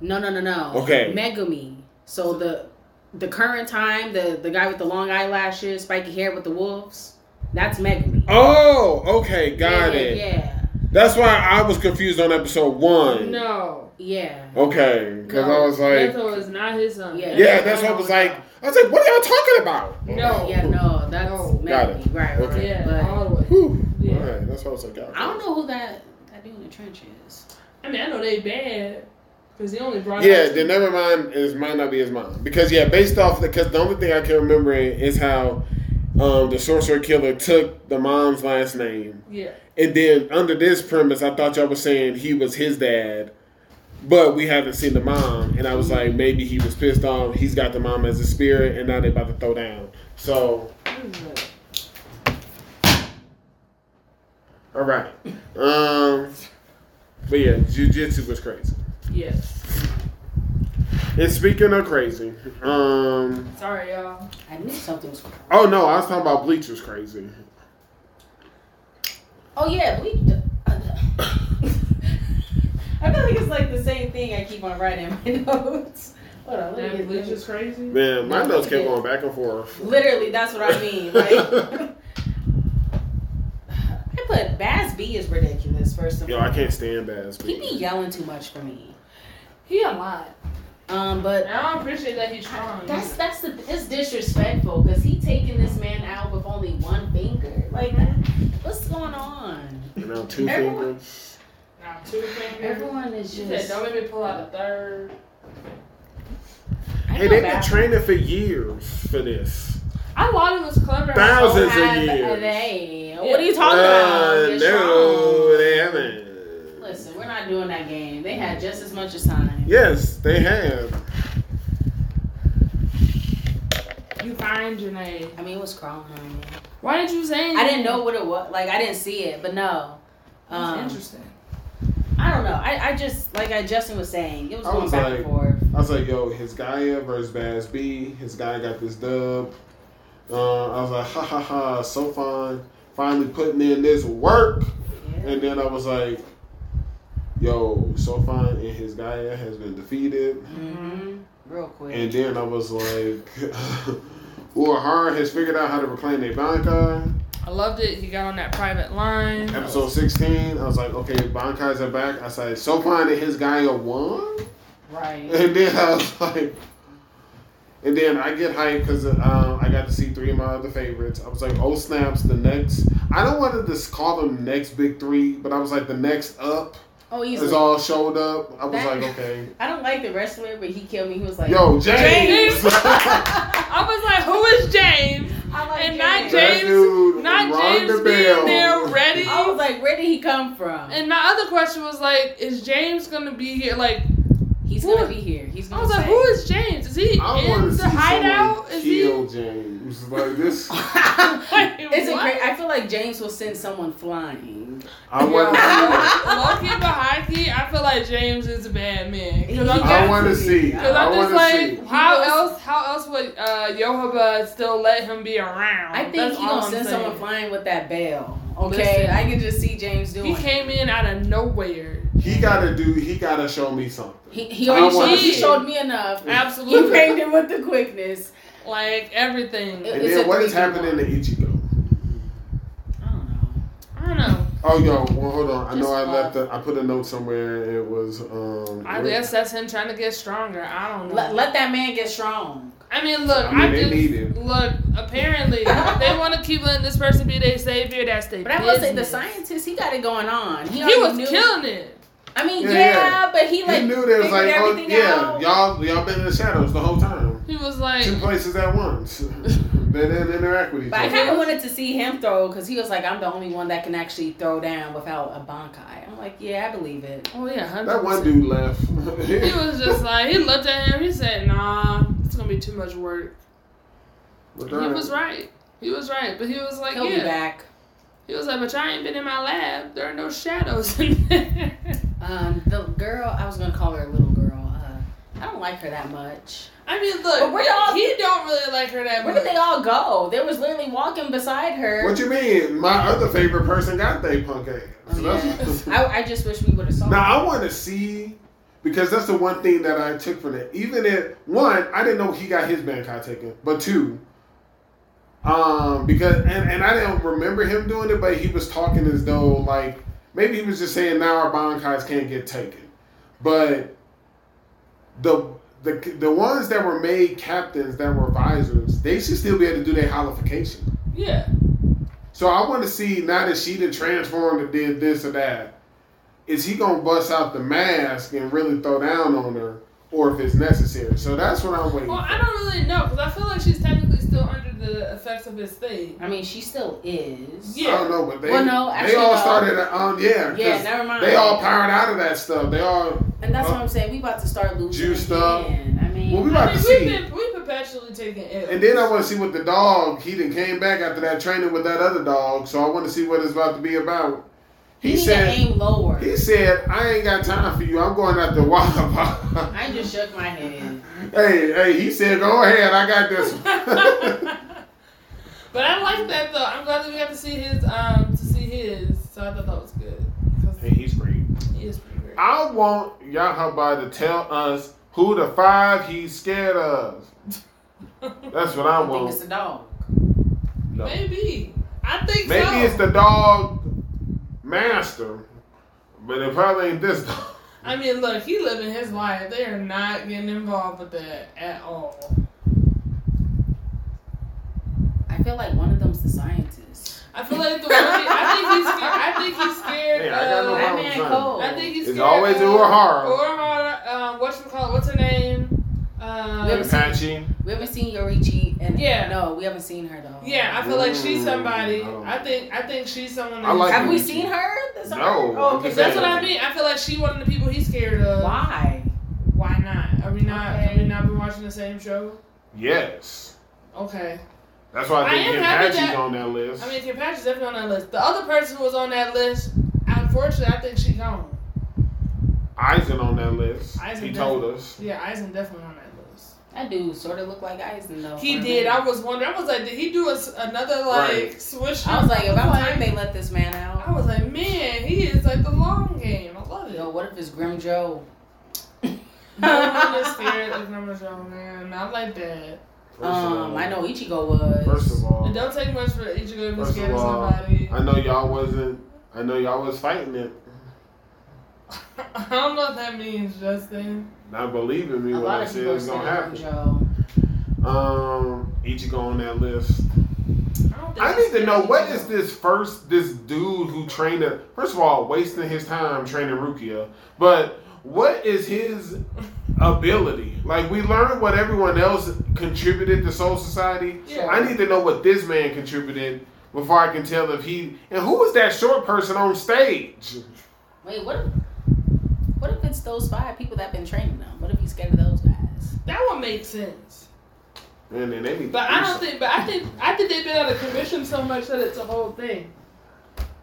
No, no, no, no. Okay. Megumi. So the the current time, the the guy with the long eyelashes, spiky hair with the wolves, that's Megumi. Oh, okay, got yeah, it. Yeah, That's why I was confused on episode one. No. yeah. Okay, because no. I was like, Neto is not his son. Yeah. yeah, that's what I was like. I was like, what are y'all talking about? No. Yeah, no, that's No. Megumi. Got it. Right, right. Okay. Yeah, But all the way. Whew. Yeah. All right, that's what I was like. I don't know who that that dude in the trench is. I mean, I know they bad because they only brought. Yeah, out then never mind. It might not be his mom because yeah, based off because the only thing I can remember is how um, the sorcerer killer took the mom's last name, Yeah. and then under this premise, I thought y'all was saying he was his dad, but we haven't seen the mom, and I was like maybe he was pissed off. He's got the mom as a spirit, and now they about to throw down. So all right, um, but yeah, jujitsu was crazy. Yes. And speaking of crazy, um. Sorry, y'all. I knew something was. Oh no, I was talking about Bleach was crazy. Oh yeah, we. [laughs] I feel like it's like the same thing I keep on writing in my [laughs] notes. Hold on, let me That get glitch this. is crazy. Man, my notes kept going back and forth. Literally, that's what I mean. Like, [laughs] I put Baz B is ridiculous. First of Yo, all, I can't stand Bass. He be yelling too much for me. He a lot. Um, but And I don't appreciate that he's strong. that's that's the it's disrespectful because he taking this man out with only one finger. Like, what's going on? You know, two Everyone- fingers. Now, two fingers. Everyone is She just. said, don't make me pull out a third. I Hey, know they've been Baz- training for years for this. I thought it was clever. Thousands. I Have years. they? What are you talking about? Uh, It's no, wrong. they haven't. Listen, we're not doing that game. They had just as much as time. Yes, they have. behind Janae. I mean, it was crawling on me. Why did you say anything? I didn't know what it was. Like, I didn't see it, but no. That's Um, interesting. I don't know. I, I just like I Justin was saying, it was I going was back like- and forth. I was like, yo, his guy versus Baz B. His guy got this dub. Uh, I was like, ha ha ha, so fine. Finally putting in this work. Yeah. And then I was like, yo, so fine and his guy has been defeated. hmm Real quick. And then I was like, [laughs] War Hard has figured out how to reclaim their Bankai. I loved it. He got on that private line. Episode 16, I was like, okay, Bankai's are back. I said, so fine and his guy won? [laughs] right. And then I was like, and then I get hyped because um, I got to see three of my other favorites. I was like, oh snaps, the next. I don't want to just call them next big three, but I was like, the next up Oh, is easily. all showed up. I was That- [laughs] like, okay, I don't like the wrestler, but he killed me. He was like, [laughs] yo, [laughs] James, James! that I was like, who is James? I like And not James- dude, Not Ronda James Bell. being there ready. I was like, where did he come from? And my other question was like, is James gonna be here? Like, He's Who- gonna be here. He's I gonna was like, say- who is James? Is he I want to in see the hideout? someone Is he? [laughs] kill James. Like [laughs] this, Like, It's a what? great. I feel like James will send someone flying. I Yo, want. [laughs] to Loki but high key, I feel like James is a bad man. He Cause I'm, got I want to to see. be. cause I I'm want just to like, see. how He else? How else would uh, Yohaba still let him be around? I think That's he all gonna I'm send saying. someone flying with that bell. Okay, Listen. I can just see James doing. He came in out of nowhere. He gotta do. He gotta show me something. He, he I already wanna showed, he see. showed me enough. [laughs] He Absolutely, framed it with the quickness. like everything. It- And It's then a what is 3v1. happening to Ichigo? I don't know. I don't know. Oh yo, well hold on. I Just know I love. left. The, I put a note somewhere. and It was. um I guess that's him trying to get stronger. I don't know. Let, let that man get strong. I mean, look, I I, mean, they just need it. look. Apparently, [laughs] if they want to keep letting this person be their savior. That's their. But I will say the business. scientist, he got it going on. He, He already was knew. killing it. I mean, Yeah, yeah, yeah. but he like he knew there was figured like, oh everything yeah, out. y'all y'all been in the shadows the whole time. He was Two like, places at once. they didn't interact with each But I other. kind of wanted to see him throw because he was like, I'm the only one that can actually throw down without a bankai. I'm like, yeah, I believe it. oh yeah, 100%. That one dude left. He was [laughs] just like, he looked at him. He said, nah, it's gonna be too much work. But uh, He that- was right. He was right, but he was like, He'll be yeah. back. He was like, but I ain't been in my lab. There are no shadows in there. [laughs] Um, the girl, I was gonna call her a little girl. Uh, I don't like her that much. I mean, But look, where y'all- he don't really like her that Where much. did they all go? There was literally walking beside her. What you mean? My other favorite person got they punk ass. Oh, yeah. I, I just wish we would have saw. Now her. I want to see because that's the one thing that I took from it. Even if one, I didn't know he got his Bankai taken, but two, um, because and, and I didn't remember him doing it, but he was talking as though like maybe he was just saying now our Bankais can't get taken, but the. The, the ones that were made captains that were visors, they should still be able to do their holification. Yeah. So I want to see now that she done transformed and did this or that. Is he gonna bust out the mask and really throw down on her, or if it's necessary? So that's what I'm waiting. Well, for. I don't really know because I feel like she's technically still under the effects of his thing. I mean, she still is. Yeah. I don't know, but they Well, no, they actually, all no. started. Um, yeah, 'cause Yeah, never mind. they all powered out of that stuff. They all And that's Uh, what I'm saying. We about to start losing. juiced up. again. I mean, Well, we I about mean, to we've see. been we perpetually taking L's. And then I want to see what the dog. He then came back after that training with that other dog. So I want to see what it's about to be about. we He need to said. aim lower. He said, "I ain't got time for you. I'm going after [laughs] Wahab." I just shook my head. Hey, hey, he said, go ahead, I got [laughs] this one. [laughs] but I like that though. I'm glad that we got to see his um to see his. So I thought that was good. 'Cause he's great. he is pretty great. I want Yahaba to tell us who the five he's scared of. That's what I I think it's want. a dog. No. Maybe Maybe I think so. it's the dog master, but it probably ain't this dog. I mean, look, he living his life. They are not getting involved with that at all. I feel like one of them's the scientist. I feel like the one. I think he's. Scared, Hey, I think he's scared. I got no of- That problem man with cold. I think he's It's scared always of Urahara. Urahara. Um, what's call? What's her name? Um, Yes. Apache. we haven't seen Yorichi, and Yeah. no, we haven't seen her though. yeah, I feel like she's Mm, somebody. I don't- I think I think she's someone. I like Have we Yorichi. seen her? That's No, all- I'm Oh, okay. just That's That's what I mean. I feel like she one of the people he's scared of. why. Why not? Are we not? Have Okay. we not been watching the same show? Yes. Okay. That's why I I think am Kim happy Patrick's that- on that list. I mean, Kim Patrick's definitely on that list. The other person who was on that list, unfortunately, I think she gone. Eisen on that list. Eisen he does. told us. Yeah, Eisen definitely on that list. That dude sort of looked like Eisen though. He for a did. minute. I was wondering. I was like, did he do a s another like Right. swish? I was like, about time they let this man out. I was like, man, he is like the long game. I love it. Yo, what if it's Grim Joe? [laughs] No one is scared of numbers, wrong, man. Not like that. First of Um, all- I know Ichigo was. First of all, It don't take much for each of them to be First scared of of all, somebody. I know y'all wasn't. I know y'all was fighting it. [laughs] I don't know what that means, Justin. Not believing me a when lot I of said people it are was scared gonna of Grim happen. Joe. Um, Ichigo on that list. I, don't think I need to know what is this. this first this dude who trained a first of all wasting his time training Rukia, but what [laughs] is his ability? Like we learned what everyone else contributed to Soul Society. Yeah. I need to know what this man contributed before I can tell if he and who was that short person [laughs] on stage? Wait, what? If, what if it's those five people that been training them? What if he's scared of those guys? That would make sense. And then they need to But I don't do something. think. But I think. I think they've been out of commission so much that it's a whole thing.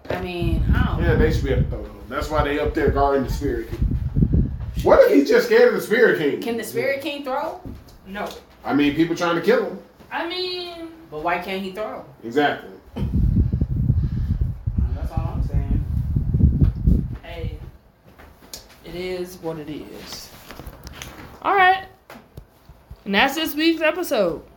I mean, I don't. Yeah, they should be up though. That's why they up there guarding the Spirit King. What if he's just scared of the Spirit King? Can the Spirit King throw? No. I mean, people trying to kill him. I mean, But why can't he throw? Exactly. That's all I'm saying. hey, it is what it is. All right, and that's this week's episode.